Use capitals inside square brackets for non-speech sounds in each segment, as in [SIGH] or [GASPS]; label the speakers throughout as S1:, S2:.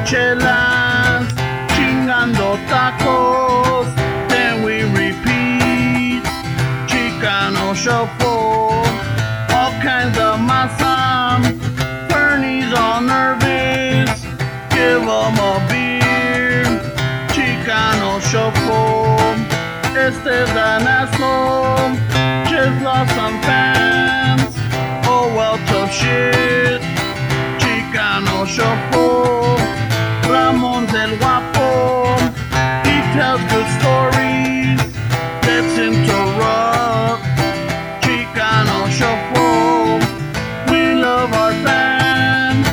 S1: chelas, chingando tacos. Then we repeat, Chicano shuffle, all kinds of masa. Bernie's all nervous, give him a beer. Chicano shuffle, este es an asshole. Just lost some fans, oh well, tough shit. Chicano Shuffle, Ramon del Guapo. He tells good stories. Let's interrupt Chicano Shuffle. We love our band.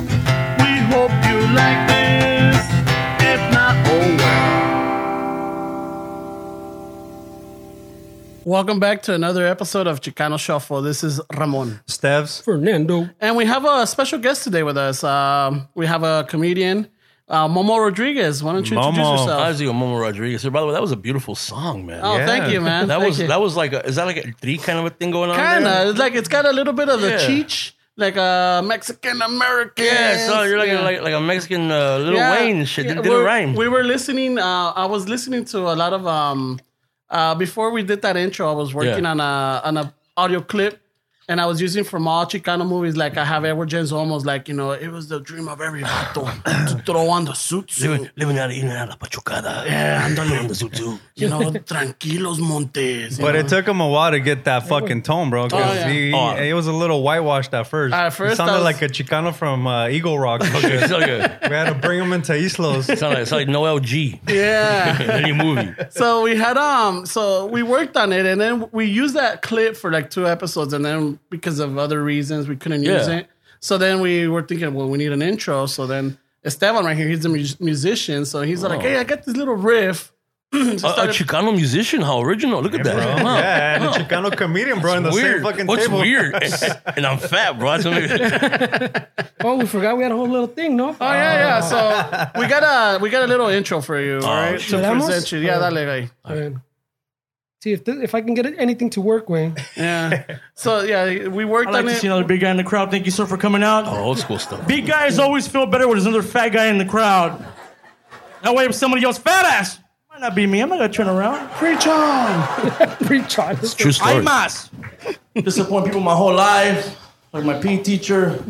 S1: We hope you like this. If not, oh well. Welcome back to another episode of Chicano Shuffle. This is Ramon.
S2: Stevs.
S3: Fernando.
S1: And we have a special guest today with us. Um, we have a comedian, uh, Momo Rodriguez. Why don't you
S2: Momo.
S1: introduce
S4: I
S1: yourself?
S4: was thinking Momo Rodriguez. By the way, that was a beautiful song, man.
S1: Oh,
S2: Yeah.
S1: thank you, man.
S4: [LAUGHS] that
S1: Thank
S4: was
S1: you.
S4: that was like a, is that like a three kind of a thing going on?
S1: kinda
S4: there?
S1: it's like it's got a little bit of the
S4: Yeah.
S1: cheech, like uh, a Mexican American.
S4: Yeah, so you're like like, like a Mexican uh, Little Wayne shit. Did, did it
S1: we're-
S4: rhyme?
S1: We were listening. Uh, I was listening to a lot of um. Uh, before we did that intro, I was working
S4: Yeah.
S1: on a on a audio clip, and I was using from all Chicano movies. Like I have Edward James almost like you know it was the dream of every vato to throw on the suit suit.
S4: living, living out of in and out of Pachucada.
S1: Yeah,
S4: Living on the Zutu. [LAUGHS]
S1: you know, [LAUGHS] tranquilos montes. you
S2: But
S1: know.
S2: it took him a while to get that fucking tone, bro. Because
S1: Oh, yeah.
S2: he,
S4: Oh.
S2: he was a little whitewashed at first.
S1: At
S2: He
S1: first, I
S2: sounded
S1: was-
S2: like a Chicano from uh, Eagle Rock. [LAUGHS]
S4: It's
S2: we
S4: like a,
S2: had to bring him into Islos.
S4: [LAUGHS] it's like, it's like Noel G.
S1: yeah.
S4: in any movie.
S1: so we had um so we worked on it and then we used that clip for like two episodes and then because of other reasons we couldn't use
S4: Yeah.
S1: it so then we were thinking well we need an intro so then esteban right here he's a mu- musician so he's like hey i got this little riff [CLEARS THROAT] So
S4: A, a
S1: started-
S4: Chicano musician, how original! Look at
S2: Bro,
S4: that. Wow.
S2: yeah, and a Chicano comedian, bro, in the
S4: Weird.
S2: same fucking
S4: What's
S2: table.
S4: weird? and I'm fat, bro. That's what-
S3: Oh, we forgot we had a whole little thing, no?
S1: Oh yeah, yeah. So we got a we got a little intro for you, all right?
S4: shit.
S1: To
S3: Damos?
S1: present you. Yeah, dale, güey.
S3: Man. See if th- if I can get anything to work with.
S1: [LAUGHS] Yeah. So yeah, we worked
S5: I'd like
S1: on
S4: [LAUGHS]
S5: to
S1: it.
S5: see another big guy in the crowd. Thank you, sir, for coming out.
S4: Oh, Old school stuff.
S5: Big guys always feel better when there's another fat guy in the crowd. That way, if somebody yells, fat ass, might not be me. I'm not going to turn around.
S1: Preach on.
S3: [LAUGHS] Preach on.
S4: True story.
S5: Hay más. Disappoint people my whole life, like my PE teacher.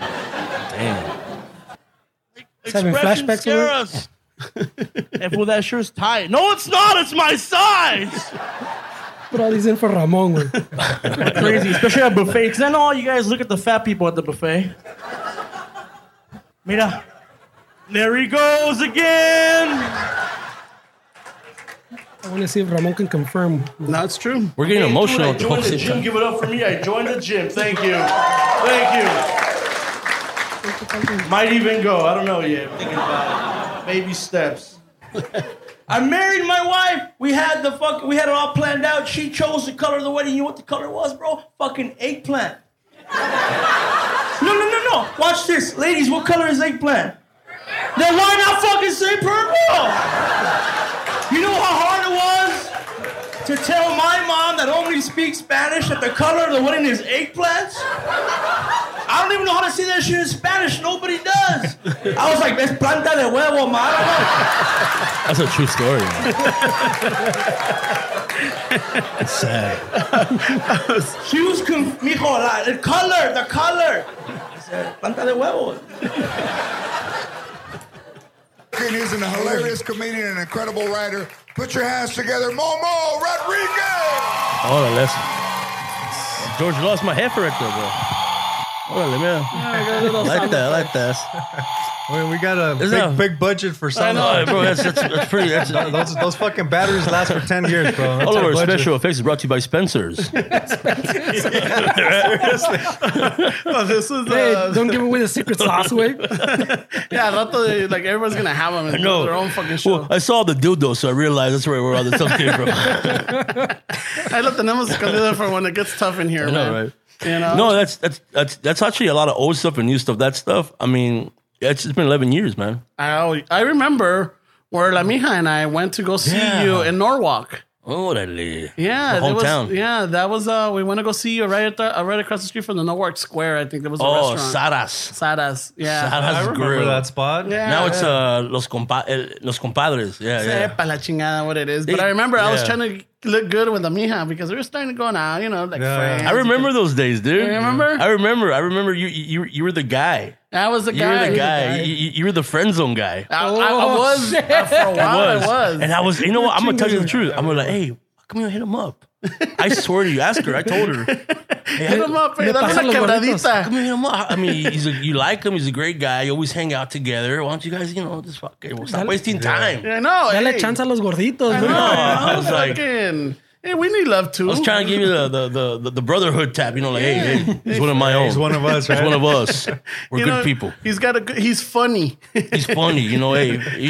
S4: Damn.
S3: having
S5: Expressions
S3: flashbacks
S5: scare
S3: over it.
S5: us. [LAUGHS] and well, that shirt's tight. No, it's not. It's my size.
S3: Put all these in for Ramon. güey.
S5: Crazy, especially at buffet. Because I know all you guys look at the fat people at the buffet. Mira. There he goes again.
S3: I want to see if Ramon can confirm.
S1: No, it's true.
S4: We're getting emotional.
S5: Dude, I joined the gym. Give it up for me. I joined the gym. Thank you. Thank you. Might even go. I don't know yet. I'm thinking about it. Baby steps. I married my wife. We had the fuck. We had it all planned out. She chose the color of the wedding. You know what the color was, bro? Fucking eggplant. No, no, no, no. Watch this, ladies. What color is eggplant? Then why not fucking say purple? You know how hard it was to tell my mom that only speaks Spanish that the color of the wedding is eggplants? I don't even know how to say that shit in Spanish. Nobody does. I was like, es planta de huevo, ma. I
S4: That's a true story. it's sad.
S5: don't know. She was conf- mijo, la, the color, the color. I said, planta de huevo.
S6: And He's a hilarious comedian and incredible writer. Put your hands together, Momo Rodriguez.
S4: Oh, the lesson. George lost my heifer right there, bro. Órale, man. I like that. I like that.
S2: We, we got a
S4: There's
S2: big,
S4: a-
S2: big budget for sound.
S4: No, bro, that's, that's, that's pretty. That's,
S2: Those, those fucking batteries last for 10 years, bro. That's
S4: all of
S2: our
S4: our
S2: budget.
S4: special effects is brought to you by [LAUGHS] Spencer's.
S1: So this is
S3: Hey,
S1: uh,
S3: don't give away the secret sauce, way.
S1: yeah. Rato, they- like everyone's gonna have them and do their own fucking show.
S4: Well, I saw the dildo, so I realized that's where, where all the stuff came [LAUGHS] from.
S1: I let the numbers escalera for when it gets tough in here.
S4: know,
S1: man.
S4: right?
S1: You know?
S4: No, that's, that's that's that's actually a lot of old stuff and new stuff. That stuff, I mean, it's, it's been 11 years, man.
S1: I, al- I remember where La Mija and I went to go see
S4: Yeah.
S1: you in Norwalk.
S4: Orale.
S1: Yeah,
S4: The whole
S1: it was,
S4: town.
S1: Yeah, that was. Uh, we went to go see you right at the, uh, right across the street from the Norwalk Square. I think there was a
S4: Oh,
S1: restaurant.
S4: Saras.
S1: Sadas. Yeah.
S4: Saras
S2: I remember
S4: Grill.
S2: that spot.
S1: Yeah.
S4: Now it's uh, Los, compa- eh, Los Compadres. Yeah, yeah.
S1: Sepa la chingada what it is.
S4: They-
S1: But I remember I was
S4: yeah.
S1: trying to look good with the mija because we were starting to go out, you know, like
S2: Yeah, yeah.
S1: friends.
S4: I remember those days, dude.
S1: You remember?
S4: I remember. I remember you. You, you were the guy.
S1: I was Ah, the
S4: You were
S1: guy.
S4: the guy. You, you, you were the friend zone guy.
S1: I, I- I
S3: Oh,
S1: was
S3: shit.
S1: uh, for a while. I was.
S4: And I was, you know what? I'm gonna tell you the truth. I'm gonna like, hey, how come you don't hit him up? I swear to you, ask her. I told her. Hey,
S1: Hit him up, eh, dame
S3: pasan
S1: una
S3: los boletos.
S4: How
S1: quebradita.
S4: come you hit him up? I mean, he's a, you like him. He's a great guy. You always hang out together. Why don't you guys, you know, just fucking stop
S3: Dale-
S4: wasting time?
S1: I know.
S3: Dale
S1: hey.
S3: chance a los gorditos,
S1: I know, [LAUGHS]
S3: bro.
S1: I
S4: Oh, I
S1: was
S4: was like-
S1: fucking, hey, we need love too.
S4: I was trying to give you the the the, the, the brotherhood tap. You know, like, hey, hey, he's one of my own.
S2: He's one of us,
S4: He's
S2: right?
S4: one of us. We're good people.
S1: He's got a good, he's funny. [LAUGHS]
S4: He's funny, you know. Hey, he,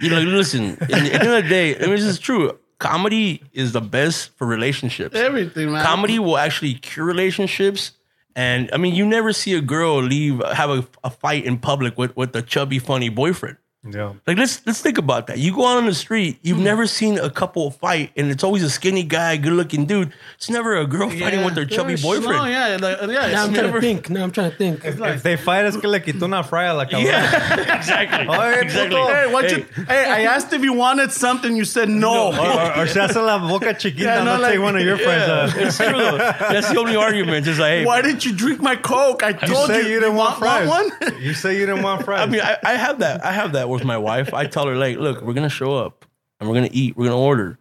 S4: you know, listen. At the end of the day, I mean, this is true. Comedy is the best for relationships.
S1: Everything, man.
S4: Comedy will actually cure relationships. And I mean, you never see a girl leave have a, a fight in public with with a chubby, funny boyfriend.
S2: Yeah.
S4: Like let's let's think about that. You go out on the street, you've never seen a couple fight, and it's always a skinny guy, good looking dude. It's never a girl fighting with their chubby boyfriend.
S1: No, yeah, like, yeah.
S3: Now I'm
S1: it's-
S3: trying
S4: never-
S3: to think. Now I'm trying to think.
S2: If they fight, es que le quitó una fraya a la cabrona.
S4: [LAUGHS] Yeah, exactly.
S2: Oye, puto.
S1: Hey, what you? Hey, I asked if you wanted something. You said no.
S2: Or, or, or se hace la boca chiquita.
S1: Yeah, no,
S2: no,
S1: like-
S2: take one of your friends uh, out.
S4: It's true, though. That's the only argument. Just like, hey,
S1: Why didn't you drink my coke? I
S2: You
S1: told you.
S2: say you didn't want,
S1: want
S2: fries.
S1: one?
S2: You say you didn't
S1: [LAUGHS]
S2: want fries.
S4: I mean, I, I have that. I have that with my wife. I tell her like, look, we're gonna show up and we're gonna eat. We're gonna order,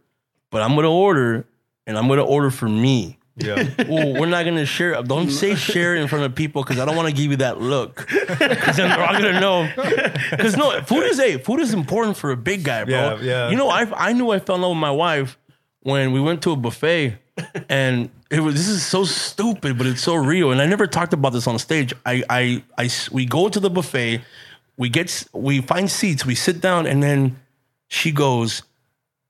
S4: but I'm gonna order and I'm gonna order for me.
S2: yeah.
S4: Well, we're not gonna share.
S2: Mm.
S4: Don't say share in front of people because I don't want to give you that look. Because then they're all gonna know. Because no, food is hey, food is important for a big guy, bro.
S2: Yeah, yeah.
S4: You know, I I knew I fell in love with my wife when we went to a buffet, and it was this is so stupid, but it's so real. And I never talked about this on stage. I I I s- we go to the buffet, we get s- we find seats, we sit down, and then she goes,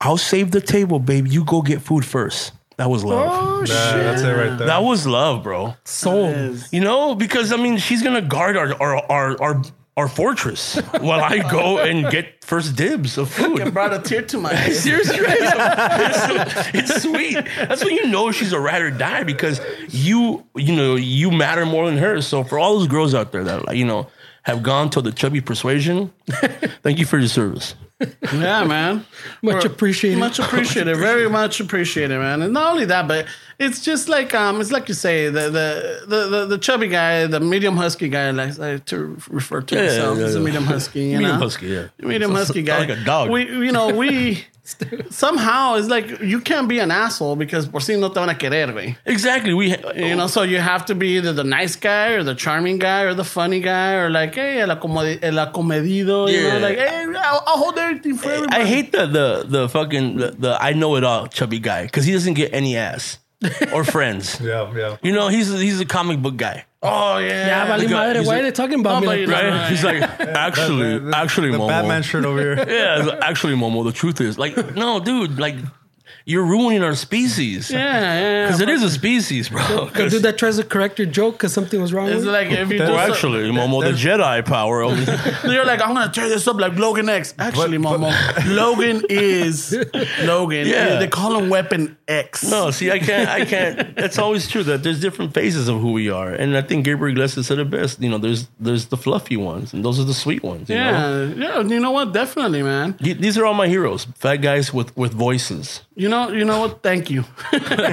S4: "I'll save the table, babe. You go get food first. That was love.
S1: Oh
S2: Yeah,
S1: shit!
S2: that's it right there.
S4: That was love, bro.
S1: [LAUGHS]
S3: Soul.
S4: You know, because I mean, she's gonna guard our our our our, our fortress while I go and get first dibs of
S1: It
S4: food.
S1: brought a tear to my eyes.
S4: [LAUGHS] Seriously, right? it's, it's sweet. That's when you know she's a ride or die because you you know you matter more than her. So for all those girls out there that like you know have gone to the chubby persuasion, [LAUGHS] thank you for your service.
S1: Yeah, man.
S3: Much
S1: Bro,
S3: appreciated.
S1: Much appreciated. Very much appreciated, man. And not only that, but it's just like um, it's like you say the the the, the, the chubby guy, the medium husky guy, like I to refer to
S4: Yeah,
S1: myself
S4: yeah,
S1: as a
S4: yeah.
S1: medium husky. You
S4: Medium
S1: know?
S4: husky, yeah.
S1: Medium
S4: Sounds
S1: husky guy.
S4: like a dog.
S1: We you know
S4: [LAUGHS]
S1: we. Somehow it's like you can't be an asshole because por si no te van a querer, güey.
S4: Exactly. We
S1: You know, so you have to be either the nice guy or the charming guy or the funny guy or like, hey, el, acomod- el acomedido. You know,
S4: Yeah.
S1: like, hey, I'll, I'll hold everything for everybody.
S4: I hate the the the fucking the, the I know it all chubby guy because he doesn't get any ass or friends.
S2: Yeah, yeah.
S4: You know, he's he's a comic book guy,
S1: Oh yeah.
S3: Yeah, vale
S4: Like, uh,
S3: madre.
S4: he's
S3: Why
S4: like-
S3: are they talking about me?
S1: but
S3: like
S1: you
S3: that?
S1: know-
S4: right?
S1: Yeah.
S4: [LAUGHS] He's like, actually,
S2: The- the-
S4: actually,
S2: the
S4: Momo.
S2: Batman shirt over here.
S4: Yeah, [LAUGHS] it's actually, Momo. The truth is, like, no, dude, like, you're ruining our species.
S1: Yeah, yeah.
S4: Because it is a species, bro.
S3: The
S4: 'Cause-
S3: dude that tries to correct your joke because something was wrong.
S1: It's
S3: with it.
S1: like if you do
S4: well,
S1: so-
S4: actually, Momo, the Jedi power.
S3: [LAUGHS]
S4: Only.
S1: you're like, I'm gonna tear this up like Logan X. Actually, Momo, Logan
S4: [LAUGHS]
S1: is Logan.
S4: Yeah.
S1: They call him Weapon X.
S4: no, see, I can't, I can't. It's always true that there's different phases of who we are, and I think Gabriel Iglesias said it best. You know, there's there's the fluffy ones, and those are the sweet ones. You know?
S1: Yeah, yeah. You know what? Definitely, man.
S4: Y- These are all my heroes, fat guys with, with voices.
S1: You know, you know what? Thank you. [LAUGHS] I'm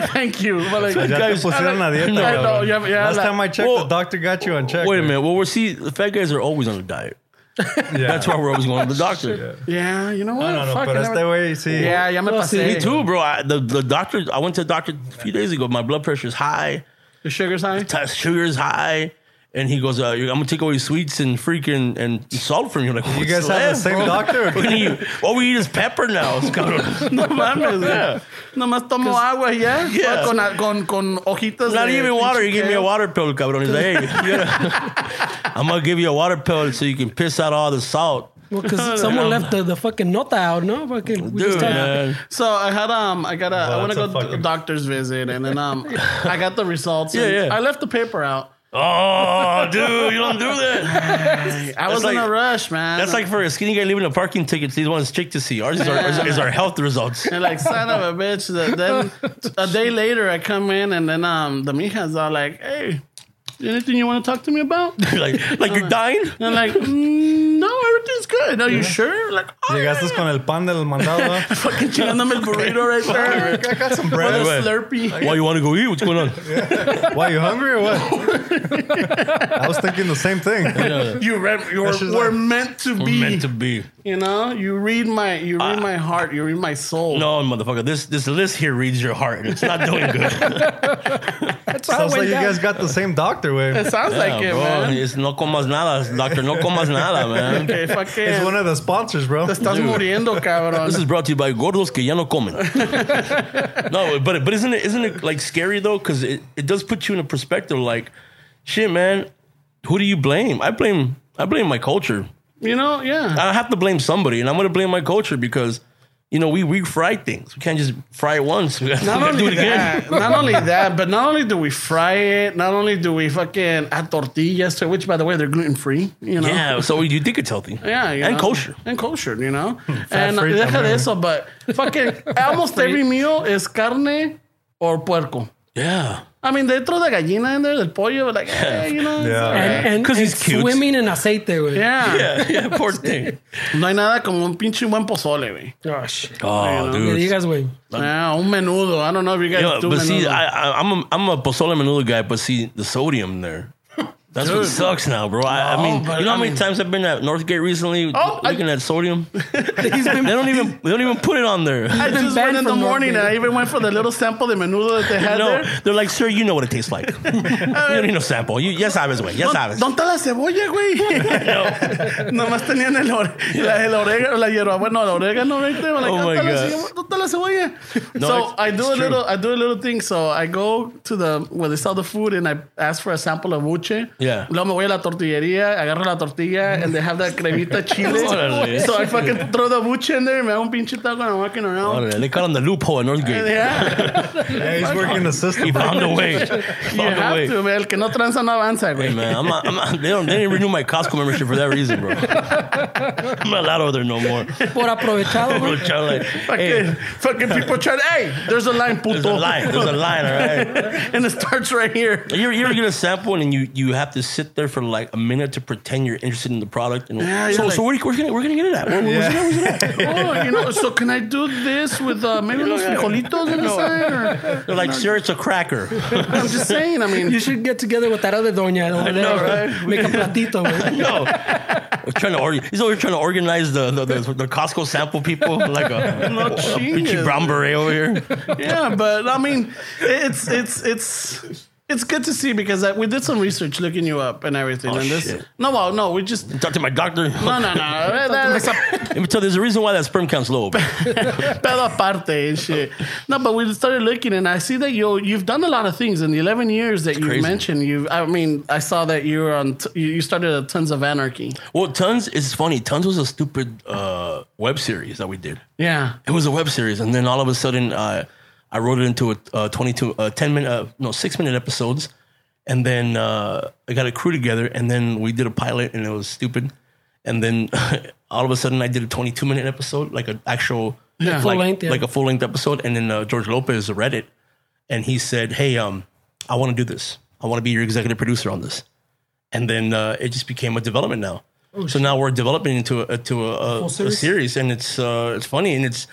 S1: like, thank you. I'm like,
S2: Ya
S4: Guys,
S2: te pusieron la
S1: I
S4: [LAUGHS]
S1: like-
S2: dieta,
S1: I know,
S2: cabrón.
S1: yeah, yeah,
S2: Last
S1: like-
S2: time I checked,
S4: Well,
S2: the doctor got you on check.
S4: Wait a minute. Well, we're see, the fat guys are always on a diet.
S2: Yeah.
S4: That's why we're always going to the doctor.
S1: yeah. You know what?
S2: I don't know,
S1: Fuck,
S2: pero
S1: I
S2: este
S1: never-
S2: güey, sí.
S1: Yeah, ya me
S3: Well, see,
S1: pasé.
S4: Me too, bro. I, the, the doctor, I went to the doctor a few days ago. My blood pressure's high,
S1: The sugar's high. [LAUGHS]
S4: t- sugar's high. And he goes, uh, I'm going to take away sweets and freaking and salt from you. Like,
S2: You guys have the same [LAUGHS]
S4: [LAUGHS]
S2: doctor?
S4: What do you- all we eat is pepper now. [LAUGHS] It's kind of-
S1: No mames.
S4: Yeah.
S1: Nomás tomo agua, yeah.
S4: Yeah.
S1: Con, con, con hojitas.
S4: Not
S1: de
S4: even water.
S1: pinche
S4: You give me
S1: kale.
S4: a water pill, cabrón. He's like, hey, you gotta- [LAUGHS] I'm going to give you a water pill so you can piss out all the salt.
S3: Well,
S1: [LAUGHS]
S3: because someone left the, the fucking nota out, no? Fucking, we
S4: Dude,
S3: just talked-
S4: man.
S1: So I had um I got a I
S2: Well,
S1: went to
S2: that's
S1: go
S2: a
S1: to
S2: fucking-
S4: [LAUGHS]
S1: doctor's visit and then um I got the results.
S4: Yeah,
S1: and
S4: yeah.
S1: I left the paper out.
S4: Oh, dude, you don't do that.
S1: I was in
S4: like-
S1: a rush, man.
S4: That's like for a skinny guy leaving a parking ticket. He wants chick to see. Ours is our, is- is our health results.
S1: And [LAUGHS] like son of a bitch. The, then
S4: [LAUGHS]
S1: a day later, I come in and then um the mijas are like, "Hey, anything you want to talk to me about?"
S4: [LAUGHS] like, like you're
S1: [LAUGHS]
S4: dying.
S1: And I'm
S4: [LAUGHS]
S1: like, mm, "No, everything's good. Are you sure?" Like, oh,
S2: Llegaste
S1: yeah,
S2: con el pan del
S4: [LAUGHS]
S2: mandado. huh?
S1: fucking [LAUGHS] chilándome el burrito right there.
S2: I got some
S1: Or the
S2: bread.
S1: Slurpee.
S4: Why you want to go eat? What's
S1: [LAUGHS]
S4: going on?
S2: Why you hungry or
S4: [LAUGHS]
S2: what? I was thinking the same thing.
S1: You re- you were,
S2: just
S1: were
S2: like-
S1: meant to
S4: We're
S1: be.
S4: meant to Ah. be.
S1: you know, you read my you read my heart. You read my soul.
S4: No, motherfucker. This this list here reads your heart, and it's not doing
S1: [LAUGHS]
S4: good.
S3: That's how it
S2: Sounds
S3: went
S2: like you
S3: down.
S2: guys got the same doctor way.
S1: It sounds like it,
S4: bro,
S1: [LAUGHS] man.
S4: it's no comas nada, doctor. No comas nada, man.
S1: [LAUGHS] Okay, fucking.
S2: It's one of the sponsors, bro.
S1: Estás muriendo, cabrón.
S4: This is brought to you by Gordos que ya no
S1: [LAUGHS]
S4: comen. no, but but isn't it isn't it like scary though? Because it, it does put you in a perspective. Like, shit, man. Who do you blame? I blame I blame my culture.
S1: you know, yeah.
S4: I have to blame somebody, and I'm going to blame my culture because you know we we fry things. We can't just fry it once. [LAUGHS] We got
S1: Not
S4: to do
S1: only
S4: it Ah,
S1: that, [LAUGHS]
S4: again.
S1: not only that, but not only do we fry it, not only do we fucking add tortillas to it, which by the way they're gluten free, you know.
S4: Yeah, so you think it's healthy.
S1: Yeah, you
S4: and
S1: know?
S4: kosher.
S1: And kosher, you know. and
S2: Fat-free
S1: deja de
S2: Hmm. también.
S1: eso, but fucking almost every meal is carne or puerco.
S4: Yeah,
S1: I mean, they throw the gallina in there, the pollo, but like, eh, you know. it's
S2: Yeah.
S1: all right.
S3: and, and,
S4: 'Cause
S3: and
S4: he's cute.
S3: swimming in aceite, güey.
S1: Yeah.
S4: yeah, [LAUGHS] yeah. Poor
S1: [LAUGHS]
S4: thing.
S1: No hay nada como un pinche buen pozole, güey.
S3: Oh, shit.
S4: Oh,
S3: Yeah,
S4: dude.
S3: you guys, güey.
S1: Yeah, un menudo. I don't know if you guys
S4: Yeah,
S1: do
S4: but
S1: menudo.
S4: see, I, I, I'm a, I'm a pozole menudo guy, but see the sodium
S1: [LAUGHS]
S4: there. That's what sucks now, bro. I, I mean,
S1: but
S4: you know how
S1: I
S4: many
S1: mean-
S4: times I've been at Northgate recently
S1: Oh, I-
S4: looking
S1: [LAUGHS]
S4: at sodium. [LAUGHS] they don't even they don't even put it on there.
S1: I
S3: been
S1: just
S3: banned
S1: went in the
S3: from
S1: morning and
S3: Norway.
S1: I even went for the little sample de menudo that they had
S4: [LAUGHS] No,
S1: there.
S4: they're like, sir, you know what it
S1: [LAUGHS]
S4: tastes like. you don't need no sample. You, ya sabes, güey. Ya sabes.
S1: ¿Dónde está Oh, la cebolla, güey? Nomás tenían el, or la, el orégano, la hierba. Bueno, el orégano, right there. Like,
S4: Oh
S1: "¿Dónde
S4: my
S1: está la
S4: God.
S1: cebolla? ¿Dónde está la cebolla?
S4: No,
S1: so
S4: it's-
S1: I do
S4: it's
S1: a little,
S4: true.
S1: I do a little thing. So I go to the where they sell the food and I ask for a sample of buche.
S4: Yeah.
S1: Luego me voy a la tortillería, agarro la tortilla, and they have that
S4: [LAUGHS]
S1: cremita chile.
S4: Órale.
S1: so I fucking throw the buche in there, me hago un pinche taco, and I'm walking around.
S4: Órale, They cut on the loophole
S1: [LAUGHS]
S4: at Northgate. [LAUGHS]
S1: Yeah,
S2: Yeah, he's working the
S4: He
S2: system.
S4: found a way. He
S1: you
S4: Found a way.
S1: have to, man. El que no tranza no avanza, güey.
S4: Hey, man, I'm not, I'm not, they, don't, they didn't renew my Costco membership for that reason, bro. I'm not allowed over there no more.
S3: Por aprovechado,
S4: Bro,
S3: güey.
S4: child, like,
S1: Fucking,
S4: hey,
S1: fucking people trying. Hey, there's a line, puto.
S4: there's a line. There's a line, all right?
S1: [LAUGHS] and it starts right
S4: [LAUGHS]
S1: here.
S4: You ever, you ever get a sample and then you, you have to sit there for like a minute to pretend you're interested in the product? And
S1: Yeah, you're
S4: so,
S1: like-
S4: so where, are you- where's gonna, where gonna get it at? Where- where-
S2: Yeah.
S1: Oh, you know. So can I do this with uh, maybe unos frijolitos on the side? Or,
S4: They're like, sir, it's
S1: [LAUGHS]
S4: a cracker.
S1: I'm just saying. I mean,
S4: [LAUGHS]
S3: You should get together with that other doña over there.
S4: know,
S3: right? Make a
S4: [LAUGHS]
S3: platito, güey.
S4: No. We're trying to org- he's always trying to organize the, the, the, the Costco sample people [LAUGHS] like a,
S1: [LAUGHS] no
S4: a
S1: genius.
S4: bitchy brown beret over here.
S1: yeah, but I mean, it's it's it's. It's good to see because I, we did some research looking you up and everything.
S4: Oh,
S1: and this,
S4: shit.
S1: no, well, no, we just
S4: Talk to my doctor.
S1: no,
S4: [LAUGHS]
S1: no, no. That's a
S4: Let me tell you, there's a reason why that sperm count's low.
S1: pedo aparte and shit. No, but we started looking, and I see that you you've done a lot of things in the eleven years that you
S4: crazy.
S1: mentioned. You, I mean, I saw that you were on. T- you you started a Tons of Anarchy.
S4: Well, Tons is funny. Tons was a stupid uh, web series that we did.
S1: Yeah,
S4: It was a web series, and then all of a sudden, uh, I wrote it into a uh, 22, uh, 10 minute, uh, no, six minute episodes, and then uh, I got a crew together, and then we did a pilot, and it was stupid, and then [LAUGHS] all of a sudden, I did a 22 minute episode, like an actual
S1: Yeah.
S4: like,
S3: Full-length, yeah.
S4: like a full length episode, and then uh, George Lopez read it, and he said, "Hey, um, I want to do this. I want to be your executive producer on this." And then uh, it just became a development now. so now we're developing into a to a, a, a
S3: Oh, series?
S4: series, and it's uh, it's funny, and it's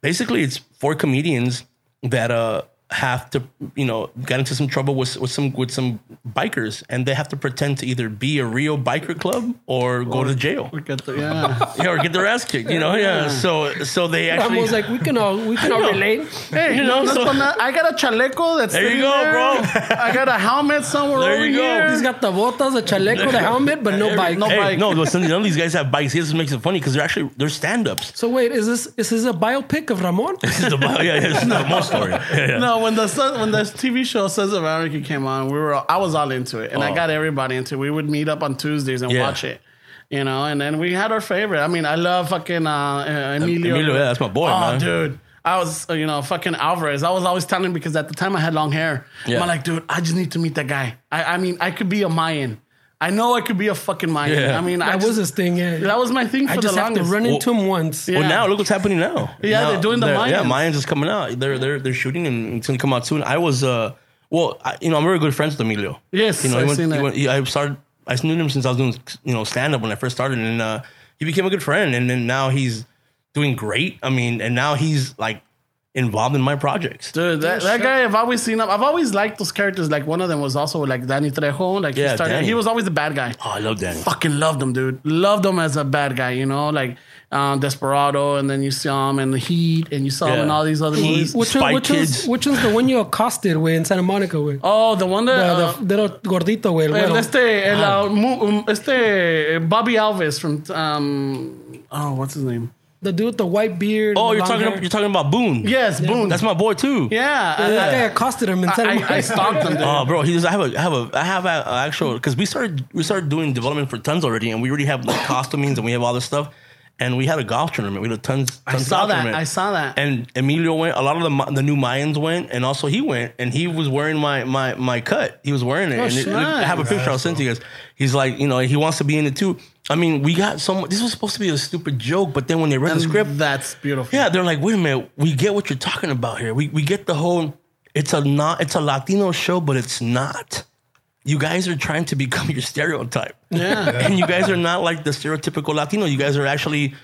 S4: basically it's four comedians that uh have to you know got into some trouble with with some with some bikers, and they have to pretend to either be a real biker club or go to jail
S1: Get the- yeah.
S4: [LAUGHS] yeah, or get their ass kicked. You know, yeah. So so they actually
S3: Ramos like, we can all, we can all
S4: know.
S3: relate.
S1: Hey, you know,
S4: know, so-
S1: I got a chaleco that's
S4: There you
S1: sitting
S4: go,
S1: there.
S4: bro.
S1: I got a helmet somewhere
S4: There
S1: over
S4: you go.
S1: here.
S3: He's got the botas, the chaleco, the helmet, but no bike.
S1: no
S4: Hey,
S1: bike.
S4: no, listen, none of these guys have bikes. This just makes it funny because they're actually they're stand-ups.
S3: So wait, is this is this a biopic of Ramon?
S4: This is the [LAUGHS] yeah, yeah, this is the most story. Yeah, yeah.
S1: No, when the sun- when the TV show Sons of Anarchy came on, we were all, I was all into it, and I
S4: Oh.
S1: got everybody into. it. We would meet up on Tuesdays and
S4: Yeah.
S1: watch it, you know. And then we had our favorite. I mean, I love fucking uh, uh, Emilio.
S4: Emilio, yeah, that's my boy,
S1: oh,
S4: man.
S1: dude. I was, uh, you know, fucking Alvarez. I was always telling him because at the time I had long hair.
S4: Yeah.
S1: I'm like, dude, I just need to meet that guy. I, I mean, I could be a Mayan. I know I could be a fucking Mayan.
S4: Yeah.
S1: I mean, I
S3: That
S1: just-
S3: was his thing. Yeah.
S1: that was my thing for
S3: I just
S1: the
S3: have to
S1: longest.
S3: run into him once.
S1: Yeah.
S4: Well, Oh, now look what's happening now.
S1: Yeah,
S4: Now
S1: they're doing the
S4: Yeah,
S1: Mayans.
S4: Mayans is coming out. They're they're they're shooting and it's gonna come out soon. I was uh, well, I, you know, I'm very good friends with Emilio.
S1: Yes,
S4: you know, he
S1: I've
S4: went-
S1: seen
S4: he
S1: that.
S4: went- he- I started. I knew him since I was doing you know stand up when I first started, and uh, he became a good friend. And then now he's doing great. I mean, and now he's like involved in my projects.
S1: Dude, that, that guy I've always seen him. I've always liked those characters. Like one of them was also like Danny Trejo. Like
S4: Yeah,
S1: he started,
S4: Danny.
S1: he was always the bad guy.
S4: Oh, I love Danny.
S1: Fucking loved him, dude. Loved him as a bad guy, you know, like um, Desperado, and then you saw him in The Heat, and you saw him in
S4: Yeah.
S1: all these other
S4: Heat.
S1: movies.
S4: What-
S3: Which, one,
S4: Spy
S3: which, one's,
S4: Kids.
S3: which one's the one you accosted with in Santa Monica with?
S1: Oh, the one that
S3: the,
S1: uh,
S3: the little gordito with.
S1: el este, el, uh, mu- um, este Bobby Alves from um, oh, what's his name?
S3: the dude with the white beard.
S4: Oh,
S3: and
S4: you're
S3: long
S4: talking
S3: hair.
S4: you're talking about Boone.
S1: Yes, Boone.
S4: that's my boy too.
S1: yeah. I-
S3: That guy
S1: I,
S3: accosted him in Santa
S1: I,
S3: Monica.
S1: I, stalked him. Dude.
S4: Oh, bro, he does. I have a, I have a, I have an actual because we started, we started doing development for tons already, and we already have like costumings and we have all this stuff, and we had a golf tournament. We had a tons. tons
S1: I saw
S4: golf
S1: that.
S4: tournament.
S1: I saw that.
S4: And Emilio went. A lot of the Ma- the new Mayans went, and also he went, and he was wearing my my my cut. He was wearing it. and it-
S1: shit.
S4: I have a picture. I'll send to you guys. He's like, you know, he wants to be in it too. I mean, we got some. This was supposed to be a stupid joke, but then when they read [LAUGHS]
S1: Um,
S4: the script,
S1: That's beautiful.
S4: yeah, they're like, wait a minute, we get what you're talking about here. We we get the whole it's a not it's a Latino show, but it's not. You guys are trying to become your stereotype.
S1: yeah.
S4: and you guys are not like the stereotypical Latino. You guys are actually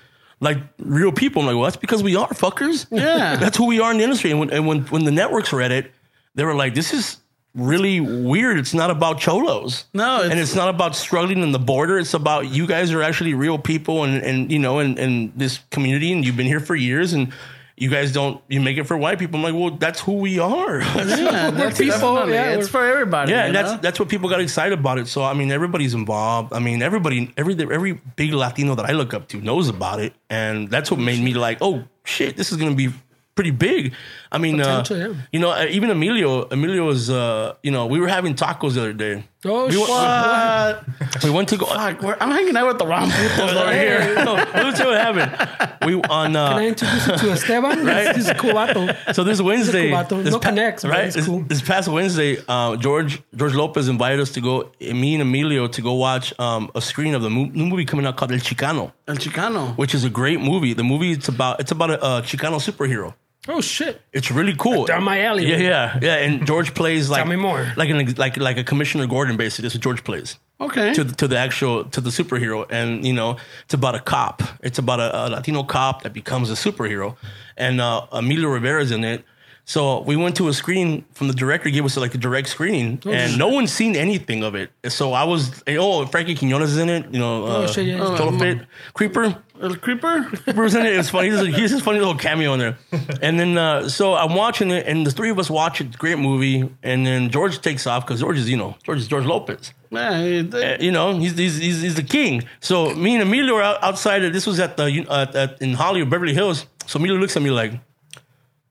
S4: like real people. I'm like, well, that's because we are fuckers.
S1: Yeah.
S4: That's who we are in the industry. And when and when, when the networks read it, they were like, this is really weird. It's not about cholos.
S1: No, it's-
S4: and it's not about struggling in the border. It's about you guys are actually real people and and you know and and this community and you've been here for years and you guys don't you make it for white people. I'm like, well, that's who we are. [LAUGHS]
S1: Yeah, that's
S3: people,
S1: definitely-
S3: Oh, yeah,
S1: it's
S3: we're-
S1: for everybody.
S4: Yeah,
S1: you
S4: and that's
S1: know?
S4: that's what people got excited about it. So I mean, everybody's involved. I mean, everybody, every every big Latino that I look up to knows about it, and that's what made me like, oh shit, this is gonna be pretty big. I mean, uh,
S3: Potential, yeah.
S4: you know, uh, even Emilio, Emilio is, uh, you know, we were having tacos the other day.
S3: Oh,
S4: we,
S3: shit.
S4: went,
S1: Uh,
S4: we went to go. Oh,
S1: fuck, we're- I'm hanging out with the wrong people over here.
S4: [LAUGHS] no, let's see what happened. We on uh,
S3: Can I introduce you to Esteban? He's a cubato.
S4: So
S3: [LAUGHS]
S4: this Wednesday,
S3: Cubato.
S4: this
S3: No connects, but
S4: right?
S3: it's
S4: This,
S3: cool.
S4: this past Wednesday, uh, George George Lopez invited us to go, me and Emilio, to go watch um, a screen of the mo- new movie coming out called El Chicano,
S1: El Chicano.
S4: which is a great movie. The movie it's about it's about a, a Chicano superhero.
S3: Oh shit!
S4: It's really cool.
S3: Down my alley.
S4: Yeah, yeah, yeah. And George plays like
S3: Tell me more.
S4: like an ex- like like a Commissioner Gordon, basically. That's what George plays
S1: Okay.
S4: to the, to the actual to the superhero and you know it's about a cop it's about a, a latino cop that becomes a superhero and uh emilio rivera's in it so we went to a screen from the director gave us like a direct screening
S3: Oh,
S4: and no one's seen anything of it And so i was oh frankie quinones is in it you know uh,
S3: Oh, shit, yeah.
S4: Cholo Fit, creeper
S1: El Creeper.
S4: Bruce in it. It's funny. He's, a, he's this funny little cameo in there. And then uh, so I'm watching it, and the three of us watch it. Great movie. And then George takes off because George is you know George is George Lopez.
S1: Yeah, it-
S4: Uh, you know, he's, he's, he's, he's the king. So me and Emilio were out, outside. Of, this was at the uh, at, in Hollywood, Beverly Hills. So Emilio looks at me like,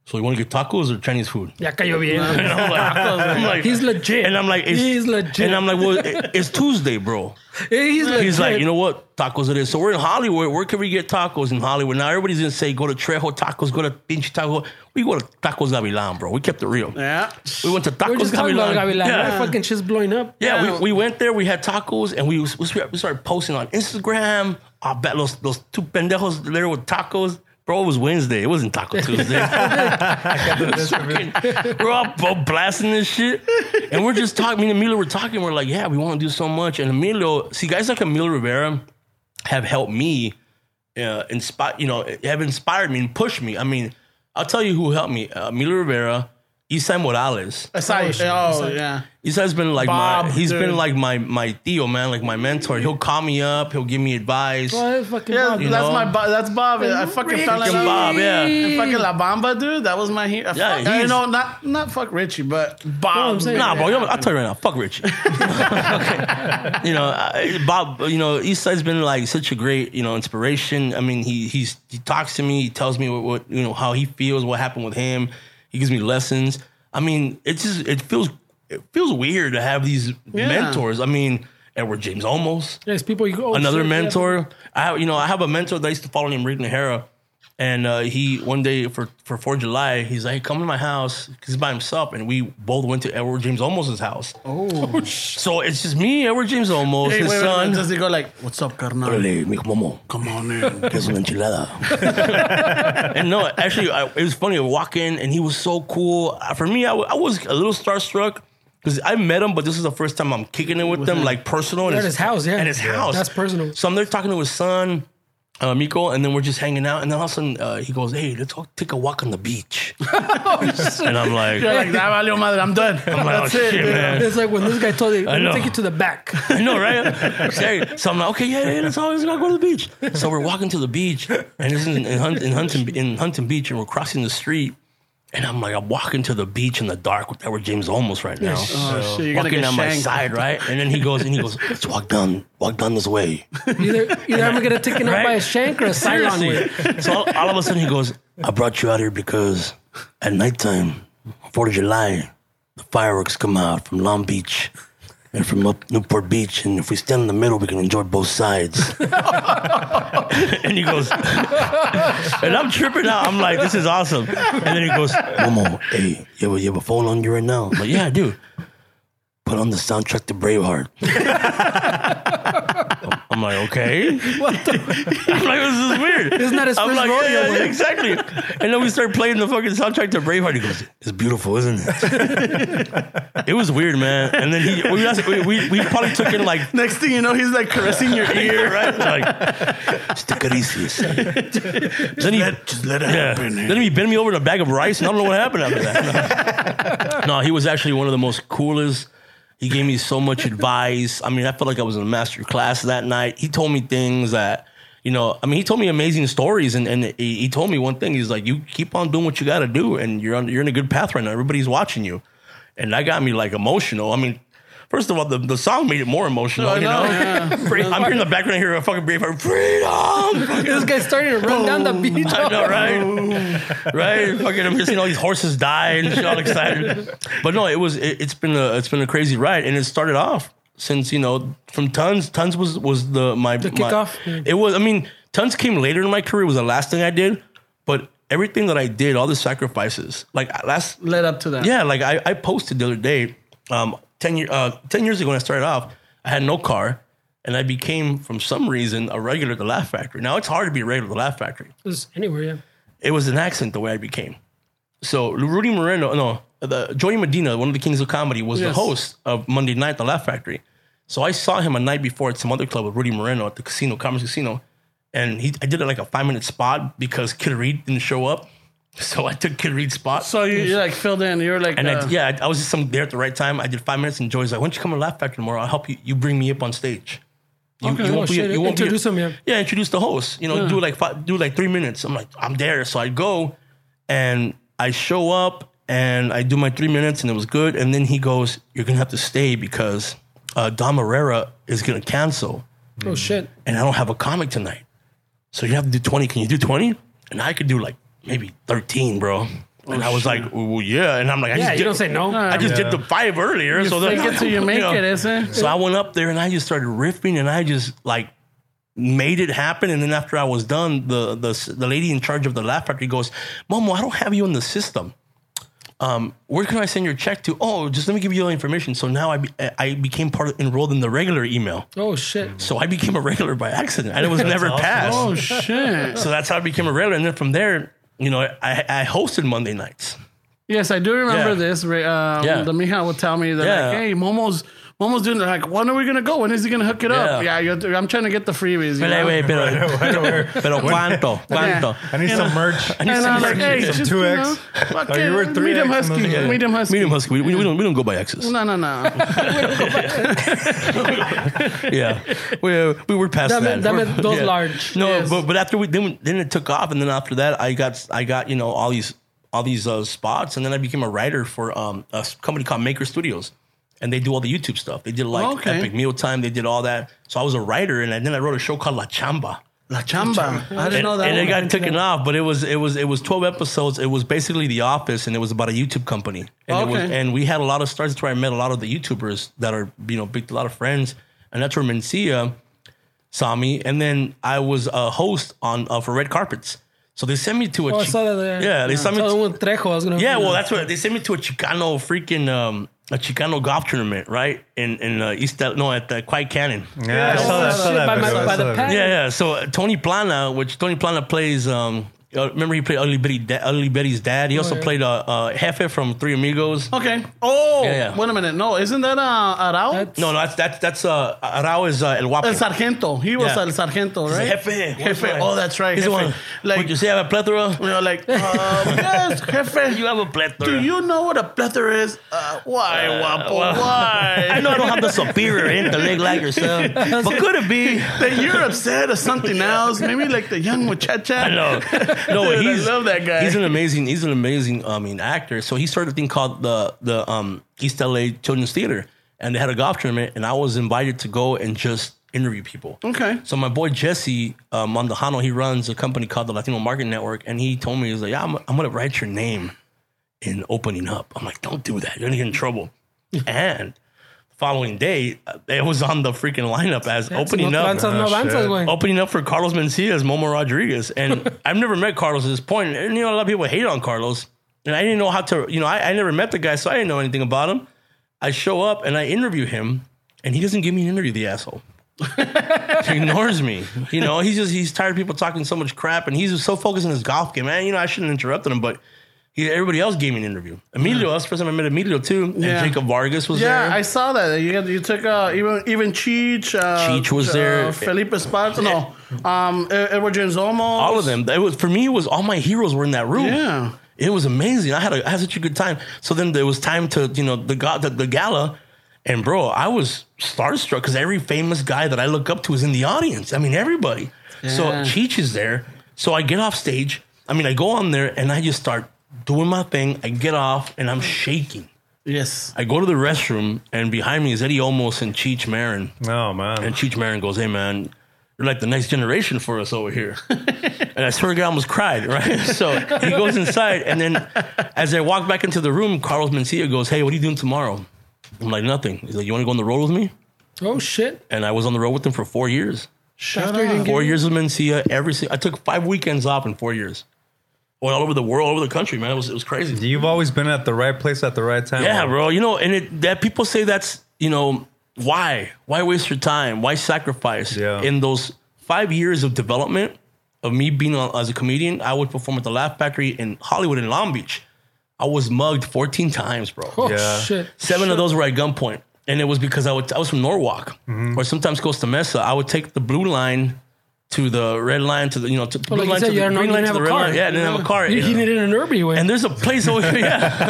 S4: "So you want to get tacos or Chinese food?"
S3: Ya cayó bien.
S4: And I'm like, I'm like-
S3: He's legit.
S4: And I'm like, it's,
S3: He's legit.
S4: And I'm like, well, it- it's Tuesday, bro.
S3: [LAUGHS] Hey, he's legit.
S4: He's like, you know what? Tacos it is. So we're in Hollywood. Where can we get tacos in Hollywood? Now everybody's gonna say, go to Trejo Tacos, go to Pinch Taco. We go to Tacos Gavilan, bro. We kept it real.
S1: yeah.
S4: We went to Tacos
S3: We're just talking about Gavilan.
S4: Yeah.
S3: That fucking shit's blowing up.
S4: Yeah, we, we went there. We had tacos, and we was- we started posting on Instagram. I bet those those two pendejos there with tacos. Bro, it was Wednesday. It wasn't Taco Tuesday. we're all bo- blasting this shit, and we're just talking. Me and Emilio were talking. We're like, yeah, we want to do so much. And Emilio, see, guys like Emilio Rivera have helped me uh, inspire, you know, have inspired me and pushed me. I mean, I'll tell you who helped me: uh, Emilio Rivera, Isai Morales.
S1: Asai. Oh, yeah.
S4: He's has been like my
S1: Bob,
S4: he's
S1: dude.
S4: been like my my Theo man, like my mentor. He'll call me up, he'll give me advice.
S3: Well, fucking
S1: Yeah,
S3: Bob.
S1: that's
S4: know?
S1: my Bob. That's Bob. I fucking fell in
S4: Fucking
S1: love.
S4: Bob, yeah.
S1: And fucking La Bamba, dude. That was my hero.
S4: Yeah,
S1: Yeah, fuck, you
S4: he's-
S1: know, not not fuck Richie, but Bob.
S3: I'm saying.
S4: Nah, bro, you know, I'll tell you right now, fuck [LAUGHS] Rich. You know, I, Bob, you know, Eastside's been like such a great, you know, inspiration. I mean, he he's he talks to me, he tells me what, what you know, how he feels, what happened with him. He gives me lessons. I mean, it's just it feels it feels weird to have these mentors. I mean, Edward James almost.
S3: There's people you go. oh,
S4: another
S3: shit, yeah.
S4: mentor. I have, you know, I have a mentor that I used to follow named Rick Nahara. And uh, he one day for for Fourth of July, he's like, hey, "Come to my house." 'cause he's by himself, and we both went to Edward James Olmos's house. Oh, so it's just me, Edward James Olmos,
S1: Hey,
S4: his
S1: wait, wait,
S4: son.
S1: wait, does he go like, "What's up, carnal?
S4: Órale, mijo, momo.
S1: Come on
S4: [LAUGHS]
S1: in."
S4: Here's an enchilada. [LAUGHS] and no, actually, I, it was funny. I walk in, and he was so cool. Uh, For me, I, wa- I was a little starstruck because I met him, but this is the first time I'm kicking it with, them, like personal. and
S3: You're at his house, yeah.
S4: And his
S3: Yeah.
S4: house.
S3: That's personal.
S4: So I'm there talking to his son, uh, Miko, and then we're just hanging out. And then all of a sudden, uh, he goes, "Hey, let's all take a walk on the
S3: [LAUGHS]
S4: beach."
S3: Oh,
S4: and I'm like,
S1: You're like, "That valió madre. I'm done.
S4: I'm like,
S1: That's
S4: "Oh,
S1: it."
S4: shit, man."
S3: It's like when this guy told you,
S4: I know.
S3: "Let me take you to the back."
S4: I know, right? Sorry. So I'm like, okay, yeah, yeah, let's always go go to the beach. So we're walking to the beach, and this is in, in, Hunt, in Huntington, in Huntington Beach, and we're crossing the street. And I'm like, I'm walking to the beach in the dark with Edward James almost right now.
S1: Oh shit, you're gonna
S4: walking
S1: get
S4: on my
S1: shanked.
S4: side, right? And then he goes, and he goes, let's walk down, walk down this way.
S3: Either, either I'm gonna get taken out by a
S4: Right?
S3: shank or a Cylon wig.
S4: so all, all of a sudden he goes, I brought you out here because at nighttime, 4th of July, the fireworks come out from Long Beach and from up Newport Beach. And if we stand in the middle, we can enjoy both sides. [LAUGHS] and he goes, and I'm tripping out. I'm like, this is awesome. And then he goes, Momo, hey, you have, a, you have a phone on you right now? I'm like, yeah, I do. Put on the soundtrack to Braveheart. [LAUGHS] I'm like, okay. [LAUGHS] I'm like, this is weird.
S3: Isn't that his
S4: I'm
S3: first
S4: like,
S3: rodeo,
S4: yeah, yeah,
S3: man?
S4: exactly. And then we start playing the fucking soundtrack to Braveheart. He goes, it's beautiful, isn't it?
S3: [LAUGHS]
S4: it was weird, man. And then he, we, also- we, we, we probably took in
S3: [LAUGHS]
S4: like,
S1: Next thing you know, he's like caressing your ear.
S4: right? Like, just the caricias. Then he,
S1: Just let it
S4: yeah.
S1: happen. eh?
S4: Then he bent me over in a bag of rice, and I don't know what happened after
S1: [LAUGHS]
S4: that. no, he was actually one of the most coolest. He gave me so much advice. I mean, I felt like I was in a master class that night. He told me things that, you know, I mean, he told me amazing stories, and, and he, he told me one thing. He's like, "You keep on doing what you got to do, and you're on, you're in a good path right now. Everybody's watching you," and that got me like emotional. I mean. First of all, the, the song made it more emotional, you know. [LAUGHS] Free- I'm hearing the background here, a fucking brief, freedom.
S3: This guy's starting to run down the beach.
S4: Oh, [LAUGHS] I know, right? right? Fucking, I'm just seeing all these horses die and shit, all excited. But no, it was it, it's been a it's been a crazy ride, and it started off since you know from Tons. Tons was was the my the
S3: kickoff?
S4: It was. I mean, Tons came later in my career. It was the last thing I did, but everything that I did, all the sacrifices, like last
S1: Led up to that.
S4: yeah, like I, I posted the other day, um, 10, year, uh, 10 years ago when I started off, I had no car and I became, from some reason, a regular at the Laugh Factory. Now it's hard to be a regular at the Laugh Factory.
S3: Just Anywhere, yeah.
S4: It was an accident the way I became. So Rudy Moreno, no, the, Joey Medina, one of the kings of comedy, was the
S1: Yes.
S4: host of Monday Night at the Laugh Factory. So I saw him a night before at some other club with Rudy Moreno at the casino, Commerce Casino. And he, I did it like a five minute spot because Kid Reed didn't show up. [LAUGHS] So I took Kid Reed's spot.
S1: So you, you like filled in. You're like,
S4: And
S1: uh,
S4: I, yeah, I, I was just some, there at the right time. I did five minutes, and Joey's like, "Why don't you come and laugh factory tomorrow? I'll help you. You bring me up on stage. You,
S3: Okay. Oh, shit. Introduce him, yeah.
S4: yeah, introduce the host. You know, do like five, do like three minutes. I'm like, I'm there, so I go, and I show up, and I do my three minutes, and it was good. And then he goes, "You're gonna have to stay because uh, Dom Herrera is gonna cancel,
S3: Oh shit.
S4: and I don't have a comic tonight. So you have to do 20. Can you do 20? And I could do like maybe 13, bro." And I was like, well, yeah. And I'm like, I
S3: Yeah,
S4: just
S3: you
S4: did-
S3: don't say no.
S4: I just did the five earlier, so
S1: fake
S4: then-
S1: it till you make it, is it?
S4: So I went up there and I just started riffing and I just like made it happen. And then after I was done, the the the lady in charge of the laugh factory goes, "Momo, I don't have you in the system. Um, where can I send your check to? Oh, just let me give you all the information." So now I be, I became part of, enrolled in the regular email.
S3: Oh shit.
S4: So I became a regular by accident, and it was never passed.
S1: oh shit.
S4: So that's how I became a regular, and then from there. You know, I, I hosted Monday nights.
S1: Yes, I do remember
S4: Yeah.
S1: this. Ray- Um,
S4: Yeah.
S1: The Mija would tell me that,
S4: Yeah.
S1: like, hey, Momo's Momo's doing. that. Like, when are we gonna go? When is he gonna hook it up? Yeah,
S4: Yeah.
S1: you're, I'm trying to get the freebies. You
S4: But
S1: know?
S4: anyway, pero, pero cuánto, cuánto.
S2: I need some merch.
S4: I need
S1: And
S4: some
S1: I'm like,
S4: [LAUGHS]
S1: hey,
S2: Some
S1: just,
S2: 2X.
S1: You know, fuck
S2: Oh, you
S1: it,
S2: were 3X
S1: medium
S2: and
S1: husky,
S2: those- yeah.
S1: medium husky.
S4: Medium husky. We, we, we don't we don't go by X's.
S1: No, no, no.
S4: Yeah, we uh, we were past
S3: That
S4: that.
S3: meant- that meant those
S4: Yeah.
S3: large.
S4: No,
S1: Yes.
S4: but but after we then then it took off, and then after that, I got I got you know all these all these uh, spots, and then I became a writer for um a s- company called Maker Studios, and they do all the YouTube stuff. They did like
S1: Oh, Okay.
S4: Epic Meal Time. They did all that. So I was a writer, and then I wrote a show called La Chamba.
S1: La chamba. I didn't
S4: And,
S1: know that.
S4: and it
S1: one.
S4: got taken off, but it was it was it was twelve episodes. It was basically The Office, and it was about a YouTube company. And it was,
S1: Okay.
S4: and we had a lot of stars. That's where I met a lot of the YouTubers that are you know big, a lot of friends, and that's where Mencia saw me. And then I was a host on uh, for red carpets. So they sent me to a
S3: Oh, I
S4: Chi-
S3: saw that there.
S4: Yeah, they
S3: I
S4: sent me
S3: saw the
S4: to-
S3: one with Trejo. I was gonna.
S4: yeah, well, that's what they sent me to a Chicano freaking um, a Chicano golf tournament, right? In in uh, East L- no at the Quiet Canyon. Yeah.
S2: Yeah, I saw that. I saw
S3: oh, Shit,
S2: that.
S3: by my-
S2: video, I
S3: by
S2: saw
S3: the
S2: that
S3: pack.
S2: video.
S4: yeah, So uh, Tony Plana, which Tony Plana plays, um, uh, remember he played Ugly Betty, da- Ugly Betty's dad. He also
S3: yeah.
S4: played uh, uh, Jefe from Three Amigos.
S1: Okay. Oh,
S4: Yeah, yeah.
S1: wait a minute. No, isn't that uh, Arau?
S3: That's-
S4: No, no, that's that's that's uh, Arau is uh, El Guapo.
S1: El Sargento. He was
S4: Yeah.
S1: El Sargento,
S4: He's
S1: right?
S4: the Jefe.
S1: Jefe. Oh, that's right.
S4: He's the
S1: jefe.
S4: one. Like,
S1: Like,
S4: Would you say I have a plethora?
S1: we were like, um, yes, jefe.
S4: [LAUGHS] You have a plethora.
S1: Do you know what a plethora is? Uh, [LAUGHS] why, Wapo? why?
S4: I know I don't have the superior intellect like yourself, [LAUGHS] but could it be?
S1: that you're upset or something else. Maybe like the young muchacha.
S4: I know.
S1: [LAUGHS]
S4: No,
S1: Dude, I
S4: he's
S1: love that guy.
S4: He's an amazing. He's an amazing. I mean, actor. So he started a thing called the the um, East LA Children's Theater, and they had a golf tournament, and I was invited to go and just interview people.
S1: Okay.
S4: So my boy Jesse um, Mondahano, he runs a company called the Latino Market Network, and he told me he's like, yeah, I'm, I'm gonna write your name in opening up. I'm like, don't do that. You're gonna get
S1: [LAUGHS]
S4: in trouble. and the following day, uh, it was on the freaking lineup as opening
S3: no
S4: up
S3: avanzas, no
S2: Oh,
S3: avanzas,
S2: shit.
S3: güey.
S4: opening up for Carlos Mencia as Momo Rodriguez. And
S1: [LAUGHS]
S4: I've never met Carlos at this point. And you know, a lot of people hate on Carlos. And I didn't know how to, you know, I, I never met the guy, so I didn't know anything about him. I show up and I interview him, and he doesn't give me an interview,
S1: [LAUGHS]
S4: the asshole. he ignores me. You know, he's just he's tired of people talking so much crap and he's just so focused on his golf game. Man, you know, I shouldn't have interrupted him, but he, everybody else gave me an interview. Emilio, that's the first time I met Emilio too.
S1: Yeah.
S4: And Jacob Vargas was
S1: Yeah,
S4: there.
S1: I saw that. You got- you took uh, even even Cheech. Uh,
S4: Cheech was
S1: uh,
S4: there.
S1: Felipe Esparza. No, um, E- Edward James Olmos.
S4: all of them. It was for me. It was all my heroes were in that room.
S1: Yeah.
S4: it was amazing. I had a, I had such a good time. So then there was time to you know the ga- the, the gala, and bro, I was starstruck because every famous guy that I look up to is in the audience. I mean everybody. So
S1: Yeah.
S4: Cheech is there. So I get off stage. I mean I go on there and I just start doing my thing. I get off and I'm shaking.
S1: Yes.
S4: I go to the restroom and behind me is Eddie Olmos and Cheech Marin.
S2: Oh man.
S4: And Cheech Marin goes, "Hey man, you're like the next generation for us over here." and I swear to God, I almost cried. Right? [LAUGHS] So he goes inside, and then as I walk back into the room, Carlos Mencia goes, "Hey, what are you doing tomorrow?" I'm like, "Nothing." He's like, "You want to go on the road with me?"
S3: Oh shit!
S4: And I was on the road with him for four years.
S3: After you didn't get
S4: Four years with Mencia. Every si- I took five weekends off in four years. Went all over the world, all over the country, man. It was it was crazy.
S2: You've always been at the right place at the right time.
S4: Yeah, bro. You know, and it, that people say that's you know why why waste your time? Why sacrifice?
S2: Yeah.
S4: In those five years of development of me being on, as a comedian, I would perform at the Laugh Factory in Hollywood and Long Beach. I was mugged fourteen times, bro.
S3: Oh
S2: Yeah.
S3: shit!
S4: Seven of those were at gunpoint, and it was because I would I was from Norwalk or sometimes Costa Mesa. I would take the blue line. To the red line, to the you know, to, blue
S3: Well, like you
S4: line,
S3: said,
S4: to
S3: you
S4: the
S3: had no,
S4: green
S3: you
S4: line,
S3: didn't
S4: to
S3: have
S4: the
S3: a
S4: red
S3: car.
S4: line. Yeah, I didn't have a car.
S3: You,
S4: It-
S3: He needed an Irby, güey.
S4: and there's a place over here, [LAUGHS]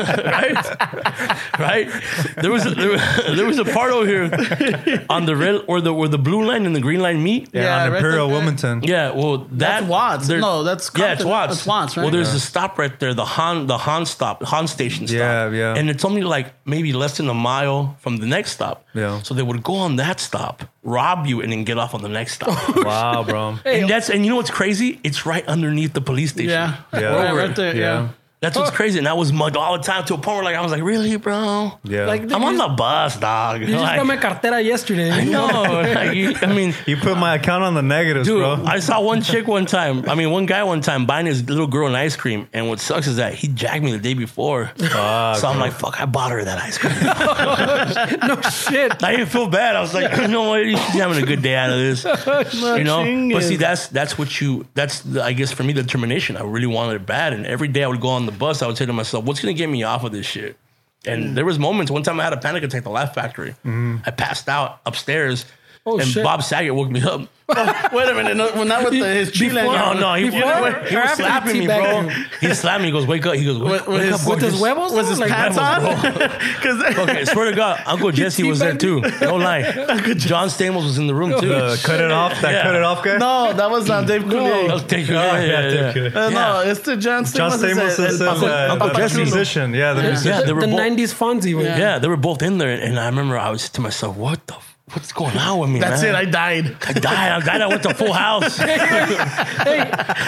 S4: yeah, right, right. There was a, there, [LAUGHS] there was a part over here on the red or the where the blue line and the green line meet.
S2: Yeah,
S1: Yeah,
S2: on
S1: right
S2: Imperial
S1: there.
S2: Wilmington.
S4: Yeah, well, that,
S1: That's Watts.
S4: there-
S1: No, that's
S4: yeah, it's
S1: Compton.
S4: Watts.
S1: That's Watts, right?
S4: Well, there's a stop right there, the Han, the Han stop, Han station stop.
S2: Yeah, yeah.
S4: And it's only like maybe less than a mile from the next stop.
S2: Yeah.
S4: So they would go on that stop, rob you, and then get off on the next
S1: [LAUGHS]
S4: stop.
S2: Wow, bro.
S4: and that's and you know what's crazy? It's right underneath the police station.
S1: Yeah.
S2: Yeah.
S1: Right, right there. Yeah.
S4: That's what's crazy. And I was mugged all the time to a point where like I was like, really, bro?
S2: Yeah.
S3: Like,
S4: I'm on the bus, dog.
S3: You just
S4: Like,
S3: got my cartera yesterday. I [LAUGHS]
S4: no, like, you- I mean,
S2: you [LAUGHS] put my account on the negatives,
S4: dude,
S2: bro.
S4: I saw one chick one time. I mean, one guy one time buying his little girl an ice cream, and what sucks is that he jacked me the day before. so I'm like, fuck, I bought her that ice cream. [LAUGHS]
S3: no Oh, shit.
S4: I didn't feel bad. I was like, you know what? She's having a good day out of this, you know. But see, that's that's what you. That's the, I guess for me the determination. I really wanted it bad, and every day I would go on the bus. I would say to myself, "What's gonna get me off of this shit?" And there was moments. One time I had a panic attack at the Laugh Factory. I passed out upstairs,
S3: Oh,
S4: and
S3: shit.
S4: Bob Saget woke me up.
S1: Wait a minute. No, well, not with the, his Chile.
S3: Before-
S4: No, no, he,
S3: Before-
S4: he was
S3: after
S4: slapping me, bro.
S3: teabagging.
S4: He slapped me. He goes, "Wake up!" He goes, "Wake,
S1: With, with
S4: wake up,
S1: his, with his
S4: gorgeous."
S1: huevos? With his
S3: Like,
S1: pants
S4: huevos,
S1: on? [LAUGHS] Because
S4: Okay, swear to God, Uncle Jesse was there too. No lie, John Stamos was in the room too. [LAUGHS]
S2: Uh, cut it off. That
S4: Yeah.
S2: cut it off guy.
S1: No, Oh, that was
S4: [CLEARS THROAT]
S1: not Dave Coulier.
S4: Oh,
S1: No.
S4: thank you. Yeah, yeah, yeah.
S2: thank you.
S1: Uh, no,
S4: Yeah.
S1: it's the John Stamos.
S2: John
S1: is
S2: Stamos
S1: a-
S2: is
S1: a-
S2: uh,
S4: Uncle-
S2: the,
S4: Uncle
S2: the
S4: Jesse.
S2: musician. Yeah, the musician.
S4: Yeah, they were
S3: the
S4: both-
S3: '90s Fonzie, güey.
S4: Yeah, they were both in there, and I remember I was to myself, "What the what's going on with me?
S1: That's it.
S4: man?
S1: I died.
S4: I died. I died. I went to Full
S1: [LAUGHS]
S4: House. I
S3: [LAUGHS] hey,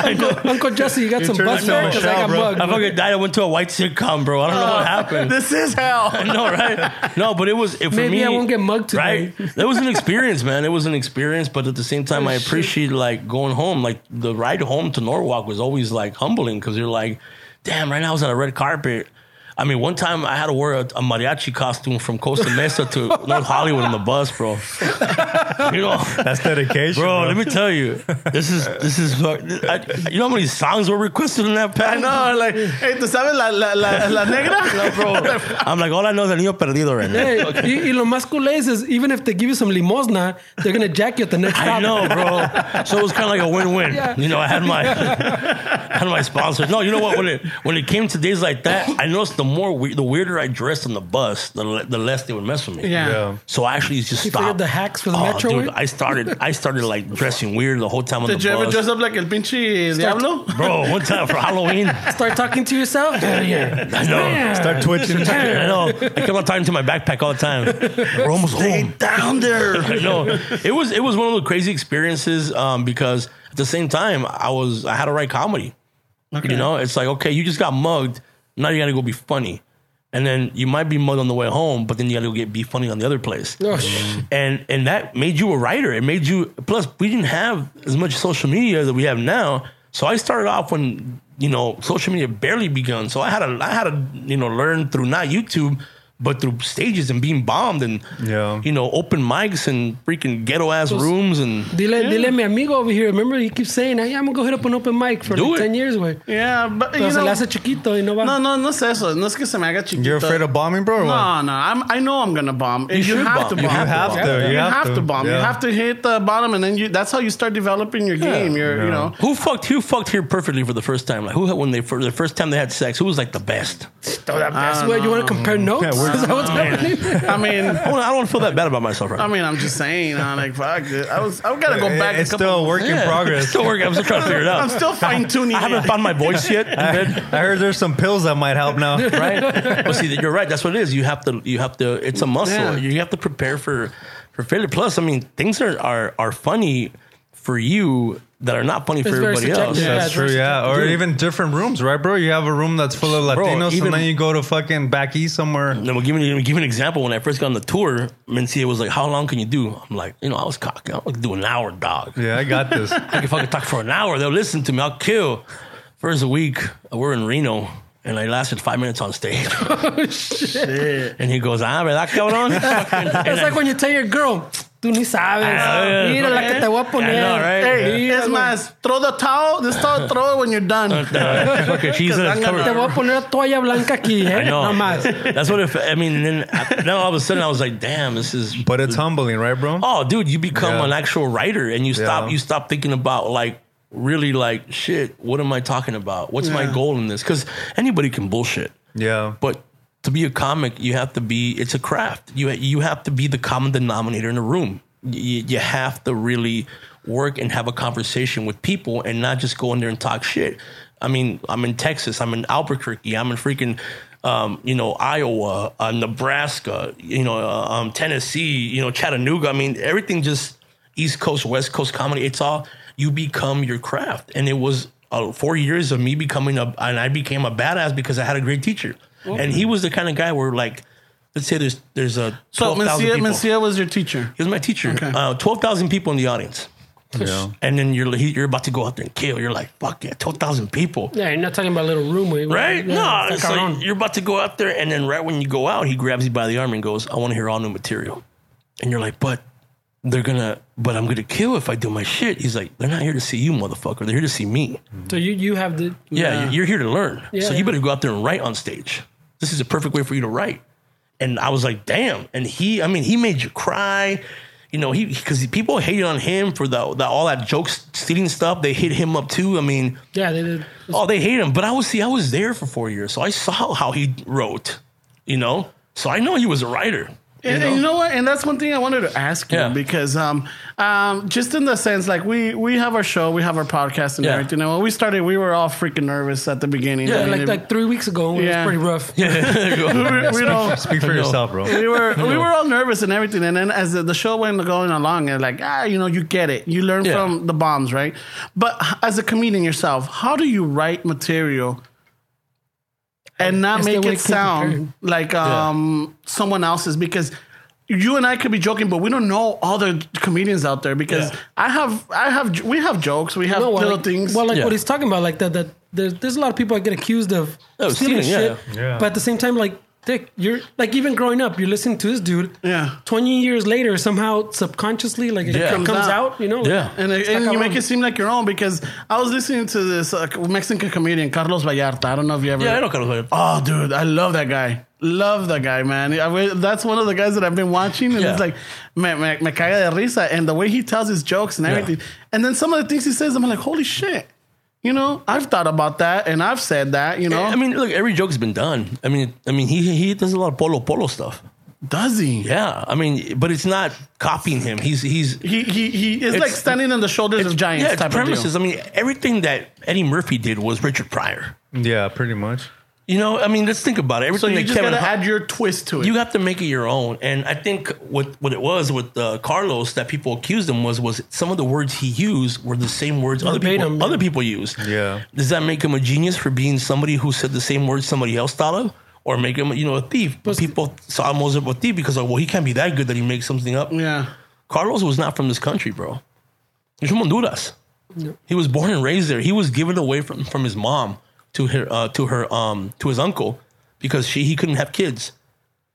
S3: Uncle, Uncle Jesse, you got some
S2: turned
S3: bus
S2: into a
S3: there? Because I
S2: shell,
S3: got
S2: bro.
S3: mugged.
S4: fucking died. I went to a white sitcom, bro. I don't know what happened.
S1: Oh, This is hell.
S4: [LAUGHS] I know, right? No, but it was. It, for
S3: Maybe
S4: me,
S3: I won't get mugged today.
S4: Right? It was
S3: [LAUGHS]
S4: an experience, man. It was an experience, but at the same time, I
S3: Oh,
S4: appreciate like going home. Like the ride home to Norwalk was always like humbling because you're like, damn, right now I was on a red carpet. I mean, one time I had to wear a, a mariachi costume from Costa Mesa
S1: [LAUGHS]
S4: to North Hollywood on the bus, bro. you know,
S2: That's dedication,
S4: bro,
S2: bro.
S4: Let me tell you, this is this is. fuck- I, you know how many songs were requested in that pack?
S1: No, [LAUGHS] like, hey, ¿tú sabes la, la, la, la negra?
S4: bro. I'm like, all I know is El Niño Perdido right now.
S3: Hey, y, y lo más cool es, is even if they give you some limosna, they're gonna jack you at the next stop.
S4: I know, bro. So it was kind of like a win-win.
S3: Yeah.
S4: You know, I had my [LAUGHS] had my sponsors. No, you know what? When it when it came to days like that, I noticed the more we, the weirder I dressed on the bus, the le- the less they would mess with me.
S1: Yeah.
S2: Yeah.
S4: So I actually just
S3: You figured
S4: stopped
S3: the hacks for the
S4: oh,
S3: metro.
S4: Dude,
S3: were-
S4: I started I started like dressing weird the whole time on
S1: Did
S4: the
S1: you ever
S4: bus.
S1: dress up like el pinche diablo?
S4: bro, one time for Halloween,
S3: [LAUGHS] Start talking to yourself. Yeah, yeah.
S4: I know.
S2: Start twitching.
S4: [LAUGHS] I know. I kept on talking to my backpack all the time. We're almost home.
S1: Down there.
S4: I know. It was it was one of those crazy experiences um, because at the same time I was I had to write comedy. You know, it's like okay, you just got mugged. Now you got to go be funny, and then you might be mugged on the way home, but then you got to go get be funny on the other place.
S3: Oh, sh-
S4: Mm-hmm. And and that made you a writer. It made you. Plus, we didn't have as much social media that we have now. So I started off when you know social media barely begun. So I had to I had to you know learn through not YouTube. But through stages and being bombed and
S2: Yeah.
S4: you know open mics and freaking ghetto ass rooms and
S3: dile, dile, mi amigo over here. Remember, he keeps saying, "Hey, I'm gonna go hit up an open mic for
S4: Do
S3: like
S4: it.
S3: 10 years, güey."
S1: Yeah, but you
S3: Pero se le
S1: know,
S3: hace chiquito y no va.
S1: no, no, no es eso. No es que se me haga chiquito.
S2: You're afraid of bombing, bro? Or what?
S1: No, no. I'm, I know I'm gonna bomb. You,
S4: should
S1: have
S4: bomb.
S1: to bomb.
S4: You
S2: have to.
S1: You,
S2: You have
S1: have to,
S2: to.
S1: bomb. You
S2: Yeah.
S1: have to hit the bottom, and then you. That's how you start developing your game. You're, you know.
S4: Who fucked? Who fucked here perfectly for the first time? Like who when they for the first time they had sex? Who was like the best?
S3: That's where you want to compare notes.
S2: Yeah, we're-
S3: [LAUGHS] Is that what's
S4: [LAUGHS]
S3: happening?
S1: I mean,
S4: I don't, I don't feel that bad about myself right
S1: I
S4: now.
S1: mean, I'm just saying. I'm like, fuck. dude. I was. I've got to go
S2: It-
S1: back. a
S2: It's
S1: couple-
S2: still a work in
S4: Yeah.
S1: [LAUGHS]
S2: progress.
S4: Still working. I'm still trying to figure it
S1: I'm
S4: out.
S1: still fine tuning.
S4: I haven't found my voice yet. in
S2: I,
S4: bed,
S2: I heard there's some pills that might help
S4: [LAUGHS]
S2: now.
S4: right? But see, you're right. That's what it is. You have to. You have to. It's a muscle.
S1: Yeah.
S4: You have to prepare for for failure. Plus, I mean, things are are, are funny for you that are not funny for
S3: It's very
S4: everybody else.
S3: subjective. Yeah,
S2: That's
S3: it's
S2: true,
S3: very
S2: yeah. Or even different rooms, right, bro? You have a room that's full of
S4: Bro,
S2: Latinos,
S4: even-
S2: and then you go to fucking back east somewhere.
S4: No, but give me, give me an example. When I first got on the tour, Mencia was like, "How long can you do?" I'm like, "You know, I was cocky. I'm gonna do an hour, [LAUGHS] dog.
S2: Yeah, I got this.
S4: I can fucking talk for an hour. They'll listen to me. I'll kill." First week, we're in Reno, and I lasted five minutes on [LAUGHS] stage. And he goes, "Ah, verdad, cabrón?" [LAUGHS] Fucking- and
S3: It's like when you tell your girl, "Tú ni sabes."
S4: know,
S3: Mira la que te voy a poner.
S4: I know, right?
S1: Hey,
S3: Mira,
S1: es
S3: güey.
S1: más, throw the towel. Just throw, throw it when you're
S2: [LAUGHS]
S1: done.
S4: uh, fucking she's in a cover-
S3: Te voy a poner la toalla blanca aquí, eh?
S4: [LAUGHS] I know.
S3: No más.
S4: That's what if I mean. And then I- now all of a sudden I was like, "Damn, this is."
S2: But it's humbling, right, bro?
S4: oh dude you become
S2: Yeah.
S4: an actual writer and you stop
S2: Yeah.
S4: you stop thinking about like really like shit what am i talking about what's my goal in this because anybody can bullshit
S2: Yeah.
S4: but to be a comic you have to be it's a craft you, you have to be the common denominator in the room you, you have to really work and have a conversation with people and not just go in there and talk shit i mean i'm in texas i'm in albuquerque i'm in freaking um, you know iowa uh, nebraska you know uh, um, tennessee you know chattanooga i mean everything just east coast west coast comedy it's all you become your craft and it was uh, four years of me becoming a and i became a badass because i had a great teacher and he was the kind of guy where like let's say there's there's a
S1: So
S4: 12,000
S1: Mencia,
S4: people.
S1: Mencia was your teacher.
S4: he was my teacher uh, 12,000 people in the audience
S2: Yeah.
S4: and then you're he- you're about to go out there and kill you're like fuck yeah 12,000 people
S3: Yeah, you're not talking about a little room, güey.
S4: Right?
S3: Yeah,
S4: no,
S3: está
S4: it's
S3: cabrón.
S4: like you're about to go out there, and then right when you go out, he grabs you by the arm and goes, "I want to hear all new material." And you're like, "But they're gonna, but I'm gonna kill if I do my shit." He's like, "They're not here to see you, motherfucker. They're here to see me.
S3: So you you have the
S4: Yeah, you're here to learn. so
S3: yeah.
S4: you better go out there and write on stage. This is a perfect way for you to write." And I was like, "Damn!" And he, I mean, he made you cry. You know, he because people hated on him for the, the all that joke stealing stuff. They hit him up too. I mean,
S3: yeah. They, they,
S4: Oh, they hate him. But I was see, I was there for four years, so I saw how he wrote. You know, so I know he was a writer.
S1: And, and you
S4: [LAUGHS]
S1: know what? And that's one thing I wanted to ask you
S4: Yeah.
S1: because, um, um, just in the sense, like we we have our show, we have our podcast and
S4: Yeah.
S1: everything. And when we started, we were all freaking nervous at the beginning.
S4: Yeah,
S1: I mean,
S3: Like
S1: it-
S3: like three weeks ago, it
S1: Yeah.
S3: was pretty rough.
S1: we, were- we don't.
S2: Speak
S4: [LAUGHS]
S2: for yourself, bro.
S1: We were we were all nervous and everything, and then as the, the show went going along, and like ah, you know, you get it, you learn
S4: Yeah.
S1: from the bombs, right? But h- as a comedian yourself, how do you write material and not
S3: That's the
S1: make
S3: way
S1: it
S3: it can
S1: sound like um someone else's? Because you and I could be joking, but we don't know other comedians out there. Because
S4: Yeah.
S1: I have I have we have jokes, we have
S3: No, well,
S1: little
S3: like,
S1: things.
S3: Well, like
S4: Yeah.
S3: what he's talking about, like that. That there's there's a lot of people that get accused of
S4: Oh,
S3: stealing,
S4: stealing, yeah.
S3: shit. But at the same time, like Dick, you're like even growing up, you're listening to this dude.
S1: Yeah.
S3: Twenty years later, somehow subconsciously, like it
S4: Yeah.
S3: comes,
S1: Comes out.
S3: out. You know.
S4: Yeah.
S1: And,
S3: It's
S1: and
S3: like
S1: you
S3: our
S1: make
S3: own-
S1: it seem like your own because I was listening to this uh, Mexican comedian Carlos Vallarta. I don't know if you ever.
S4: Yeah, I know Carlos Vallarta.
S1: Oh, dude, I love that guy. Love that guy, man. I will- that's one of the guys that I've been watching, and
S4: Yeah.
S1: it's like me, me, me caga de risa, and the way he tells his jokes and everything, and then some of the things he says, I'm like, holy shit. You know, I've thought about that, and I've said that. You know,
S4: I mean, look, every joke's been done. I mean, I mean, he he does a lot of polo polo stuff.
S1: does he?
S4: Yeah, I mean, but it's not copying him. He's he's
S1: He he he is
S4: It's-
S1: like standing on the shoulders of giants.
S4: yeah, it's
S1: type
S4: premises.
S1: Of
S4: I mean, everything that Eddie Murphy did was Richard Pryor.
S2: Yeah, pretty much.
S4: You know, I mean, let's think about it.
S1: deal. So
S4: Everything
S1: you
S4: that
S1: just
S4: Kevin
S1: gotta
S4: Hart-
S1: add your twist to it.
S4: you have to make it your own. And I think what what it was with uh, Carlos that people accused him was was some of the words he used were the same words other
S3: Verbatim,
S4: people
S3: yeah.
S4: other people use.
S2: Yeah.
S4: Does that make him a genius for being somebody who said the same words somebody else thought of? Or make him, you know, a thief. But people saw him as a thief because, like, well, he can't be that good that he makes something up.
S1: yeah.
S4: Carlos was not from this country, bro. He's from Honduras. He was born and raised there. He was given away from, from his mom to her uh, to her um to his uncle because she he couldn't have kids.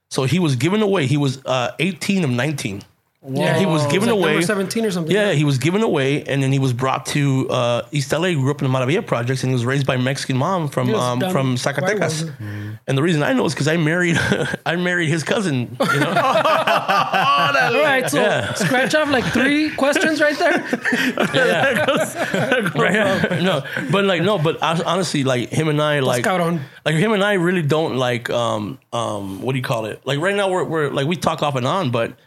S4: So he was given away. He was uh, 18 of 19.
S3: Yeah,
S4: he was given
S3: like
S4: away.
S3: number seventeen or something.
S4: Yeah, he was given away, and then he was brought to uh, East LA. Grew up in the Maravilla projects, and he was raised by a Mexican mom from
S3: was
S4: um,
S3: done
S4: from
S3: white
S4: Zacatecas.
S3: woman.
S4: And the reason I know is because I married [LAUGHS] I married his
S3: [LAUGHS]
S4: cousin. You know?
S3: All right, so
S4: Yeah.
S3: scratch off like
S4: [LAUGHS]
S3: three questions right there.
S4: right? [LAUGHS] no, but like no, but hon- honestly, like him and I, like
S3: cabrón.
S4: like him and I really don't like um um what do you call it? Like right now we're we're like we talk off and on, but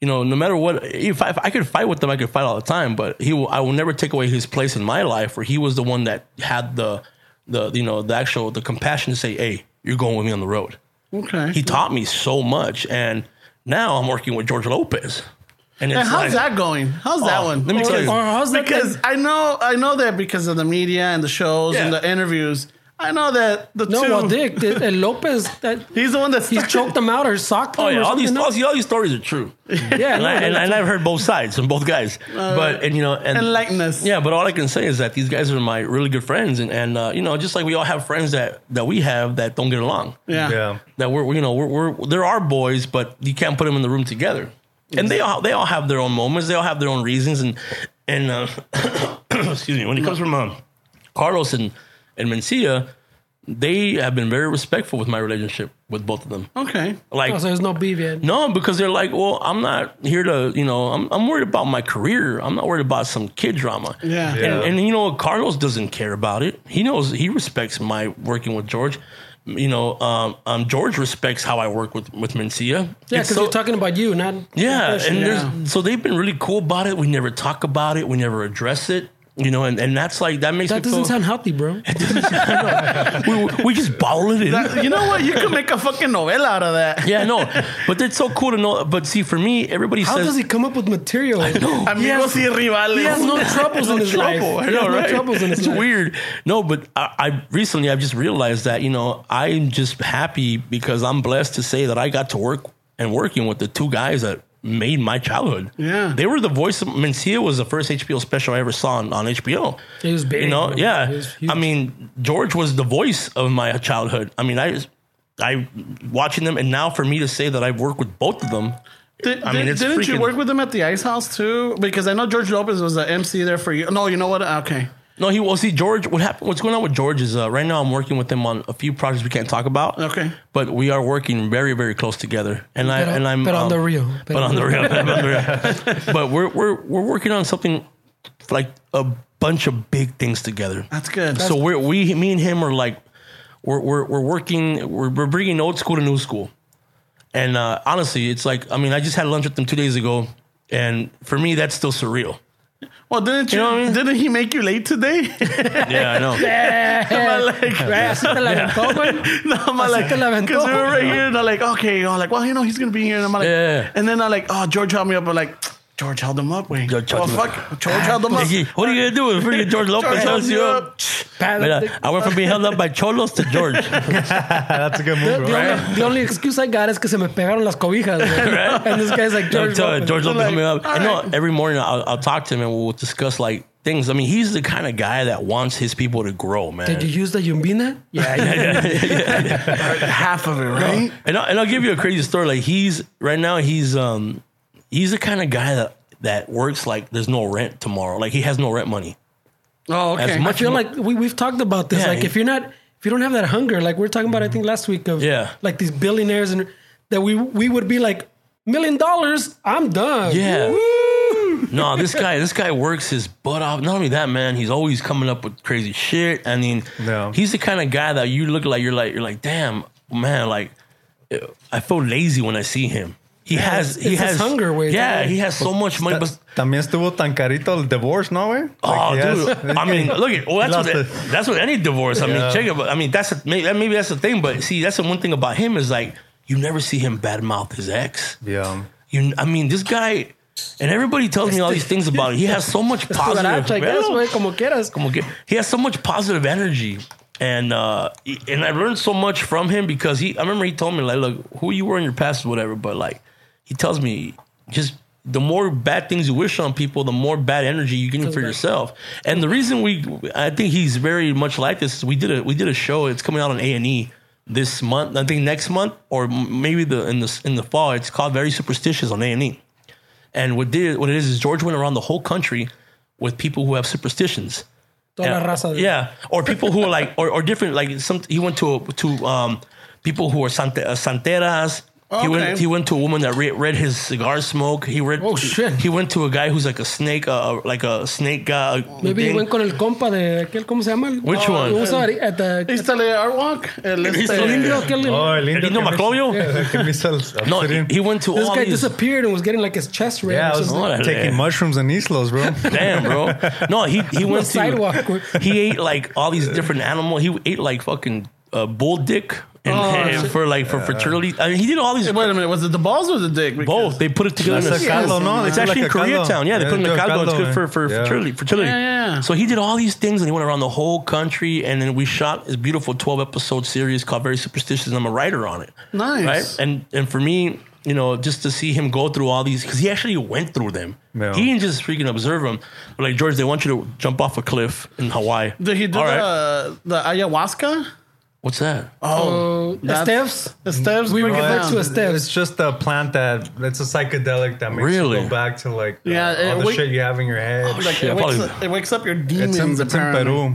S4: you know no matter what, if I, if I could fight with him, I could fight all the time. But he will, I will never take away his place in my life where he was the one that had the the you know the actual the compassion to say, hey, you're going with me on the road.
S1: Okay.
S4: He taught me so much, and now I'm working with George Lopez. And, it's
S1: And how's
S4: like-
S1: that going? How's that
S4: Oh,
S1: one?
S4: let me tell
S3: Or
S4: you.
S3: how's that?
S1: because I know I know that because of the media and the shows and
S4: Yeah.
S1: the interviews. I know that the
S3: no,
S1: two.
S3: well, Dick the, uh, Lopez, that
S1: He's the one that
S3: he's
S1: started- [LAUGHS]
S3: choked him out or socked him.
S4: Oh yeah,
S3: or
S4: all these,
S3: something, no?
S4: all, these- all these stories are true.
S3: Yeah,
S4: and,
S3: no,
S4: I, and,
S3: no,
S4: and I've heard both sides from both guys. but and you know, and
S1: Enlighten us.
S4: Yeah, but all I can say is that these guys are my really good friends, and and uh, you know, just like we all have friends that that we have that don't get along.
S1: Yeah.
S2: Yeah.
S4: That we're you know we're, we're there are boys, but you can't put them in the room together. And they all they all have their own moments. They all have their own reasons. And and uh, [COUGHS] excuse me, when it comes from um, Carlos and and Mencia, they have been very respectful with my relationship with both of them.
S1: Okay.
S4: Like
S3: Oh, so there's no beef yet.
S4: no, because they're like, well, I'm not here to, you know, I'm, I'm worried about my career. I'm not worried about some kid drama.
S1: Yeah.
S2: Yeah.
S4: And, and you know, what? Carlos doesn't care about it. He knows he respects my working with George. You know, um, um, George respects how I work with with Mencia.
S3: Yeah,
S4: It's
S3: because
S4: so-
S3: you're talking about you, not
S4: yeah, and
S1: Yeah.
S4: there's so they've been really cool about it. We never talk about it. We never address it. You know, and, and that's like that makes
S3: that
S4: me
S3: doesn't
S4: feel,
S3: sound healthy, bro.
S4: [LAUGHS] we, we just bottle it in.
S1: You know what? You could make a fucking novella out of that.
S4: [LAUGHS] yeah, no, but it's so cool to know. But see, for me, everybody
S3: How
S4: says
S3: does he come up with material?
S4: no.
S1: Amigos y rivales.
S4: [LAUGHS]
S3: He has no troubles in his
S4: trouble.
S3: life.
S4: I know,
S3: He has
S4: right?
S3: No troubles in his
S4: it's
S3: life.
S4: weird. No, but I, I recently I've just realized that you know I'm just happy because I'm blessed to say that I got to work and working with the two guys that made my childhood.
S1: Yeah.
S4: they were the voice of Mencia was the first HBO special I ever saw on, on HBO.
S3: He was big,
S4: you know.
S3: bro.
S4: Yeah,
S3: He was huge.
S4: I mean George was the voice of my childhood. I mean I. I watching them, and now for me to say that I've worked with both of them,
S1: Did,
S4: I mean,
S1: did,
S4: it's
S1: not you
S4: freaking-
S1: work with him at the Ice House too? Because I know George Lopez was the MC there for you. No, you know what? Ah, Okay.
S4: No, he well see George. What happened? What's going on with George is uh, right now I'm working with him on a few projects we can't talk about.
S1: Okay.
S4: but we are working very very close together, and I
S3: But on-
S4: and I'm um,
S3: but on the real.
S4: but, on the
S3: [LAUGHS]
S4: real, but on the real. But we're we're we're working on something like a bunch of big things together.
S1: That's good.
S4: so we're we me and him are like we're we're we're working we're, we're bringing old school to new school. And uh, honestly, it's like I mean, I just had lunch with them two days ago, and for me, that's still surreal.
S1: Well, didn't you?
S4: know what I mean?
S1: Didn't he make you late today? [LAUGHS]
S4: Yeah, I [LAUGHS] know.
S1: I'm like,
S3: Right, así te
S4: [LAUGHS]
S3: la aventó, güey.
S1: no, I'm like,
S3: te la aventó.
S1: because we were right here, and I'm like, okay, I'm like, well, you know, he's gonna be here, and I'm like,
S4: Yeah.
S1: and then I'm like, oh, George held me up, I'm like, George held him up, wait,
S4: George
S1: oh
S4: held him up.
S1: fuck, George held him up.
S4: Iggy, what are you gonna do if freaking George Lopez
S1: George
S4: helps you
S1: helps
S4: up? Mira, uh, I went from being held up by Cholos to George. [LAUGHS]
S2: That's a good
S3: The,
S2: move,
S3: the
S2: bro.
S3: only, the only excuse I got is que se me pegaron las
S4: [LAUGHS]
S3: cobijas, güey. And this guy's like,
S4: George,
S3: George, Lopez.
S4: George Lopez
S1: Like,
S4: held me up.
S1: all
S4: I know
S1: right.
S4: every morning I'll, I'll talk to him and we'll discuss like things. I mean, he's the kind of guy that wants his people to grow, man.
S3: Did you use the yumbina? Yeah, yeah.
S1: half of it, right?
S4: Uh, And I'll, and I'll give you a crazy story. Like he's right now, he's um, he's the kind of guy that that works like there's no rent tomorrow. Like he has no rent money.
S1: Oh,
S4: As
S1: okay.
S3: I
S4: much
S3: feel
S4: mo-
S3: like we, we've talked about this.
S4: Yeah,
S3: like,
S4: he-
S3: if you're not, if you don't have that hunger, like we are talking about, I think last week of,
S4: Yeah.
S3: like these billionaires and that we we would be like, million dollars, I'm done.
S4: Yeah. no, this guy, this guy works his butt off. Not only that, man, he's always coming up with crazy shit. I mean,
S2: Yeah.
S4: he's the kind of guy that you look like you're like you're like, damn, man, like I feel lazy when I see him. He has
S3: it's
S4: he
S3: his
S4: has
S3: hunger, güey.
S4: Yeah, he has so much money, [LAUGHS] but
S2: También estuvo tan carito el divorce, ¿no, güey?
S4: Oh,
S2: Like, yes. [LAUGHS]
S4: dude! I mean, look at well, that's
S2: Lost
S4: what
S2: it.
S4: that's what any divorce. I mean,
S2: Yeah.
S4: check it. But I mean, that's a, maybe, maybe that's the thing. But see, that's the one thing about him is like you never see him badmouth his ex.
S2: Yeah.
S4: You, I mean, this guy, and everybody tells me all these things about him. He has so much positive.
S3: Cucaracha, I guess,
S4: Well,
S3: güey, como quieras.
S4: como que- he has so much positive energy, and uh, he- and I learned so much from him because he. I remember he told me like, look, who you were in your past, or whatever. But like, he tells me just the more bad things you wish on people, the more bad energy you get for
S3: back.
S4: yourself. And the reason we, I think he's very much like this. is We did a we did a show. It's coming out on A and E this month. I think next month or m- maybe the in the in the fall. It's called Very Superstitious on A and E. And what did what it is is George went around the whole country with people who have superstitions.
S3: Toda la raza. güey.
S4: Yeah, or people who are like, or, or different. Like some, he went to to um, people who are sante, uh, santeras. He
S1: Okay.
S4: went. He went to a woman that re- read his cigar smoke. He read.
S3: Oh, shit.
S4: He went to a guy who's like a snake, uh, like a snake guy. uh,
S3: Maybe he
S4: thing.
S3: went con el compa de aquel, ¿cómo se llama?
S4: Which
S3: Oh,
S4: one?
S3: Un sari- at the-
S1: He's still at art walk. El
S4: He's
S1: este-
S4: still in
S3: Creo que el-
S2: Oh, el indio
S4: Lindo
S2: que me-
S4: Maclovio?
S2: Yeah, que me hizo [LAUGHS] el
S4: No, he,
S2: obsidian.
S4: he went to
S3: This
S4: all
S3: guy
S4: these.
S3: disappeared and was getting like his chest ripped.
S2: Yeah, I
S3: It's
S2: was
S3: just like-
S4: Órale.
S2: taking mushrooms and islos,
S4: [LAUGHS]
S2: bro.
S4: Damn, bro. No,
S3: [LAUGHS]
S4: he he [LAUGHS] went to
S3: sidewalk, güey.
S4: He ate like all these different animal. He ate like fucking uh, bull dick and,
S3: Oh,
S4: and for like for fertility. I mean, he did all these.
S1: Wait a minute, was it the balls or the dick? Because-
S4: Both. They put it together. in
S2: That's
S4: a-
S2: a caldo, no?
S4: It's
S2: They do
S4: actually
S2: like
S4: in
S2: a caldo.
S4: Koreatown. Yeah, they
S2: Yeah,
S4: put it in
S2: they
S4: a
S2: do a
S4: caldo. It's
S2: caldo,
S4: good for,
S2: man.
S4: for
S2: Yeah.
S4: fertility. fertility.
S1: Yeah, yeah, yeah.
S4: So he did all these things and he went around the whole country and then we shot this beautiful 12 episode series called Very Superstitious and I'm a writer on it.
S1: Nice.
S4: Right? And, and for me, you know, just to see him go through all these, because he actually went through them.
S2: Yeah.
S4: He didn't just freaking observe them. Like, George, they want you to jump off a cliff in Hawaii.
S1: Did he do
S4: All right.
S1: the, the ayahuasca?
S4: What's that?
S1: Oh,
S3: Uh,
S1: that's-
S3: Steps.
S1: The steps.
S3: We
S1: break it
S3: refer
S1: down.
S3: to a step.
S2: It's just a plant that it's a psychedelic that makes
S4: Really?
S2: you go back to like
S1: Yeah,
S2: uh, all
S1: it- Oh,
S2: the
S1: we-
S2: shit you have in your head.
S1: Like,
S4: Shit,
S1: it, wakes
S4: probably-
S1: up, it wakes up your demons.
S2: it's in, it's in
S1: apparently.
S2: Peru.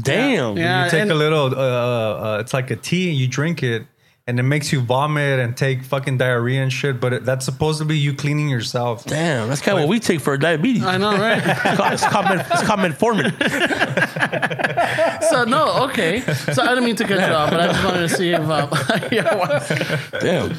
S4: Damn.
S1: Yeah,
S2: you take
S1: and-
S2: a little. Uh, uh, it's like a tea. You drink it, and it makes you vomit and take fucking diarrhea and shit. But it, that's supposed to be you cleaning yourself.
S4: Damn. That's kind of what we take for diabetes.
S1: I know, right?
S4: [LAUGHS] It's called- it's called men- it's called metformin.
S1: [LAUGHS] so no, okay. So I didn't mean to cut you off, but I just wanted to see if um, [LAUGHS] yeah,
S4: Damn.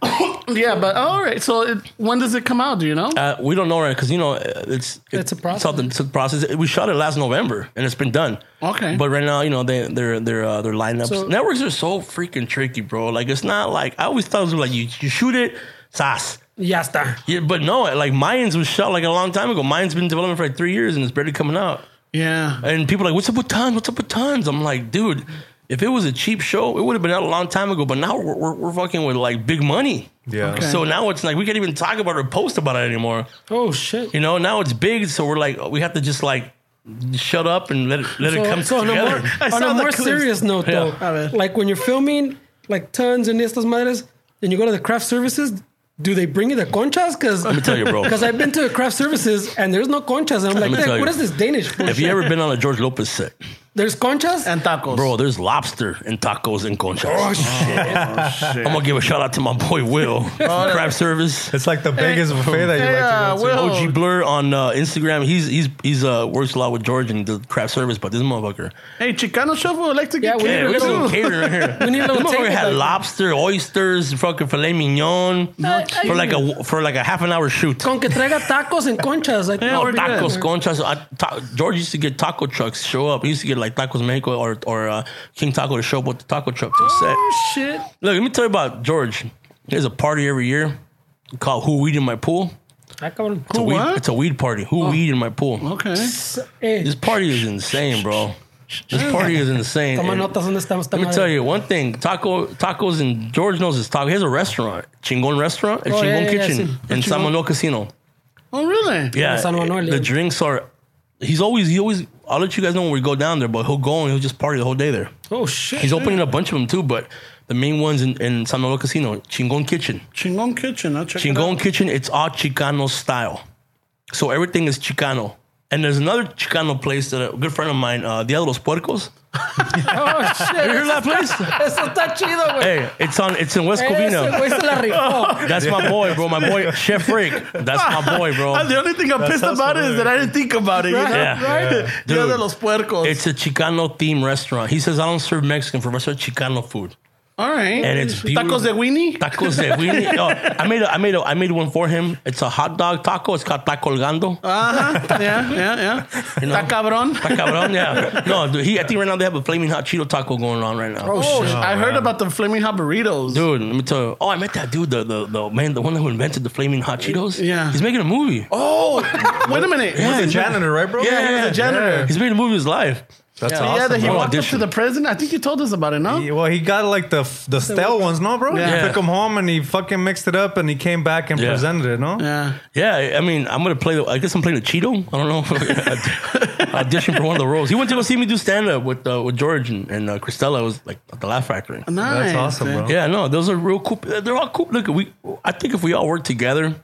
S1: well, yeah, but all right. So it, when does it come out? Do you know?
S4: Uh, we don't know right because you know it's
S3: It's a process.
S4: something- It's a process. We shot it last November and it's been done.
S1: Okay.
S4: but right now you know they they're they're uh, they're lineups.
S3: So-
S4: Networks are so freaking tricky, bro. Like it's not like I always thought it was like you you shoot it, sas.
S3: [LAUGHS] Ya está.
S4: Yeah, but no, like Mayans was shot like a long time ago. Mayans been in development for like three years and it's barely coming out.
S1: yeah.
S4: And people are like, what's up with tons? What's up with tons? I'm like, dude, if it was a cheap show, it would have been out a long time ago. But now we're, we're, we're fucking with like big money.
S2: Yeah. Okay.
S4: So now it's like we can't even talk about it or post about it anymore.
S3: Oh shit.
S4: You know, now it's big, so we're like, we have to just like shut up and let it let it come
S3: on a
S4: together.
S3: more, on
S1: saw
S3: a
S1: the
S3: more
S1: clips.
S3: serious note, though,
S1: A ver.
S3: like when you're filming like tons and estas madres, and you go to the craft services, do they bring you the conchas? Because let
S4: me tell you,
S3: [LAUGHS]
S4: bro.
S3: Because I've been to a craft services and there's no conchas, and I'm
S4: me
S3: like,
S4: tell
S3: "Hey,
S4: you.
S3: what is this Danish?
S4: Have you ever been on a George Lopez set?
S3: There's conchas.
S1: and tacos.
S4: Bro, there's lobster and tacos and conchas. Oh,
S6: Oh, shit.
S4: I'm gonna give a shout out to my boy
S3: [LAUGHS] Oh,
S4: Will, from Crab Service.
S2: It's like the biggest buffet that you
S1: hey, uh,
S2: like to go to.
S1: Will.
S4: OG Blur on uh, Instagram. He's he's he's uh, works a lot with George and does craft service, but this motherfucker.
S1: Hey, Chicano Shuffle would like to get
S3: Yeah, we
S1: catered.
S4: Yeah, we got some
S3: need a little.
S4: catering right here.
S3: [LAUGHS] We need a little
S4: This motherfucker
S3: table
S4: had
S3: back
S4: lobster, oysters, fucking filet mignon for like a for like a half an hour shoot.
S3: Con que traiga tacos and conchas. Like,
S4: No,
S3: pretty good.
S4: Oh, tacos, conchas. I, ta- George used to get taco trucks show up. He used to get like tacos Mexico or or uh, King Taco to show up with the taco truck to set.
S1: Oh, shit.
S4: Look, let me tell you about George. There's a party every year called Who Weed in My Pool.
S3: Ah, cabrón.
S4: It's a weed,
S1: what?
S4: it's a weed party. Who
S3: Oh.
S4: Weed in My Pool.
S1: Okay.
S3: Eh,
S4: This party is insane, bro. This party is insane.
S3: toma
S4: And
S3: notas dónde estamos.
S4: eh, Let me tell you one thing: taco, tacos, and George knows his taco. He has a restaurant, Chingon Restaurant, and
S3: Oh, yeah,
S4: Chingon
S3: yeah, yeah,
S4: Kitchen,
S3: sí.
S4: and San Manuel Casino.
S1: Oh, really?
S4: Yeah,
S3: San Manuel,
S4: the
S3: yeah.
S4: drinks are. He's always he always. I'll let you guys know when we go down there, but he'll go and he'll just party the whole day there.
S3: Oh, shit.
S4: He's opening a bunch of them too, but the main ones in, in San Manuel Casino, Chingon Kitchen.
S1: Chingon Kitchen. I'll check it out.
S4: Chingon Kitchen, it's all Chicano style. So everything is Chicano. And there's another Chicano place that a good friend of mine, uh, Dia de los Puercos. [LAUGHS]
S3: Oh,
S4: You heard
S3: shit.
S4: of that Eh, place?
S3: Eso está chido, güey.
S4: hey, it's on it's in West
S3: Ese
S4: Covina.
S3: güey se la
S4: [LAUGHS]
S3: rifó.
S4: That's my boy, bro. My
S3: [LAUGHS]
S4: boy, Chef Rick. That's my boy,
S1: Uh,
S4: bro.
S1: the only thing I'm pissed
S2: sounds
S1: about is
S2: familiar.
S1: that I didn't think about it. You know?
S4: Yeah.
S1: [LAUGHS] Right?
S4: Yeah.
S1: Dia de
S4: Dude.
S1: los puercos.
S4: It's a Chicano themed restaurant. He says, I don't serve Mexican food, I serve Chicano food.
S1: All right.
S4: And it's beautiful.
S1: Tacos de Winnie?
S4: Tacos de weenie. Oh, I made a, I made a, I made one for him. It's a hot dog taco. It's called Tacolgando.
S1: Uh-huh. yeah, yeah, yeah.
S4: You know?
S1: Ta cabrón.
S4: Cabrón, yeah. No, dude, he, I think right now they have a flaming hot Cheeto taco going on right now.
S1: Oh, sh- I heard about the flaming hot burritos.
S4: Dude, let me tell you. Oh, I met that dude, the, the, the man, the one who invented the flaming hot Cheetos.
S1: Yeah.
S4: He's making a movie. Oh,
S1: Oh, wait a minute.
S2: He's a janitor, right, bro?
S1: he was a janitor.
S4: He's making a movie of his life.
S2: That's
S1: Yeah,
S2: awesome.
S1: yeah, that he
S2: bro.
S4: Well,
S1: walked up to
S4: audition.
S1: the president. I think you told us about it, no?
S2: Yeah, Well, he got like the f- the stale ones, no, bro.
S1: Yeah.
S2: He took them home and he fucking mixed it up and he came back and
S4: Yeah.
S2: presented it, no.
S1: Yeah.
S4: Yeah, I mean, I'm gonna play. The, I guess I'm playing a Cheeto. I don't [LAUGHS] know. Audition for one of the roles. He went to go see me do stand up with uh, with George and, and uh, Christella. It was like at the Laugh Factory.
S1: Nice. eh?
S2: That's awesome,
S1: man.
S2: bro.
S4: Yeah, no, those are real cool. They're all cool. Look, we. I think if we all work together,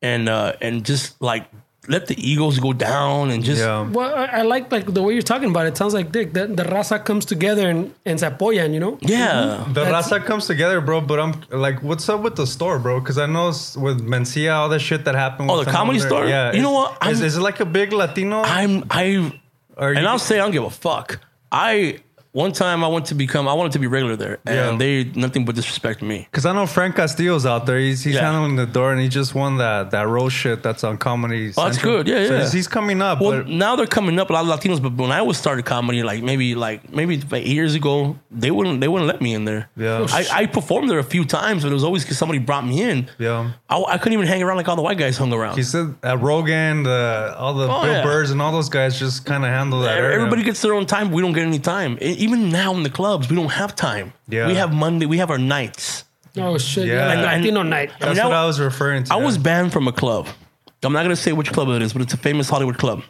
S4: and uh and just like let the egos go down and just
S2: Yeah.
S3: Well, I, I like like the way you're talking about it. Sounds like Dick. That the raza comes together and and se apoyan, you know.
S4: yeah.
S2: The
S3: That's-
S2: raza comes together, bro. But I'm like, what's up with the store, bro? Because I know s- with Mencia, all that shit that happened.
S4: Oh,
S2: with
S4: the
S2: someone
S4: comedy
S2: there-
S4: store?
S2: Yeah.
S4: You know
S2: is-
S4: what?
S2: Is,
S4: I'm-
S2: is it like a big Latino?
S4: I'm I
S2: Are
S4: and
S2: you-
S4: I'll say I don't give a fuck. I one time I want to become I wanted to be regular there and
S2: Yeah.
S4: they nothing but disrespect me.
S2: Because I know Frank Castillo's out there. He's he's
S4: Yeah.
S2: handling the door, and he just won that that roll shit that's on comedy.
S4: Oh, that's
S2: Central.
S4: good. Yeah,
S2: So
S4: yeah.
S2: he's, he's coming up.
S4: Well,
S2: but
S4: now they're coming up a lot of Latinos, but when I was started comedy, like maybe like maybe eight years ago, they wouldn't they wouldn't let me in there.
S2: Yeah.
S4: I, I performed there a few times, but it was always because somebody brought me in.
S2: Yeah.
S4: I, I couldn't even hang around like all the white guys hung around.
S2: he said uh, Rogan, the all the
S4: Oh,
S2: Bill
S4: yeah.
S2: Burrs, and all those guys just kind of handle that. area.
S4: Everybody gets their own time. We don't get any time. E- Even now in the clubs, we don't have time.
S2: Yeah.
S4: We have Monday. We have our nights.
S3: Oh shit!
S2: Yeah.
S3: Yeah,
S2: And-
S4: and-
S3: Latino night.
S4: I mean,
S2: That's what
S4: I-
S2: I was referring to.
S4: I was banned from a club. I'm not gonna say which club it is, but it's a famous Hollywood club.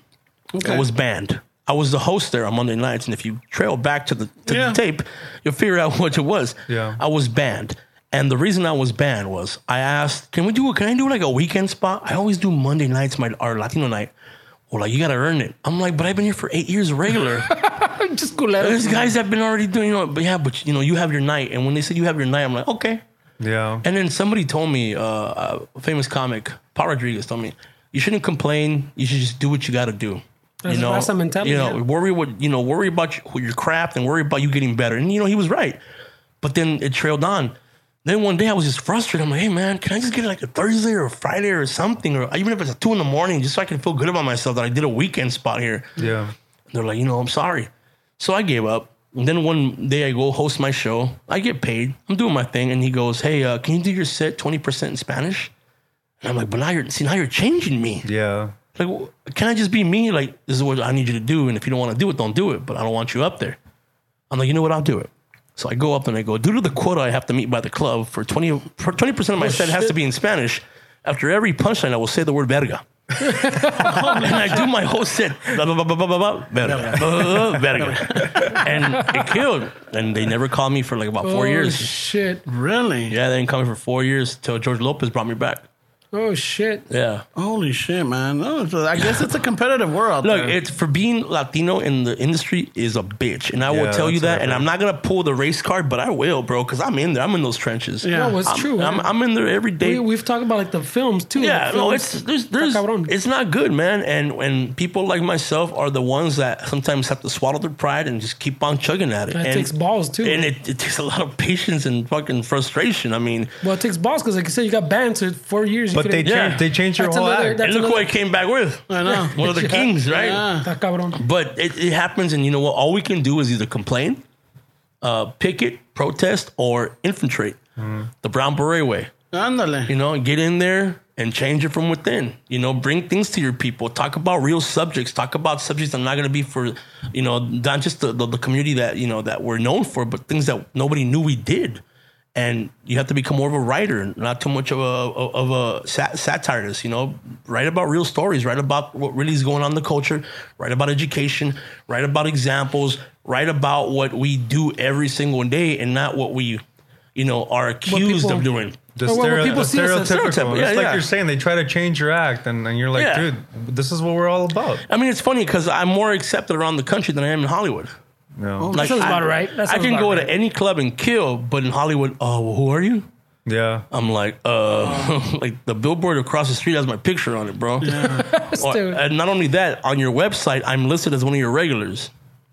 S4: I was banned. I was the host there on Monday nights, and if you trail back to the to
S1: Yeah.
S4: the tape, you'll figure out [LAUGHS] what it was.
S2: Yeah.
S4: I was banned. And the reason I was banned was I asked, Can we do can I do like a weekend spot? I always do Monday nights, my or Latino night. Well, like you gotta earn it. I'm like, but I've been here for eight years regular.
S3: Just culero.
S4: There's guys that have been already doing, you know, but yeah, but you know, you have your night. And when they said you have your night, I'm like, okay.
S2: Yeah.
S4: And then somebody told me, uh, a famous comic, Paul Rodriguez, told me, you shouldn't complain. You should just do what you got to do.
S3: That's
S4: you know,
S3: awesome mentality,
S4: you know,
S3: yeah.
S4: worry what you know, worry about your, your craft and worry about you getting better. And you know, he was right. But then it trailed on. Then one day I was just frustrated. I'm like, hey man, can I just get like a Thursday or a Friday or something, or even if it's a two in the morning, just so I can feel good about myself that I did a weekend spot here.
S2: Yeah.
S4: They're like, you know, I'm sorry. So I gave up. And then one day I go host my show. I get paid. I'm doing my thing. And he goes, hey, uh, can you do your set 20% in Spanish? And I'm like, but now you're, see, now you're changing me.
S2: Yeah.
S4: Like, w- can I just be me? Like, this is what I need you to do. And if you don't want to do it, don't do it. But I don't want you up there. I'm like, you know what? I'll do it. So I go up and I go, due to the quota I have to meet by the club for 20, for 20% of my set has to be in Spanish. After every punchline, I will say the word [LAUGHS] verga. and I do my whole set. Blah, blah, blah, blah, blah, blah, blah, verga. Blah, blah, blah, [LAUGHS] verga. and it killed. And they never called me for like about four
S3: Oh,
S4: years.
S3: Shit.
S1: Really?
S4: Yeah, they didn't call me for four years until George Lopez brought me back.
S3: Oh shit.
S4: Yeah.
S1: Holy shit, man! Oh, so I guess it's a competitive world.
S4: Look,
S1: there.
S4: it's for being Latino in the industry is a bitch, and I
S2: Yeah,
S4: will tell you
S2: that's
S4: that. And
S2: right.
S4: I'm not gonna pull the race card, but I will, bro, because I'm in there. I'm in those trenches.
S1: Yeah.
S3: No, it's
S4: I'm,
S3: true.
S4: I'm,
S3: man.
S4: I'm in there every day.
S3: we, we've talked about like the films too.
S4: yeah,
S3: Like,
S4: no,
S3: films.
S4: it's there's, there's
S3: Está cabrón.
S4: it's not good, man. And and people like myself are the ones that sometimes have to swallow their pride and just keep on chugging at it.
S3: And it
S4: and,
S3: takes balls, too.
S4: and it, it takes a lot of patience and fucking frustration. I mean,
S3: well, it takes balls because, like you said, you got banned for four years. You
S2: But they
S3: couldn't-
S4: Yeah.
S2: changed. They changed your
S3: That's
S2: whole
S3: another-
S2: act.
S3: that-
S4: and
S3: That's
S4: look who I
S3: another-
S4: came back with.
S1: I know.
S4: One of the kings, right?
S1: Yeah.
S3: [LAUGHS] Está cabrón.
S4: But it, it happens, and you know what? All we can do is either complain, uh, picket, protest, or infiltrate the Brown Beret way.
S1: Ándale.
S4: You know, get in there and change it from within. You know, bring things to your people. Talk about real subjects. Talk about subjects that are not going to be for, you know, not just the, the, the community that, you know, that we're known for, but things that nobody knew we did. And you have to become more of a writer, not too much of a of a sat- satirist. You know, write about real stories. Write about what really is going on in the culture. Write about education. Write about examples. Write about what we do every single day, and not what we, you know, are accused
S3: people-
S4: of doing.
S2: The
S3: Well, when
S2: stereo-
S3: people
S2: the
S3: see us,
S2: stereotypical.
S3: it's a
S4: stereotype. Yeah,
S2: it's like
S4: yeah.
S2: you're saying they try to change your act, and, and you're like,
S4: Yeah.
S2: dude, this is what we're all about.
S4: I mean, it's funny because I'm more accepted around the country than I am in Hollywood.
S2: No.
S4: Like,
S3: sounds
S4: I-
S3: about right. That
S4: I
S3: sounds
S4: can
S3: about
S4: go
S3: right.
S4: to any club and kill, but in Hollywood, oh, well, who are you?
S2: Yeah.
S4: I'm like, uh, [LAUGHS] like the billboard across the street has my picture on it, bro. Or-
S3: Dude,
S4: and not only that, on your website, I'm listed as one of your regulars.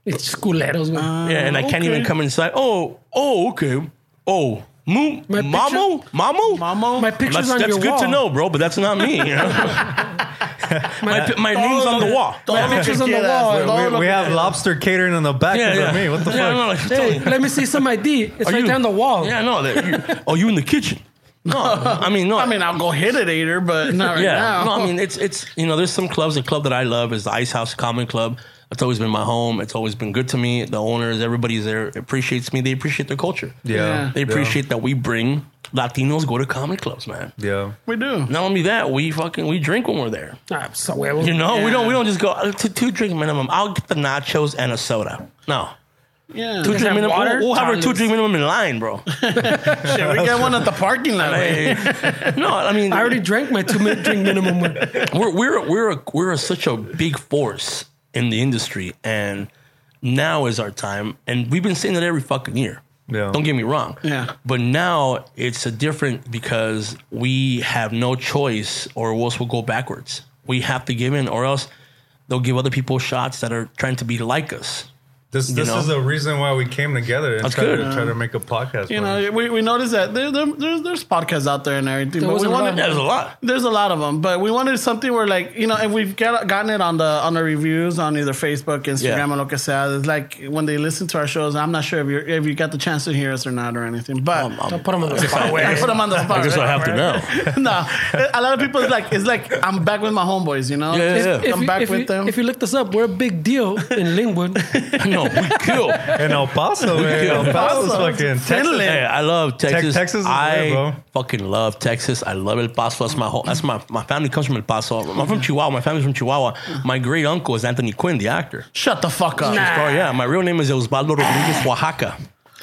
S3: it's just culeros, güey.
S4: yeah, and I can't even come inside. Oh, oh, okay. Oh, mo-
S3: My
S4: mamo, mamo,
S1: Mamo.
S3: My picture's
S4: That's,
S3: on
S4: that's
S3: your
S4: good
S3: wall.
S4: to know, bro, but that's not me. [LAUGHS]
S3: [LAUGHS]
S4: you know? my pi- my name's on the wall.
S3: My picture's on the wall.
S2: We, we have lobster catering in the back
S4: Yeah,
S2: of
S4: yeah.
S2: me. What the
S4: Yeah,
S2: fuck?
S4: no, like, I'm
S1: [LAUGHS]
S4: telling
S3: Hey,
S4: you.
S3: let me see some ID. It's right
S4: you-
S3: down the wall.
S4: Yeah, no. That, you, oh, you in the kitchen? No, I mean no.
S1: I mean, I'll go hit it later,
S4: [LAUGHS]
S1: but not right
S4: yeah.
S1: now.
S4: No, I mean it's it's you know there's some clubs. The club that I love is the Ice House Common Club. It's always been my home. It's always been good to me. The owners, everybody's there, appreciates me. They appreciate the culture.
S1: Yeah.
S4: They appreciate that we bring Latinos go to comedy clubs, man.
S2: Yeah.
S1: we do.
S4: Not only that, we fucking we drink when we're there.
S3: Ah, so huevos.
S4: You know, we don't we don't just go "Uh, two, two drink minimum. I'll get the nachos and a soda. No,
S1: Yeah.
S4: two drink
S3: have
S4: minimum.
S3: water?
S4: We'll, we'll have our two
S3: Tonics.
S4: drink minimum in line, bro.
S1: Shit, we got one at the parking lot. right?
S4: Hey, [LAUGHS] no, I mean
S3: I already drank my two minute drink minimum.
S1: [LAUGHS]
S3: güey.
S4: we're we're we're a, we're a, such a big force in the industry, and now is our time. And we've been saying that every fucking year.
S2: Yeah.
S4: Don't get me wrong.
S1: Yeah.
S4: But now it's a different because we have no choice, or else we'll go backwards. We have to give in, or else they'll give other people shots that are trying to be like us.
S2: This this
S4: know?
S2: is the reason why we came together and
S4: That's
S2: tried
S4: good.
S2: to try to make a podcast.
S1: You
S2: from it.
S1: know, we, we noticed that there, there, there's, there's podcasts out there and everything. but we
S3: wasn't a
S1: wanted,
S3: lot.
S4: There's a lot.
S1: There's a lot of them, but we wanted something where like you know, if we've got, gotten it on the on the reviews on either Facebook, Instagram,
S4: Yeah.
S1: or lo que sea, it's like when they listen to our shows. I'm not sure if you are if you got the chance to hear us or not or anything, but.
S3: Don't put them on the spot,
S1: I
S3: güey.
S1: put them on the spot.
S4: Oh, I guess I have to
S1: [LAUGHS]
S4: know.
S1: no, a lot of people it's like it's like I'm back with my homeboys, you know.
S4: Yeah, yeah, yeah.
S1: I'm
S3: you-
S1: back
S3: if
S1: with
S3: you,
S1: them.
S3: If you look this up, we're a big deal in Lingwood.
S4: [LAUGHS] no, we kill.
S2: in
S4: [LAUGHS]
S2: El Paso, man. El Paso's fucking Texas.
S4: Hey, I love Texas.
S2: Texas is
S4: I
S2: there, bro.
S4: fucking love Texas. I love El Paso. That's my whole. That's my my family comes from El Paso. I'm from Chihuahua. My family's from Chihuahua. My great uncle is Anthony Quinn, the actor.
S1: Shut the fuck up.
S4: Oh yeah, my real name is Osvaldo Rodriguez Oaxaca,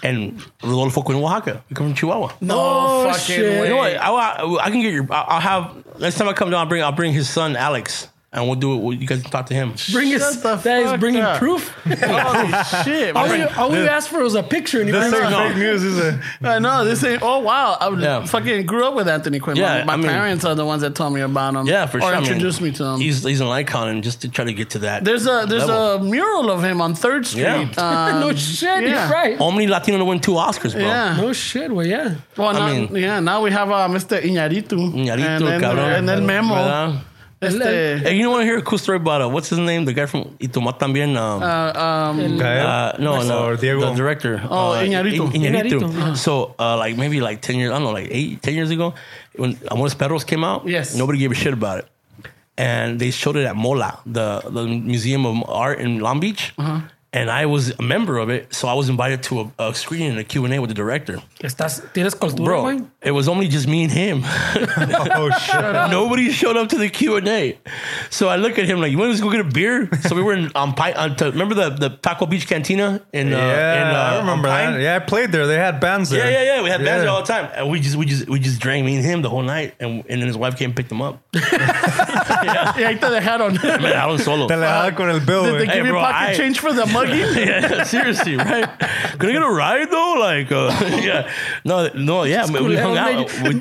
S4: and Rodolfo Quinn Oaxaca. We come from Chihuahua.
S1: [LAUGHS] No
S3: Oh,
S1: fucking
S3: shit.
S1: way.
S4: You know what? I, I, I can get your. I- I'll have next time I come down. I'll bring. I'll bring his son Alex, and we'll do it. you guys can talk to him.
S3: Bring us,
S1: Shut the
S3: that is
S1: fuck
S3: bringing
S1: up.
S3: proof.
S1: [LAUGHS] Holy shit!
S3: All we,
S1: man.
S3: all we asked for was a picture. And he
S2: This
S3: brings
S2: ain't
S3: us-
S2: fake news, is it?
S1: I know this ain't. Oh wow! I
S4: Yeah.
S1: fucking grew up with Anthony Quinn.
S4: Yeah,
S1: my
S4: I mean-
S1: parents are the ones that told me about him.
S4: Yeah, for
S1: or
S4: sure. I mean,
S1: introduced me to him.
S4: He's he's an icon, and just to try to get to that.
S1: there's a there's
S4: level.
S1: a mural of him on Third Street.
S4: Yeah.
S1: Um,
S3: [LAUGHS] no shit,
S1: yeah.
S3: you're right.
S4: Omni Latino to win two Oscars, bro.
S1: yeah.
S3: No shit, well, yeah.
S1: Well, now,
S4: mean-
S1: yeah. Now we have uh, Mr. Iñárritu.
S4: Iñárritu,
S1: and then,
S4: cabrón.
S1: and then Memo.
S4: ¿Verdad?
S1: Este,
S4: Hey, you don't want to hear a cool story about uh, what's his name? The guy from Itumá también. Um,
S1: uh, um,
S4: uh, no, no,
S2: Or Diego.
S4: the director.
S1: Oh,
S4: uh,
S1: Iñárritu.
S4: I- Iñárritu.
S3: Iñárritu, yeah.
S4: So, uh, like maybe like ten years, I don't know, like eight, ten years ago, when Amores Perros came out,
S1: Yes.
S4: nobody gave a shit about it,
S1: Uh-huh.
S4: and they showed it at Mola, the the Museum of Art in Long Beach, and I was a member of it, so I was invited to a, a screening and a Q and A with the director.
S3: Estás, tienes cultura,
S4: Bro,
S3: güey.
S4: it was only just me and him.
S2: [LAUGHS]
S1: [LAUGHS]
S2: Oh shit!
S4: Nobody showed up to the Q and A, so I look at him like, "You want to go get a beer?" So we were in on Pine. On, to, remember the, the Taco Beach Cantina in uh,
S2: yeah,
S4: in, uh,
S2: I
S4: on
S2: remember
S4: Pine?
S2: that. Yeah, I played there. They had bands there.
S4: Yeah, yeah, yeah. We had bands
S2: Yeah.
S4: all the time, and we just we just we just drank me and him the whole night, and and then his wife came and picked him up.
S1: Yeah, ahí te
S3: [LAUGHS]
S1: dejaron.
S4: Man, I
S2: [LAUGHS]
S4: was solo.
S2: Te la daba con el bill,
S1: Did they
S2: güey.
S1: give you
S4: bro,
S1: pocket
S4: I-
S1: change for the muggy?
S4: [LAUGHS] yeah, seriously, right? Can I get a ride though? Like, uh, [LAUGHS] yeah, no, no, yeah. man, we hung out. We,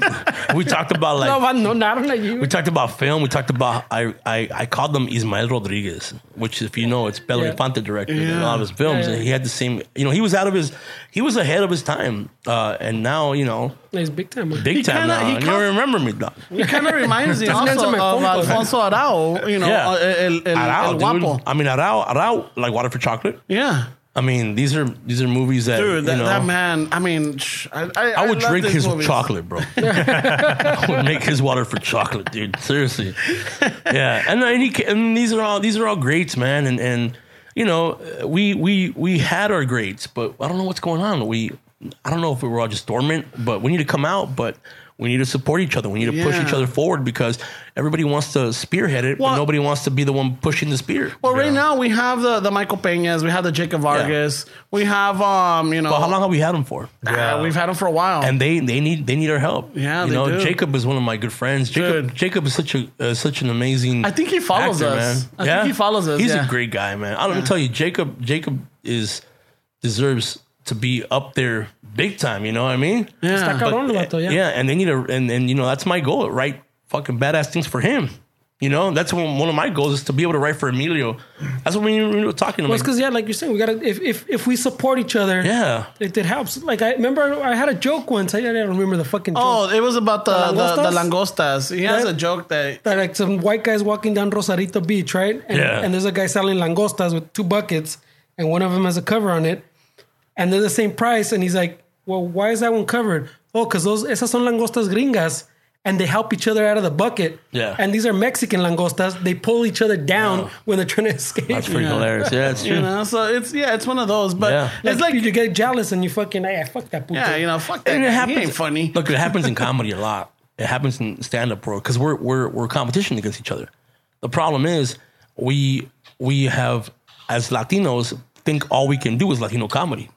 S4: we
S2: [LAUGHS]
S4: talked about
S3: [LAUGHS] No,
S4: like
S3: abandonaron allí,
S4: we
S3: güey.
S4: talked about film. We talked about I I, I called them Ismael Rodriguez, which if you know, it's Belo
S3: Yeah.
S4: Infante director in a lot of his films,
S3: Yeah, yeah.
S4: and he had the same. You know, he was out of his, he was ahead of his time, uh, and now you know,
S3: It's big time, güey.
S4: big
S1: He kinda-
S4: time now.
S1: he
S4: You
S1: called-
S4: don't remember me, dog.
S1: He kind of reminds
S3: [LAUGHS]
S1: me
S3: Doesn't
S1: also
S3: answer
S1: of
S3: my phone call.
S1: Alfonso Arau, you know,
S4: Yeah.
S1: uh, el, el,
S4: Arau,
S1: el
S4: dude.
S1: guapo.
S4: I mean, Arau, Arau, like water for chocolate.
S1: Yeah.
S4: I mean, these are these are movies that
S1: Dude, that,
S4: you know,
S1: that man, I mean, sh- I, I,
S4: I would
S1: love
S4: drink
S1: these
S4: his
S1: movies.
S4: chocolate,
S1: [LAUGHS]
S4: bro. I would make his water for chocolate, dude. Seriously, yeah. And, and, he, ca- and these are all these are all greats, man. And and you know, uh, we we we had our greats, but I don't know what's going on. We I don't know if we were all just dormant, but we need to come out. But we need to support each other. We need to push
S1: Yeah.
S4: each other forward because everybody wants to spearhead it,
S1: Well-
S4: but nobody wants to be the one pushing the spear.
S1: Well, right now we have the, the Michael Peñas, we have the Jacob Vargas, we have, um, you know,
S4: But how long have we had them for?
S1: uh, we've had him for a while.
S4: and they they need they need our help.
S1: Yeah,
S4: you
S1: they
S4: know,
S1: do.
S4: Jacob is one of my good friends. Jacob
S1: Dude.
S4: Jacob is such a uh, such an amazing.
S1: I think he follows us. I think he follows us,
S4: He's
S1: yeah.
S4: a great guy, man. I don't tell you, Jacob Jacob is deserves to be up there big time. You know what I mean?
S3: Está
S1: yeah.
S3: cabrón el vato, ya.
S4: Yeah, and they need a and and you know that's my goal. Write fucking badass things for him. You know, that's one, one of my goals is to be able to write for Emilio. That's what we we were talking
S3: Well,
S4: about.
S3: it's because, yeah, like you're saying, we gotta, if, if, if we support each other,
S4: yeah,
S3: it, it helps. Like, I remember I had a joke once. I I don't remember the fucking joke.
S1: Oh, it was about the, the, the
S3: langostas?
S1: langostas. He has
S3: Right.
S1: a joke that
S3: that like some white guys walking down Rosarito Beach, right? And,
S4: Yeah.
S3: and there's a guy selling langostas with two buckets, and one of them has a cover on it, and they're the same price. And he's like, "Well, why is that one covered? Oh, because those esas son langostas gringas, and they help each other out of the bucket.
S4: Yeah.
S3: And these are Mexican langostas. They pull each other down
S4: Yeah.
S3: when they're trying to [LAUGHS] escape.
S4: that's pretty hilarious. Yeah, it's true.
S1: [LAUGHS] you know, so it's yeah, it's one of those. But
S4: Yeah.
S1: it's like,
S3: you get jealous and you fucking "Ay, fuck that puto.
S1: yeah, you know, fuck that.
S4: And it
S1: guy. He
S4: happens.
S1: ain't funny.
S4: Look, it happens in comedy a lot. It happens in stand up world because we're we're we're competition against each other. The problem is we we have as Latinos think all we can do is Latino comedy.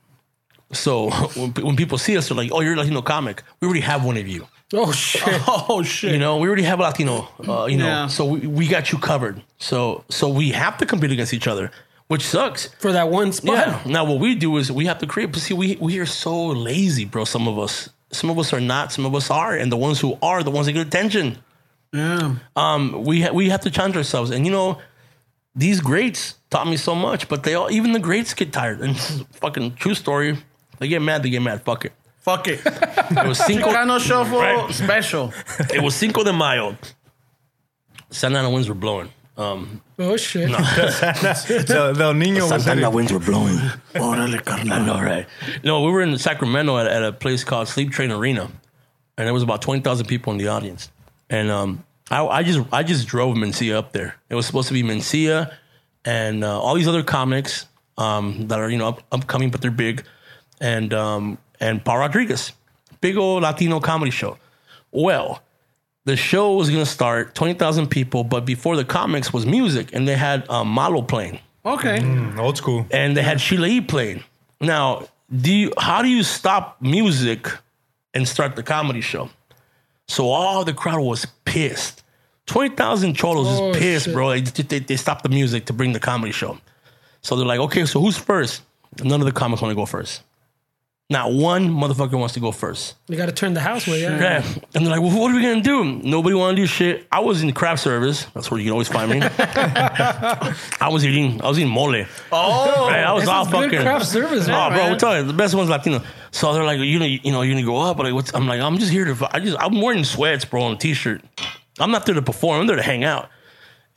S4: So [LAUGHS] when, pe- when people see us, they're like, "Oh, you're a Latino comic. We already have one of you.
S3: Oh shit.
S1: oh shit.
S4: You know, we already have a Latino. Uh, you know,
S1: Yeah.
S4: so we, we got you covered. So so we have to compete against each other, which sucks.
S3: For that one spot.
S4: Yeah. Now what we do is we have to create. But see, we we are so lazy, bro. Some of us, some of us are not. Some of us are, and the ones who are, the ones that get attention.
S1: Yeah.
S4: Um, we ha- we have to challenge ourselves, and you know, these greats taught me so much. But they all, even the greats, get tired. And this is a fucking true story. They get mad. They get mad. Fuck it.
S1: Fuck it. [LAUGHS]
S4: It was Cinco.
S1: Chicano Shuffle
S4: Right.
S1: special.
S4: it was Cinco de Mayo. Santa Ana winds were blowing. Um,
S3: [LAUGHS] Oh shit.
S2: The, the Nino was
S4: Santa Ana
S2: hitting.
S4: winds were [LAUGHS] blowing. Orale, carnal. I know, right? No, we were in Sacramento at, at a place called Sleep Train Arena, and there was about twenty thousand people in the audience. And um, I, I just I just drove Mencia up there. It was supposed to be Mencia and uh, all these other comics um, that are you know up, upcoming, but they're big, and um, and Paul Rodriguez, big old Latino comedy show. Well, the show was gonna start twenty thousand people, but before the comics was music, and they had um, Malo playing
S1: Okay.
S4: Mm.
S2: Old school.
S4: and they had Sheila E. playing. Now, do you, how do you stop music and start the comedy show? So all the crowd was pissed. Twenty thousand cholos
S3: Oh,
S4: is pissed,
S3: shit.
S4: bro. They, they, they stopped the music to bring the comedy show. So they're like, okay, so who's first? None of the comics want to go first. Not one motherfucker wants to go first.
S3: you gotta turn the house way, yeah.
S4: Yeah. And they're like, well, what are we going to do? Nobody want to do shit. I was in craft service. That's where you can always find
S3: [LAUGHS]
S4: me. [LAUGHS] I was eating, I was eating mole. Oh, I was
S3: This
S4: all
S3: is good
S4: fucking.
S3: craft service,
S4: oh,
S3: man.
S4: bro, we're telling you, the best one's Latino. So they're like, you know, you know, you're going to go up. But like, what's, I'm like, I'm just here to, vi- I just, I'm wearing sweats, bro, and a t-shirt. I'm not there to perform. I'm there to hang out.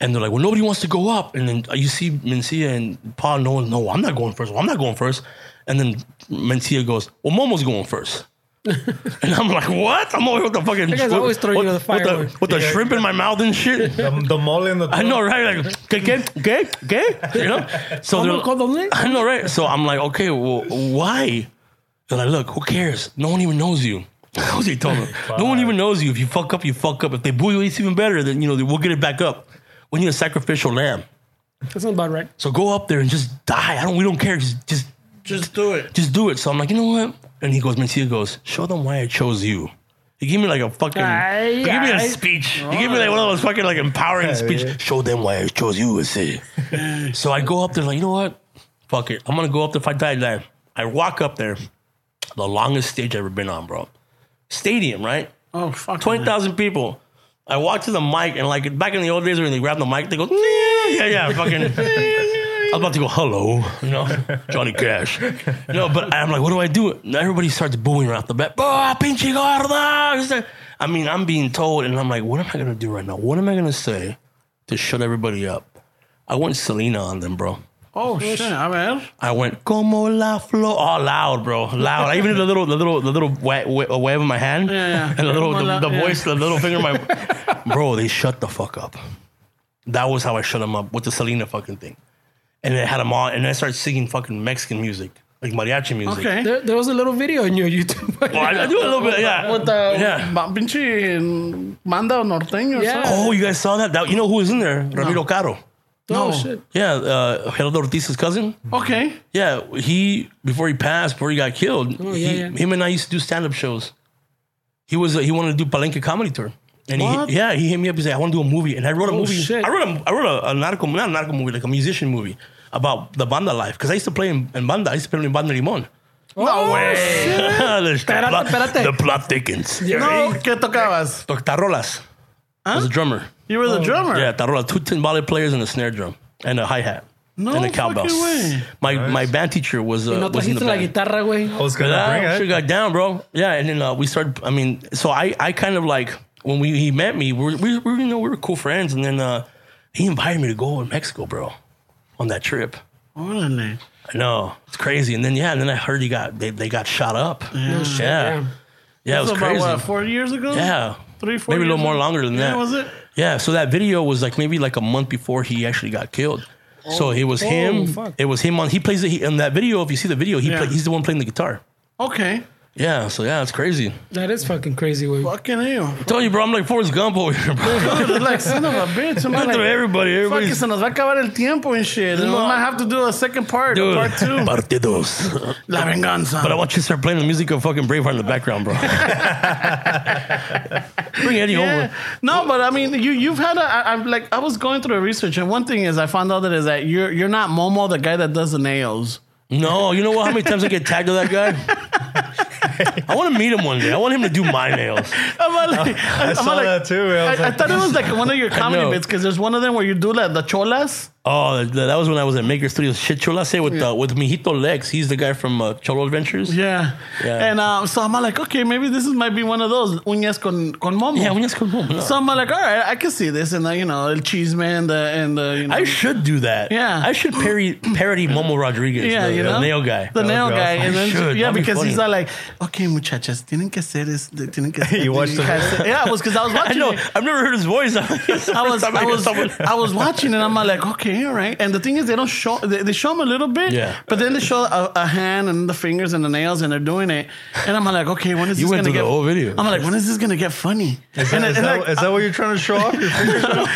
S4: And they're like, well, nobody wants to go up. And then uh, you see Mencia and Paul, no, no, I'm not going first. Well, I'm not going first. And then Mencia goes, well, Momo's going first. And I'm like, what? I'm always with the fucking.
S3: That guy's
S4: with-
S3: always throwing
S4: with,
S3: you the
S4: with the,
S3: fireworks.
S4: with the shrimp in my mouth and shit.
S2: The, the mole in the
S4: I know, right? Like, gay, gay, gay, gay. You know? So they're- I know, right? So I'm like, okay, well, why? They're like, look, who cares? No one even knows you. [LAUGHS] That's what they told me. No one even knows you. If you fuck up, you fuck up. If they boo you, it's even better. Then, you know, we'll get it back up. We need a sacrificial lamb.
S3: That's not about right.
S4: So go up there and just die. I don't, we don't care. Just, just,
S1: Just do it.
S4: just do it. So I'm like, you know what? And he goes, Mencia goes, show them why I chose you. He gave me like a fucking,
S3: Aye,
S4: he gave me a
S3: aye.
S4: speech. He gave me like one of those fucking like empowering speech. Show them why I chose you.
S1: [LAUGHS]
S4: I say. so I go up there like, you know what? Fuck it. I'm gonna go up there if I die. die. I walk up there, the longest stage I've ever been on, bro. Stadium, right?
S1: Oh fuck.
S4: Twenty thousand people. I walk to the mic and like back in the old days when they grab the mic, they go, yeah, yeah,
S1: [LAUGHS]
S4: yeah, fucking. I was about to go, hello, you know, Johnny Cash. No, but I'm like, what do I do? And Everybody starts booing right off the bat. "Boa, pinche gorda!" It's like- I mean, I'm being told, and I'm like, what am I going to do right now? What am I going to say to shut everybody up? I went Selena on them, bro.
S1: Oh shit. I mean,
S4: I went como la flor, all loud, bro, loud. I even did the little, the little, the little wa- wa- wave of my hand,
S1: Yeah, yeah.
S4: and the little,
S1: Como
S4: the,
S1: la-
S4: the
S1: yeah.
S4: voice, the little finger, of
S1: [LAUGHS]
S4: my, bro. They shut the fuck up. That was how I shut them up with the Selena fucking thing, and it had them on, and I started singing fucking Mexican music, like mariachi music.
S1: okay.
S3: There, there was a little video on your YouTube. [LAUGHS]
S4: Well, I, I do a little bit, yeah.
S1: With the
S4: yeah.
S1: ba- pinche manda o norteño or
S3: Yeah.
S1: something.
S4: Oh, you guys saw that? that? You know who was in there? Ramiro Caro.
S3: oh,
S1: no.
S3: shit.
S4: Yeah, uh, Gerardo Ortiz's cousin.
S1: Okay.
S4: Yeah, he before he passed, before he got killed,
S3: yeah,
S4: he,
S3: yeah.
S4: him and I used to do stand up shows. He was he wanted to do Palenque comedy tour, and
S1: What?
S4: he yeah he hit me up. He said I want to do a movie, and I wrote a movie.
S3: shit.
S4: I wrote a I wrote a, a narco not a narco movie like a musician movie about the banda life because I used to play in, in banda. I used to play in banda Limon.
S1: No way.
S4: [LAUGHS] the, plot,
S3: espérate.
S4: the plot thickens.
S1: No, ¿qué tocabas?
S4: Toc- Tarolas was a drummer.
S1: You were the drummer.
S4: Yeah, tarola, two timbale players and a snare drum and a hi hat.
S1: No
S4: and a cowbell.
S1: fucking way.
S4: My my band teacher was uh,
S3: No
S4: was in
S3: trajiste
S4: the
S3: la
S4: band.
S3: guitarra, güey.
S2: I was gonna
S4: Yeah,
S2: bring
S4: I
S2: it.
S4: sure got down, bro. Yeah, and then uh, we started. I mean, so I, I kind of like when we he met me, we were, we, were, you know we were cool friends, and then uh, he invited me to go in Mexico, bro, on that trip.
S1: Órale.
S4: I know it's crazy, and then yeah, and then I heard he got they, they got shot up. Yeah, yeah,
S3: yeah.
S4: it was
S1: So about
S4: crazy.
S1: what, four years ago?
S4: yeah,
S1: [GASPS] Three, four
S4: maybe a
S1: years
S4: little more
S1: ago?
S4: longer than
S1: Yeah,
S4: that.
S1: was it?
S4: Yeah, so that video was like maybe like a month before he actually got killed. so
S1: Oh,
S4: it was him.
S3: fuck.
S4: It was him on. He plays it he, in that video. If you see the video, he
S1: Yeah.
S4: play, he's the one playing the guitar.
S1: Okay.
S4: Yeah, so yeah, it's crazy.
S3: That is fucking crazy, güey.
S1: Fucking hell.
S4: Tell you, bro, I'm like Forrest Gump over here, [LAUGHS] bro.
S1: Dude, like son of a bitch. I'm
S4: Went
S1: like,
S4: through everybody,
S1: fuck,
S4: everybody.
S1: it, se nos va a acabar el tiempo and shit. And we
S4: No.
S1: might have to do a second part,
S4: Dude,
S1: part
S4: [LAUGHS]
S1: two.
S4: Partidos.
S1: La venganza.
S4: But I want you to start playing the music of fucking Braveheart in the background, bro. [LAUGHS] Bring Eddie
S1: Yeah. No, but I mean, you you've had a. I, I'm like I was going through research, and one thing is I found out that is that you're you're not Momo, the guy that does the nails.
S4: over. No, you know what? How many times I get tagged to that guy? I want to meet him one day. I want him to do my nails.
S1: I'm [LAUGHS] like,
S2: I
S1: I'm
S2: saw
S1: like-
S2: that too. I
S1: I,
S2: was
S1: I
S2: like,
S1: thought it was like one of
S4: [LAUGHS]
S1: your comedy
S4: know.
S1: bits because there's one of them where you do like the cholas.
S4: Oh, th- that was when I was at Maker Studios. Shit, Chola say with uh, with Mijito Lex. He's the guy from uh, Cholo Adventures.
S1: Yeah.
S4: Yeah.
S1: And um, so I'm like, okay, maybe this is, might be one of those uñas con, con momo.
S4: Yeah, when you come home. no.
S1: So I'm like, all right, I can see this, and the, you know, el cheese man, the and the you know,
S4: I should do that.
S1: Yeah.
S4: I should parody, parody Momo Rodriguez,
S1: yeah,
S4: the,
S1: you
S4: the
S1: know,
S4: nail guy.
S1: the nail
S2: would be
S1: guy,
S2: awesome.
S1: and
S4: I
S1: then
S4: should.
S1: yeah,
S4: That'd be
S1: because he's
S4: funny.
S1: all like, okay, muchachas, tienen que hacer es, tienen que hacer.
S2: You watched the-
S1: hacer- yeah, it was because I was
S4: [LAUGHS] [LAUGHS] I
S1: watching.
S4: know.
S1: it.
S4: I've never heard his voice. [LAUGHS] I
S1: I was,
S4: [LAUGHS]
S1: I was, I was watching, and I'm like, okay, all right. And the thing is, they don't show, they, they show him a little bit,
S4: Yeah.
S1: But then they show a, a hand and the fingers and the nails, and they're doing it. And I'm like, okay, when is
S4: You
S1: this
S4: went
S1: gonna get?
S4: through the whole video.
S1: I'm like, when is this gonna get funny? And
S2: is,
S1: then- and
S2: that,
S1: like,
S2: is that
S4: uh,
S2: what you're trying to show
S4: [LAUGHS]
S2: off? Your fingers?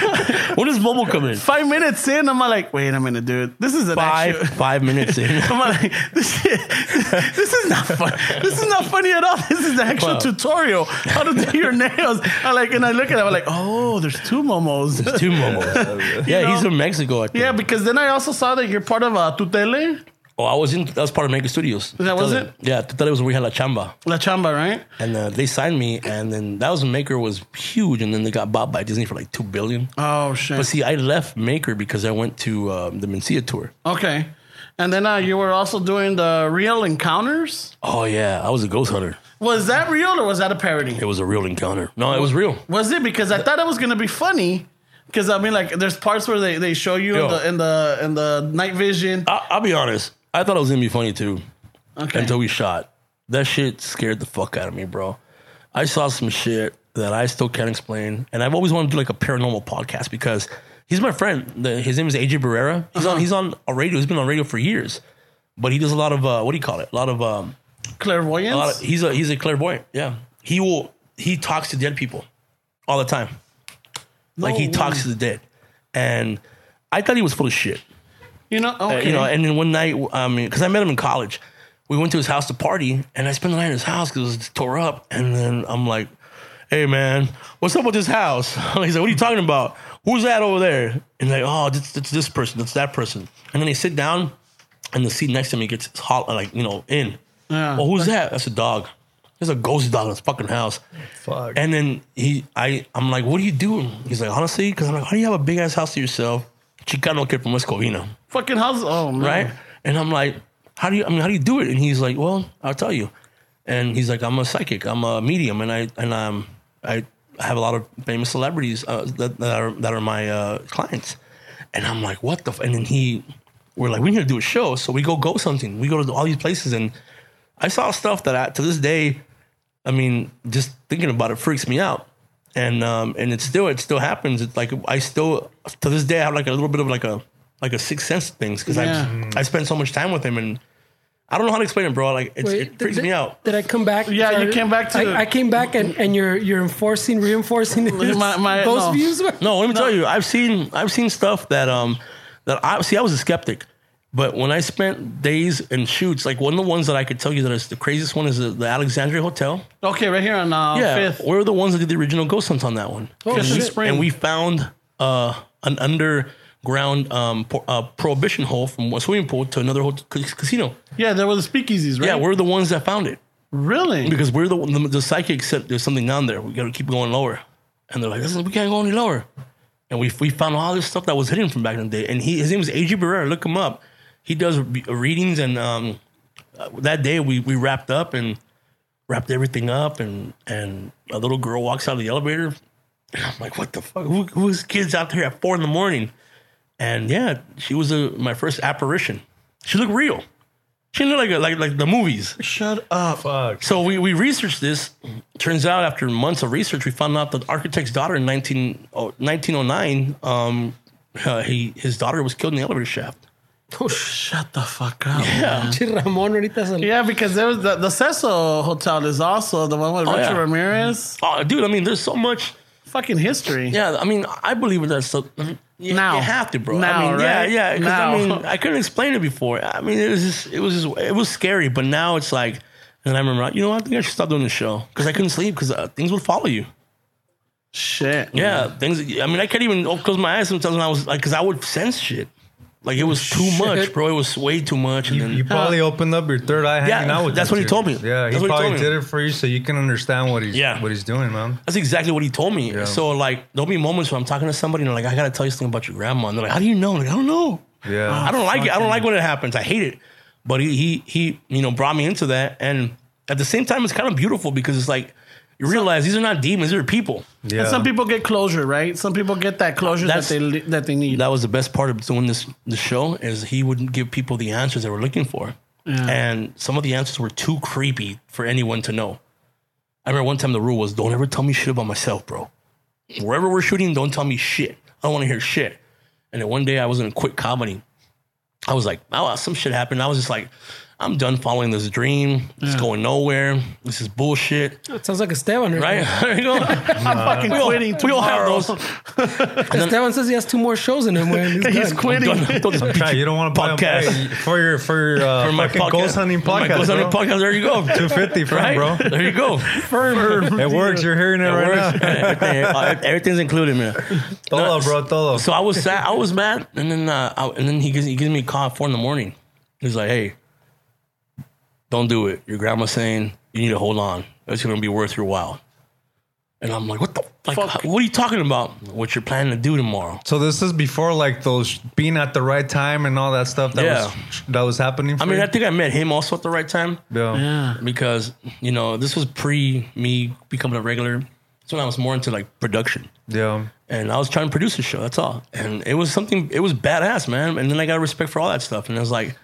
S4: when does Momo come in?
S1: Five minutes in, I'm like, wait a minute, dude. This is an
S4: Five
S1: actual-
S4: five minutes in.
S1: [LAUGHS] I'm like, this, shit, [LAUGHS] this is not fun. This is not funny at all. This is the actual
S4: Wow.
S1: tutorial how to do your [LAUGHS] nails. I like, and I look at it, I'm like, oh, there's two momos. [LAUGHS]
S4: Two Momo. Yeah, he's from Mexico. I think.
S1: yeah, because then I also saw that you're part of uh, Tutele,
S4: Oh, I was in. That was part of Maker Studios.
S1: That was it?
S4: Yeah, that was where we had La Chamba,
S1: La Chamba, right?
S4: and uh, they signed me, and then that was when Maker was huge, and then they got bought by Disney for like two billion.
S1: Oh shit.
S4: But see, I left Maker because I went to um, the Mencia tour.
S1: okay, and then uh, you were also doing the real encounters.
S4: Oh yeah, I was a ghost hunter.
S1: Was that real or was that a parody?
S4: It was a real encounter. No, it was real.
S1: Was it because I thought it was gonna be funny? Because I mean, like, there's parts where they, they show you in
S4: Yo.
S1: the in the in the night vision.
S4: I, I'll be honest. I thought it was gonna be funny too
S1: Okay.
S4: until we shot. That shit scared the fuck out of me, bro. I saw some shit that I still can't explain, and I've always wanted to do like a paranormal podcast because he's my friend. The, his name is AJ Barrera. He's
S1: Uh-huh.
S4: on. He's on a radio. He's been on radio for years, but he does a lot of uh, what do you call it? A lot of um,
S1: Clairvoyance.
S4: a lot of, he's a he's a clairvoyant. Yeah, he will. He talks to dead people all the time. like he
S1: way.
S4: talks to the dead, and I thought he was full of shit.
S1: you know.
S4: Uh,
S1: Okay.
S4: You know, and then one night, I mean, because I met him in college, we went to his house to party, and I spent the night at his house because it was tore up. And then I'm like, "Hey, man, what's up with this house?" [LAUGHS] He's like, "What are you talking about? Who's that over there?" And like, "Oh, it's, it's this person, it's that person." And then they sit down, and the seat next to me gets hot, like you know, in.
S1: Yeah.
S4: Well, who's that? That's a dog. There's a ghost dog in his fucking house.
S2: Fuck.
S4: And then he, I, I'm like, what do you do? He's like, honestly, because I'm like, how do you have a big ass house to yourself? Chicano kid from West Covina
S1: fucking house. Oh man.
S4: right? And I'm like, how do you? I mean, how do you do it? And he's like, well, I'll tell you. And he's like, I'm a psychic. I'm a medium, and I and I'm I have a lot of famous celebrities uh, that, that are that are my uh, clients. And I'm like, what the? F-? And then he, we're like, we need to do a show, so we go go something. We go to all these places, and I saw stuff that I, to this day, I mean, just thinking about it freaks me out. And um, and it still it still happens. It's like I still to this day I have like a little bit of like a like a sixth sense things because
S1: Yeah.
S4: I I spent so much time with him and I don't know how to explain it, bro. Like it's,
S3: Wait,
S4: it freaks
S3: did,
S4: me out.
S3: Did I come back?
S1: Yeah, you came back to
S3: I,
S1: the-
S3: I came back and, and you're you're enforcing, reinforcing
S1: My- my-
S3: those
S1: no.
S3: views.
S4: No, let me tell you, I've seen I've seen stuff that um that I see I was a skeptic. But when I spent days in shoots, like one of the ones that I could tell you that is the craziest one is the, the Alexandria Hotel.
S1: Okay, right here on uh,
S4: Yeah,
S1: Fifth. Oh,
S4: we're the ones that did the original ghost hunt on that one.
S1: Fifth
S4: and,
S1: and
S4: we,
S1: Spring.
S4: and we found uh, an underground um, pro- uh, prohibition hole from a swimming pool to another hotel, ca- casino.
S1: yeah, there were the speakeasies, right?
S4: Yeah, we're the ones that found it
S1: really.
S4: because we're the the, the psychic said there's something down there. We got to keep going lower, and they're like, "Listen, we can't go any lower." And we we found all this stuff that was hidden from back in the day. And he his name is AJ Barrera. Look him up. He does re- readings, and um, uh, that day we we wrapped up and wrapped everything up, and and a little girl walks out of the elevator. And I'm like, "What the fuck? Who, who's kids out there at four in the morning?" And yeah, she was a, my first apparition. She looked real. She looked like a, like like the movies.
S1: Shut up.
S2: Fuck.
S4: So we, we researched this. Turns out, after months of research, we found out that architect's daughter in 19, oh, 1909, um, uh, he, his daughter was killed in the elevator shaft.
S1: Oh, shut the fuck up.
S4: Yeah.
S3: Ramon ahorita es
S1: [LAUGHS]
S3: el-
S1: Yeah, because there was the, the Cecil Hotel is also the one with Richard
S4: yeah.
S1: Ramirez.
S4: Oh, dude, I mean, there's so much.
S1: Fucking history.
S4: Yeah, I mean, I believe in that stuff. You,
S1: Now.
S4: you have to, bro.
S1: Now,
S4: I mean,
S1: right?
S4: yeah, yeah. 'cause,
S1: Now.
S4: I mean, I couldn't explain it before. I mean, it was just, it was just, it was scary. But now it's like, and I remember, you know, what? I think I should stop doing the show because I couldn't sleep because uh, things would follow you.
S1: Shit.
S4: Yeah, things. I mean, I can't even oh, close my eyes sometimes when I was like, because I would sense shit. Like it was too
S3: Shit.
S4: much, bro. It was way too much. And
S2: You,
S4: then
S2: you probably opened up your third eye hanging out with
S4: Uh, that's
S2: that
S4: what he
S2: dude.
S4: told me.
S2: Yeah,
S4: That's
S2: he
S4: what he
S2: probably
S4: told me.
S2: did it for you so you can understand what he's
S4: Yeah.
S2: what he's doing, man.
S4: that's exactly what he told me.
S2: Yeah.
S4: So like, there'll be moments where I'm talking to somebody and they're like, I gotta tell you something about your grandma. And they're like, How do you know? I'm like, I don't know.
S2: Yeah.
S4: I don't like it. I don't like when it happens. I hate it. But he he he, you know, brought me into that. And at the same time, it's kind of beautiful because it's like you realize these are not demons; these are people.
S2: Yeah.
S1: And some people get closure, right? Some people get that closure
S4: That's-
S1: that they that they [LAUGHS] need.
S4: that was the best part of doing this the show is he would give people the answers they were looking for, and some of the answers were too creepy for anyone to know. I remember one time the rule was don't ever tell me shit about myself, bro. Wherever we're shooting, don't tell me shit. I don't want to hear shit. And then one day I was in a quick comedy. I was like, oh, some shit happened. I was just like, I'm done following this dream. It's going nowhere. This is bullshit
S3: It sounds like Esteban. Right?
S4: right? [LAUGHS] You know?
S1: fucking
S4: we all,
S1: quitting
S4: we all have
S1: tomorrow.
S4: those.
S3: Esteban says he has two more shows in him.
S4: [LAUGHS]
S3: When he's
S1: He's
S3: done.
S1: quitting.
S4: Done- done this
S2: Try, you don't want to buy a
S4: Podcast.
S2: plane for your for your uh,
S4: for my
S2: fucking
S4: podcast.
S2: ghost hunting
S4: For my
S2: podcast.
S4: ghost hunting
S2: bro.
S4: podcast. There you
S2: [LAUGHS]
S4: go. [LAUGHS]
S2: 250 friend, bro.
S4: There you
S2: [LAUGHS]
S4: go. Firm.
S2: It works. You're hearing it,
S4: It
S2: right
S4: works.
S2: now.
S4: [LAUGHS] Everything, uh, everything's included, man.
S2: Todo, bro. Todo.
S4: So I was sad. I was mad, and then uh, I, and then he gives, he gives me a call at four in the morning. He's like, "Hey, don't do it. Your grandma's saying you need to hold on. It's gonna be worth your while." And I'm like, "What the like,
S1: Fuck.
S4: What are you talking about? What you're planning to do tomorrow?"
S2: So this is before like those being at the right time and all that stuff that
S4: Yeah.
S2: was that was happening. For
S4: I mean,
S2: you?
S4: I think I met him also at the right time.
S2: yeah.
S4: because you know this was pre me becoming a regular. That's when I was more into like production,
S2: yeah,
S4: and I was trying to produce a show. That's all, and it was something. It was badass, man. And then I got respect for all that stuff, and I was like,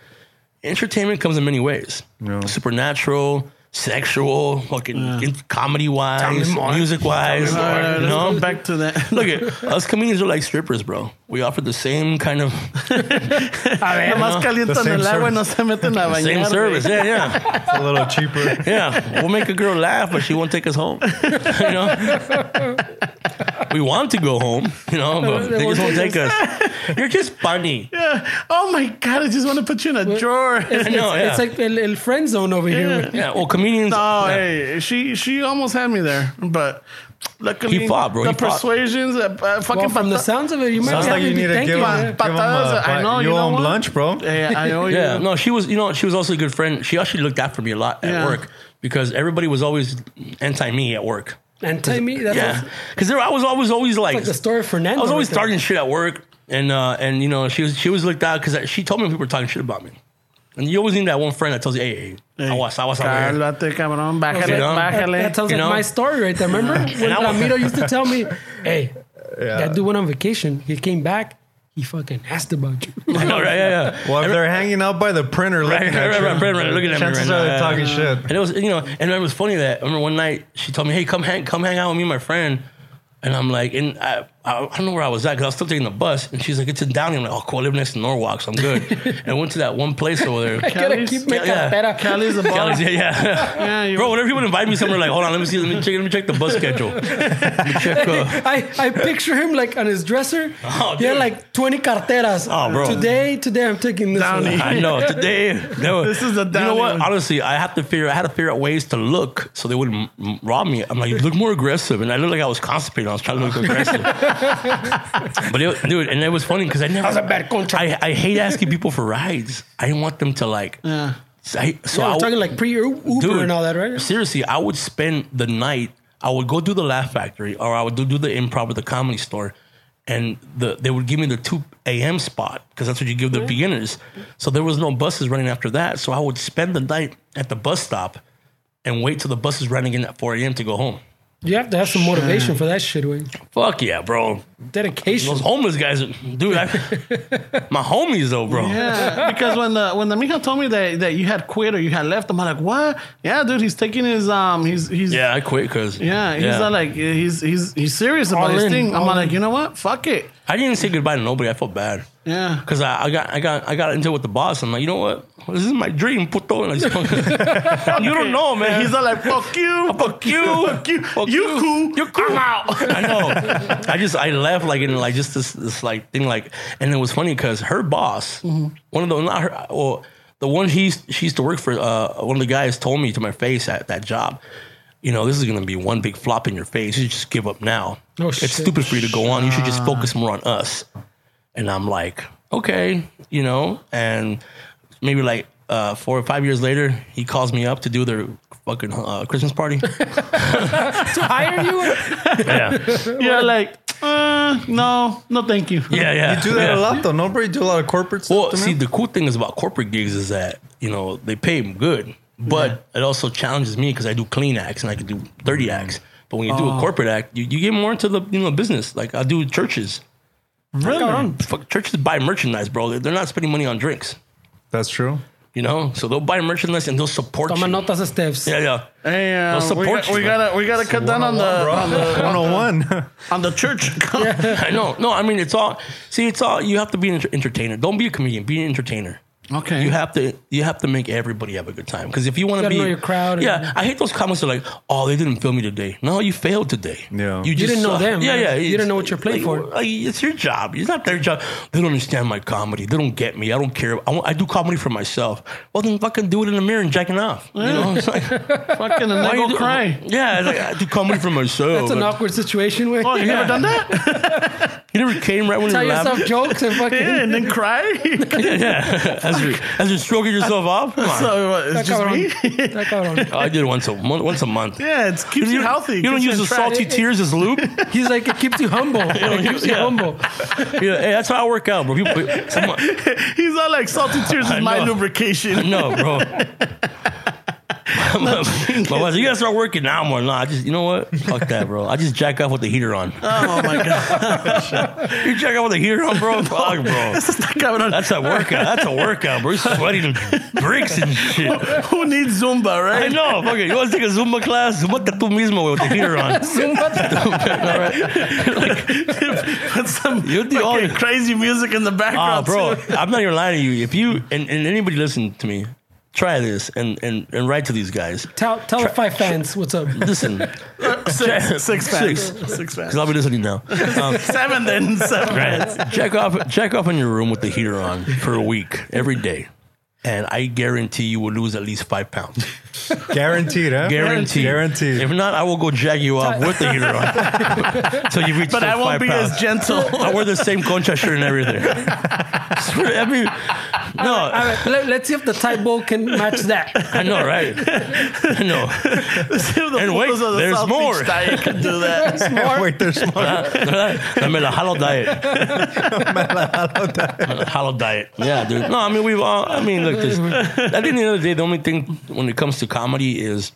S4: entertainment comes in many ways:
S2: Yeah.
S4: supernatural, sexual, fucking comedy wise,
S3: more.
S4: music wise.
S1: All right,
S4: You
S1: let's
S4: know,
S1: go back to that.
S4: [LAUGHS] Look at us comedians are like strippers, bro. We offer the same kind of
S1: A ver, nomás calientan
S2: same
S1: el agua y
S2: service.
S1: no se meten
S4: [LAUGHS]
S1: a bañar.
S4: same
S1: güey.
S4: service. Yeah, yeah,
S2: It's a little [LAUGHS] cheaper.
S4: yeah. We'll make a girl laugh, but she won't take us home. [LAUGHS] you know, we want to go home. You know, but they just won't take us. You're just funny.
S1: Yeah. Oh my god, I just want to put you in a drawer.
S3: It's,
S4: know, [LAUGHS]
S3: it's-
S4: yeah.
S3: it's like el, el friend zone over here.
S4: Yeah. Well, comedians.
S1: Oh,
S4: yeah.
S1: hey, she she almost had me there, but luckily
S4: He fought, bro.
S1: The
S4: He fought.
S1: persuasions, uh, uh, fucking
S3: Well, from the
S1: pata-
S3: sounds of it, you might
S2: Sounds
S3: be
S2: like you
S3: having
S2: need
S3: to
S2: to
S3: thank
S2: give
S3: you.
S2: him,
S1: Patadas,
S2: give him a,
S1: I know,
S2: you
S1: you
S2: owe
S1: know
S2: him
S1: what?
S2: lunch, bro.
S1: Hey, I owe you.
S4: Yeah, no, she was, you know, she was also a good friend. She actually looked out for me a lot at
S1: Yeah.
S4: work because everybody was always anti me at work.
S3: And tell me, that's
S4: Yeah, because I was always always like,
S3: like the story of Fernando.
S4: I was always
S3: right there.
S4: talking shit at work, and uh, and you know, she was she was looked out because she told me people were talking shit about me, and you always need that one friend that tells you, hey, hey, I was I was out here.
S1: Cálmate, cabrón. Bájale,
S4: You know?
S3: That,
S1: bájale.
S3: that sounds
S4: You
S3: like
S4: know?
S3: my story right
S4: [LAUGHS]
S3: there. Remember when
S4: I was-
S3: Ramiro used to
S4: [LAUGHS]
S3: tell me, "Hey, that dude went on vacation. He came back. He fucking asked about you."
S4: [LAUGHS]
S3: [LAUGHS]
S4: I know, right? Yeah, yeah.
S2: Well, if they're hanging out by the printer looking at
S4: Right, right,
S2: you,
S4: right, right, right, looking at me
S2: chances
S4: right
S2: are
S4: now.
S2: they're talking shit.
S4: And it was, you know, and it was funny that I remember one night she told me, "Hey, come hang, come hang out with me and my friend." And I'm like, and I, I, I don't know where I was at because I was still taking the bus. And she's like, "It's in Downey." I'm like, "Oh, cool. I live next to Norwalk, so I'm
S1: [LAUGHS]
S4: good." and I went to that one place over there.
S3: I gotta
S1: Cali's-
S3: keep my
S4: yeah.
S3: cartera.
S1: Cali's the bar.
S4: Kelly's, yeah, yeah.
S1: Yeah, you-
S4: Bro, whenever people invite me somewhere, like, hold on, let me see, let me check, let me check the bus schedule. Let me check, uh,
S3: [LAUGHS] I, I picture him like on his dresser.
S4: [LAUGHS] Oh,
S3: he had
S4: dude.
S3: like 20 carteras.
S4: Oh, bro.
S3: Today, today I'm taking this
S1: Downey.
S4: [LAUGHS]
S3: one.
S4: I know today. no.
S1: This is a
S4: You know
S1: downy
S4: what?
S1: one.
S4: Honestly, I have to figure. I had to figure out ways to look so they wouldn't m- rob me. I'm like, look more aggressive, and I looked like I was constipated. I was trying to look
S3: [LAUGHS]
S4: aggressive. but it, dude, and it was funny because I never.
S3: a bad contract.
S4: I, I hate asking people for rides. I didn't want them to like.
S1: Yeah.
S4: I, so I
S3: Yeah, [LAUGHS] we're
S4: would-
S3: talking like pre Uber and all that, right?
S4: Seriously, I would spend the night. I would go do the Laugh Factory, or I would do, do the improv at the comedy store, and the they would give me the two a.m. spot because that's what you give the beginners. So there was no buses running after that. So I would spend the night at the bus stop and wait till the buses ran again at four a.m. to go home.
S3: You have to have some motivation for that shit, way.
S4: Fuck yeah, bro!
S3: Dedication.
S4: Those homeless guys, dude. I, my homies though, bro.
S1: Yeah, because when the when the Mija told me that, that you had quit or you had left, I'm like, what? Yeah, dude, he's taking his um, he's he's
S4: Yeah, I quit because
S1: yeah, he's not like he's he's he's serious about
S3: All
S1: his
S3: in,
S1: thing. I'm
S3: all
S1: like,
S3: in.
S1: you know what? Fuck it.
S4: I didn't say goodbye to nobody. I felt bad.
S1: [LAUGHS] Yeah.
S4: Cause I, I got I got I got into it with the boss. I'm like, you know what? This is my dream, puto. [LAUGHS] And I just- you don't know, man.
S1: He's not like fuck you,
S4: fuck you,
S1: [LAUGHS] fuck you,
S4: fuck
S1: you cool,
S4: you cool.
S1: I'm out.
S4: [LAUGHS] I know. I just I left like in like just this this like thing like, and it was funny because her boss,
S1: Mm-hmm.
S4: one of the not her, well, the one he she used to work for, uh, one of the guys told me to my face at that job. You know, this is gonna be one big flop in your face. You should just give up now.
S3: Oh,
S4: it's
S3: shit.
S4: stupid for you to go on. You should just focus more on us. And I'm like, okay, you know, and maybe like uh, four or five years later, he calls me up to do their fucking uh,
S2: [LAUGHS]
S4: Christmas party.
S3: to
S4: [LAUGHS]
S3: hire you? [LAUGHS]
S4: yeah,
S1: You're like, uh, no, no, thank you.
S4: yeah, yeah.
S2: You do that a
S4: yeah.
S2: lot though. No, bro, you do a lot of corporate stuff.
S4: Well,
S2: to
S4: see,
S2: me.
S4: the cool thing is about corporate gigs is that you know they pay 'em good, but it also challenges me because I do clean acts and I can do dirty
S2: Mm-hmm.
S4: acts. But when you
S2: Oh.
S4: do a corporate act, you, you get more into the you know business. Like I do churches.
S1: really?
S4: Fuck, churches buy merchandise, bro. They're- They're not spending money on drinks,
S2: that's true.
S4: you know. So they'll buy merchandise and they'll support
S3: Toma
S4: you.
S3: notas steps.
S4: Yeah, yeah.
S1: Hey, uh,
S4: They'll
S1: we,
S4: support
S1: got,
S4: you,
S1: we
S4: man.
S1: gotta we gotta cut down on the, on the
S2: One on
S4: [LAUGHS]
S2: one.
S1: on the [LAUGHS] church.
S4: I know. [LAUGHS] No, I mean it's all. See, it's all. You have to be an enter- entertainer. Don't be a comedian. Be an entertainer.
S1: Okay.
S4: You have to. You have to make everybody have a good time. Because if you want to
S3: gotta
S4: be
S3: know your crowd
S4: Yeah,
S3: and-
S4: I hate those comments. That are like, oh, they didn't film me today. No, you failed today.
S2: Yeah. You
S3: didn't know
S4: suck.
S3: them,
S4: Yeah,
S3: man.
S4: yeah.
S3: You
S4: it's-
S3: didn't know what you're playing
S4: like,
S3: for.
S4: like, it's your job. It's not their job. They don't understand my comedy. They don't get me. I don't care. I, want- I do comedy for myself. Well, then fucking do it in the mirror and jacking off. You know, it's
S3: [LAUGHS]
S4: like,
S1: Fucking and
S4: why
S1: they
S4: you
S1: go
S4: do-
S1: cry.
S4: [LAUGHS] Yeah, it's like, I do comedy for myself.
S3: That's an awkward situation. Way.
S1: Oh, you never done that?
S4: you never came right when
S3: [LAUGHS] Tell
S4: you were
S3: yourself
S4: laughing. [LAUGHS]
S3: jokes and fucking.
S1: Yeah, [LAUGHS]
S3: [LAUGHS]
S1: and then cry.
S4: as you're as you're stroking yourself off. Come on.
S1: so what, it's just me.
S3: Cabrón. That Ah, cabrón.
S4: I did once a month, once a month.
S1: [LAUGHS] Yeah, it keeps you, healthy.
S4: You don't
S1: keeps
S4: use the
S1: in track.
S4: salty tears as lube. yeah,
S3: He's like, it keeps you humble. It keeps
S4: [LAUGHS]
S3: you
S4: Yeah.
S3: humble.
S4: hey, that's how I work out, bro. People, someone,
S1: He's not like salty tears
S4: [LAUGHS] I
S1: is my [LAUGHS]
S4: know.
S1: lubrication.
S4: no, bro. [LAUGHS] My wife's like, you gotta start working now more. Nah, I just, you know what? Fuck that, bro. I just jack off with the heater on.
S1: Oh my god,
S4: [LAUGHS] You jack off with the heater on, bro? Fuck, bro.
S1: this is not coming on.
S4: That's a workout. That's a workout, bro. You're sweating bricks
S1: [LAUGHS]
S4: and shit.
S1: Who needs Zumba,
S4: I
S1: right?
S4: know. Fuck it. You want to take a Zumba class? Zumba tú mismo with the heater on.
S1: [LAUGHS] Put some
S4: You do all
S1: fucking
S4: your-
S1: crazy music in the
S4: Ah,
S1: background,
S4: bro,
S1: too. [LAUGHS]
S4: [LAUGHS] I'm not even lying to you. If you and, and anybody listen to me, try this and and and write to these guys.
S3: Tell tell the five fans what's up.
S4: Listen,
S1: Six, six fans,
S4: Six.
S1: six
S4: because
S1: fans,
S4: I'll be
S1: [LAUGHS]
S4: listening now. Um,
S1: seven then seven. fans.
S4: check off, check off in your room with the heater on for a week every day, and I guarantee you will lose at least
S1: [LAUGHS]
S4: five pounds.
S2: Guaranteed, huh?
S4: Guaranteed.
S2: Guaranteed.
S4: If not, I will go jack you off with the heater on. [LAUGHS] so you reach
S1: But
S4: the
S1: I
S4: five
S1: won't be
S4: pounds.
S1: as gentle.
S4: I wear the same concha shirt and
S1: [LAUGHS]
S4: everything. Swear, I mean,
S3: All
S4: no,
S3: right, let, let's see if the Thai bowl can match that.
S4: [LAUGHS] I know, right? I know.
S1: and
S4: wait, there's more.
S1: diet can do
S4: [LAUGHS]
S1: that.
S2: [LAUGHS] Wait, there's more.
S4: I mean, a hollow
S1: [LAUGHS]
S4: diet. hollow diet. Yeah, dude. No, I mean, we've all, I mean, look, this, I think the other day, the only thing when it comes to comedy is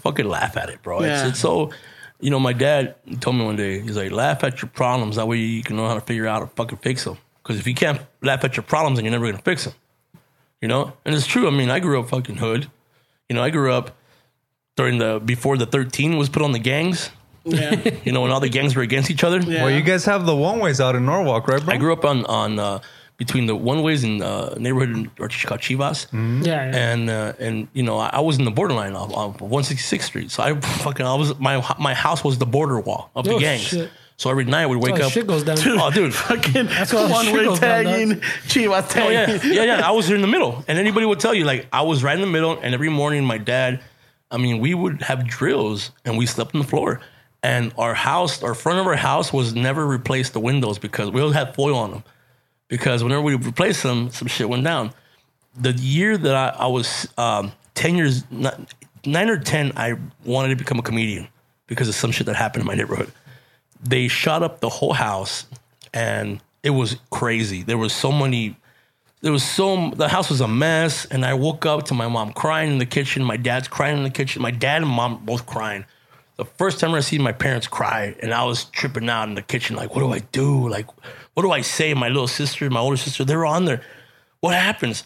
S4: fucking laugh at it, bro.
S1: Yeah.
S4: It's, it's so, you know, my dad told me one day, he's like, laugh at your problems. That way you can know how to figure out how to fucking fix them. Because if you can't laugh at your problems, then you're never going to fix them. You know? And it's true. I mean, I grew up fucking hood. You know, I grew up during the, before the 13 was put on the gangs.
S1: Yeah.
S4: [LAUGHS] You know, when all the gangs were against each other.
S1: Yeah.
S2: Well, you guys have the one ways out in Norwalk, right, bro?
S4: I grew up on on uh, between the one ways in uh, neighborhood in or called Chivas,
S3: Yeah, yeah.
S4: and uh, and you know I, I was in the borderline of, of 166th Street, so I fucking I was my my house was the border wall of the
S3: Oh,
S4: gangs.
S3: shit.
S4: So every night I would wake
S3: Oh,
S4: up.
S3: shit goes down.
S4: Oh, dude.
S1: Fucking
S3: all the
S1: one
S3: shit
S1: way
S3: goes down,
S1: tagging, Chivas
S4: Oh, yeah,
S1: tagging.
S4: yeah, yeah. I was in the middle, and anybody would tell you like I was right in the middle. And every morning, my dad, I mean, we would have drills, and we slept on the floor. And our house, our front of our house, was never replaced the windows because we always had foil on them. Because whenever we replaced them, some shit went down. The year that I, I was um, ten years, not, nine or ten, I wanted to become a comedian because of some shit that happened in my neighborhood they shot up the whole house and it was crazy there was so many there was so the house was a mess and i woke up to my mom crying in the kitchen my dad's crying in the kitchen my dad and mom both crying the first time i seen my parents cry and i was tripping out in the kitchen like what do i do like what do i say my little sister my older sister they were on there what happens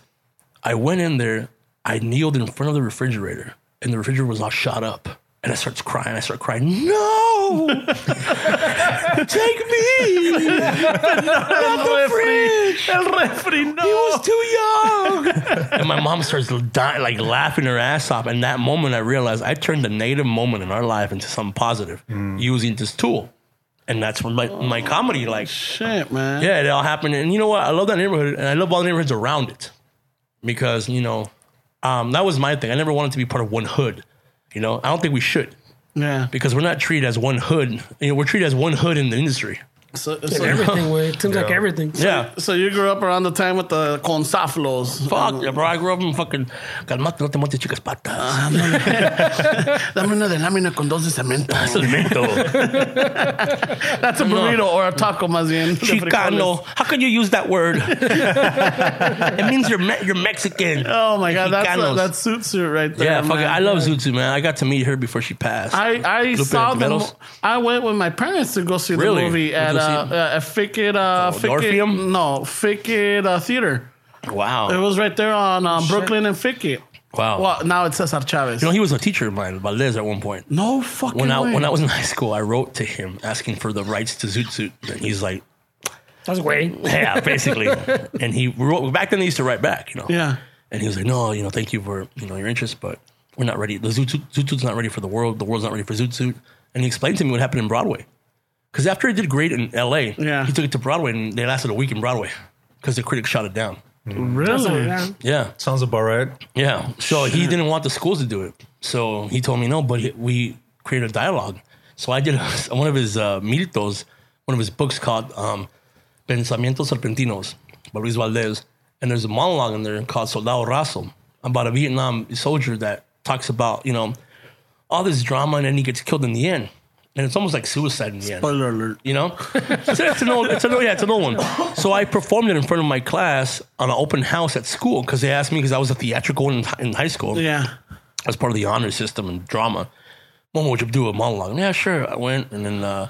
S4: I went in there, I kneeled in front of the refrigerator, and the refrigerator was all shot up. And I starts crying. I start crying. [LAUGHS] No, take me. [LAUGHS] Not the fridge.
S1: El refri,
S4: He
S1: no.
S4: was too young. and my mom starts dying, like laughing her ass off. And that moment, I realized I turned a negative moment in our life into something positive
S1: Mm.
S4: using this tool. And that's when my, my comedy, like,
S1: Oh, Shit, man.
S4: yeah, it all happened. And you know what? I love that neighborhood, and I love all the neighborhoods around it because you know um, that was my thing. I never wanted to be part of one hood. You know, I don't think we should
S1: Yeah.
S4: because we're not treated as one hood. You know, we're treated as one hood in the industry.
S1: So, so,
S3: Everything, way. It seems like everything.
S4: Yeah.
S1: so you grew up around the time with the consaflos.
S4: Fuck, yeah, bro. I grew up in fucking calmate, no te montes chicas
S1: Ah,
S4: patas.
S1: [LAUGHS]
S4: [LAUGHS]
S1: Dame una de lámina con dos de cemento. [LAUGHS]
S4: Cemento.
S1: That's a burrito or a taco, más bien. De frijoles.
S4: Chicano. How can you use
S1: [LAUGHS]
S4: that word? it means you're me- you're Mexican.
S1: Oh my god, that's
S4: Chicanos.
S1: a, that suit suit right there.
S4: yeah, fucking.
S1: man.
S4: I love Zuzu, man. I got to meet her before she passed.
S1: I, I
S4: Lupe
S1: saw the. mo-
S4: Antiveros.
S1: I went with my parents to go see
S4: Really?
S1: the movie
S4: Went to
S1: at
S4: go
S1: uh,
S4: see
S1: uh, a Fickett, uh,
S4: Oh,
S1: Fickett-
S4: Orpheum?
S1: no Fickett uh, theater.
S4: wow.
S1: It was right there on um, Brooklyn and Fickett.
S4: Wow.
S1: Well, now it's Cesar Chavez.
S4: You know, he was a teacher of mine, Valdez, at one point.
S1: no fucking
S4: When I
S1: way.
S4: when I was in high school, I wrote to him asking for the rights to Zoot Suit, and
S1: [LAUGHS]
S4: he's like,
S3: That's great.
S4: "Yeah, basically." and he wrote back then. He used to write back, you know.
S1: yeah.
S4: And he was like, "No, you know, thank you for you know your interest, but we're not ready. The Zoot Suit, Zoot Suit's not ready for the world. The world's not ready for Zoot Suit." And he explained to me what happened in Broadway, because after it did great in L.A.,
S1: Yeah.
S4: he took it to Broadway, and they lasted a week in Broadway because the critics shot it down.
S1: Really?
S3: Yeah.
S4: Yeah,
S2: Sounds about right.
S4: Yeah. So he didn't want the schools to do it. So he told me no, but it- we created a dialogue. So I did [LAUGHS] one of his uh, militos, one of his books called um, Pensamientos Serpentinos by Luis Valdez. And there's a monologue in there called Soldado Raso about a Vietnam soldier that talks about, you know, all this drama and then he gets killed in the end. And it's almost like suicide in the end
S1: Spoiler alert.
S4: you know? it's, it's an old, it's an old, yeah, it's an old one. So I performed it in front of my class on an open house at school because they asked me because I was a theatrical in, in high school.
S1: Yeah.
S4: as part of the honor system and drama. Momo, would you do a monologue? And, yeah, sure. I went and then uh,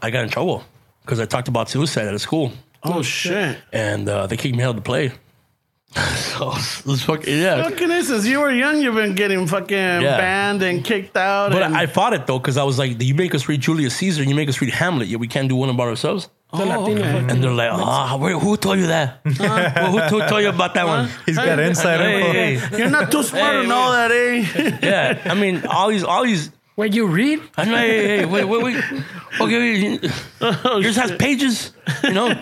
S4: I got in trouble because I talked about suicide at a school
S1: Oh shit!
S4: and uh, they kicked me out of the play. [LAUGHS] so it was fucking, yeah.
S1: Fucking this, since you were young, you've been getting fucking banned and kicked out.
S4: But
S1: and,
S4: I fought it though because I was like, you make us read Julius Caesar and you make us read Hamlet, yet we can't do one about ourselves.
S3: The
S1: Oh,
S3: Latino fucking-
S4: And they're like, ah, wait, who told you that? Well, who told- told you about that one?
S2: He's
S4: [LAUGHS]
S2: got
S1: Hey.
S2: inside info.
S4: Hey, hey,
S1: you're not too smart to know that, eh?
S4: yeah, I mean, all these, all these.
S3: Wait, you read?
S4: I'm like, hey, hey, hey, wait, wait, wait. Okay, wait.
S1: Oh,
S4: yours has pages, you know.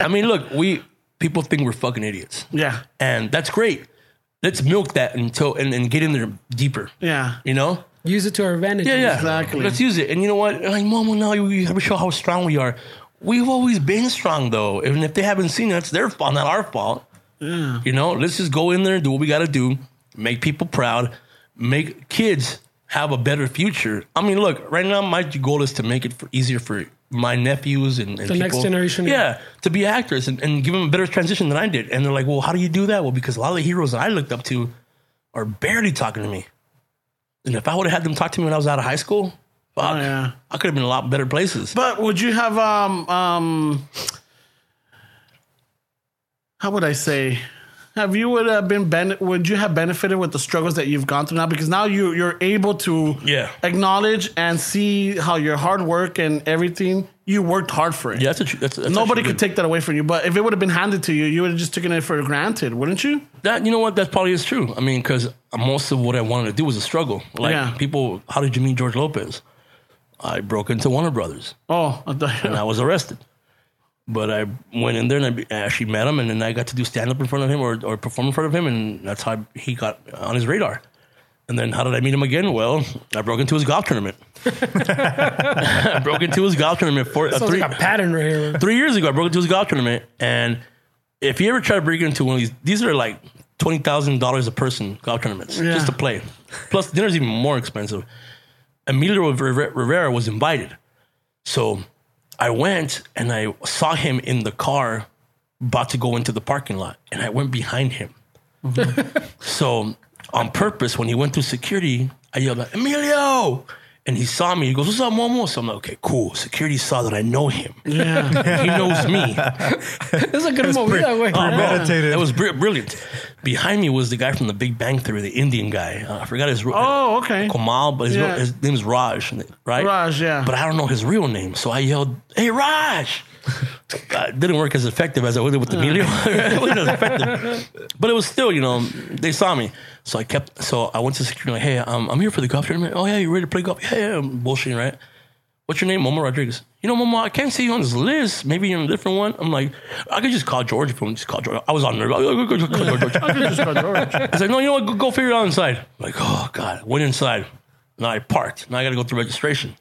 S4: I mean, look, we people think we're fucking idiots,
S1: yeah,
S4: and that's great. Let's milk that until and, and get in there deeper.
S1: yeah.
S4: You know,
S3: Use it to our advantage.
S4: Yeah, yeah,
S1: Exactly.
S4: Let's use it. And you know what? Like, Momo, now you have to show how strong we are. We've always been strong, though. And if they haven't seen it, it's their fault, not our fault. You know, let's just go in there and do what we got to do. Make people proud. Make kids have a better future. I mean, look, right now my goal is to make it for, easier for my nephews and, and
S3: The next
S4: people-
S3: generation.
S4: Yeah, to be actors and, and give them a better transition than I did. And they're like, well, how do you do that? Well, because a lot of the heroes that I looked up to are barely talking to me. And if I would have had them talk to me when I was out of high school,
S1: Oh,
S4: fuck,
S1: yeah.
S4: I could have been in a lot better places.
S1: But would you have um um how would I say have you would have been ben- would you have benefited with the struggles that you've gone through now because now you you're able to
S4: Yeah.
S1: acknowledge and see how your hard work and everything you worked hard for it.
S4: yeah, that's a, tr- that's, that's
S1: Nobody
S4: actually
S1: could
S4: good.
S1: take that away from you, but if it would have been handed to you, you would have just taken it for granted, wouldn't you?
S4: that. You know what? That probably is true. I mean, because most of what I wanted to do was a struggle. Like
S1: Yeah.
S4: people, how did you meet George Lopez? I broke into Warner Brothers
S1: Oh, I thought-
S4: and I was arrested. But I went in there and I be- I actually met him, and then I got to do stand up in front of him or, or perform in front of him, and that's how he got on his radar. And then how did I meet him again? Well, I broke into his golf tournament. [LAUGHS] I broke into his golf tournament for uh,
S3: Sounds
S4: three,
S3: like a pattern
S4: [LAUGHS]
S3: right here.
S4: three years ago, I broke into his golf tournament. And if you ever try to break into one of these, these are like twenty thousand dollars a person golf tournaments just to play. Plus, dinner's even more expensive. Emilio River- Rivera was invited, so I went and I saw him in the car about to go into the parking lot, and I went behind him. so on purpose, when he went through security, I yelled out, Emilio. And he saw me. He goes, "What's up, Momo?" So I'm like, "Okay, cool." Security saw that I know him. he knows me.
S3: That's a good movie that way.
S2: Meditated.
S4: That was br- brilliant. Behind me was the guy from The Big Bang Theory, the Indian guy. Uh, I forgot his real
S1: [LAUGHS] Oh, okay.
S4: Kamal, but his,
S1: Yeah.
S4: real, his name is Raj, right?
S1: Raj, yeah.
S4: But I don't know his real name, so I yelled,
S1: [LAUGHS]
S4: "Hey, Raj!" Uh, it didn't work as effective as I would with the media. [LAUGHS] it wasn't
S1: [LAUGHS]
S4: as effective, but it was still, you know, they saw me, so I kept. So I went to security, like, "Hey, um, I'm here for the golf tournament. Oh yeah, you ready to play golf? Yeah, yeah, I'm bullshitting, right?" What's your name? Momo Rodriguez. You know, Momo, I can't see you on this list. Maybe you're on a different one. I'm like, I could just call George if you want me to just call George. I was on there. Like, "Call George,
S1: [LAUGHS]
S4: George, George." I said, no, you know what? Go, go figure it out inside. I'm like, oh, God. Went inside. Now I parked. Now I got to go through registration.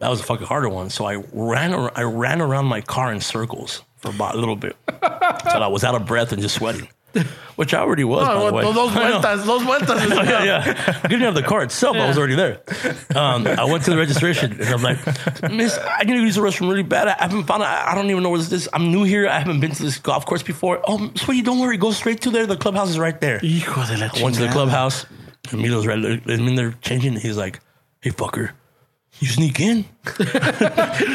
S4: That was a fucking harder one. So I ran, ar- I ran around my car in circles for about a little bit. [LAUGHS] Till I was out of breath and just sweating, which I already was, by
S1: Oh,
S4: the way.
S1: well, those
S4: [LAUGHS] I know.
S1: vueltas, those vueltas. is-
S4: yeah, yeah. Getting out of the car itself, I was already there. Um, I went to the registration and I'm like, Miss, I need to use the restroom really bad. I haven't found it. I don't even know where this is. I'm new here. I haven't been to this golf course before. Oh, sweetie, don't worry. Go straight to there. The clubhouse is right there.
S1: Hijo de la
S4: I went to the
S1: chingada.
S4: clubhouse. Emilio's right. I mean, they're changing. He's like, hey, fucker, you sneak in?
S1: [LAUGHS]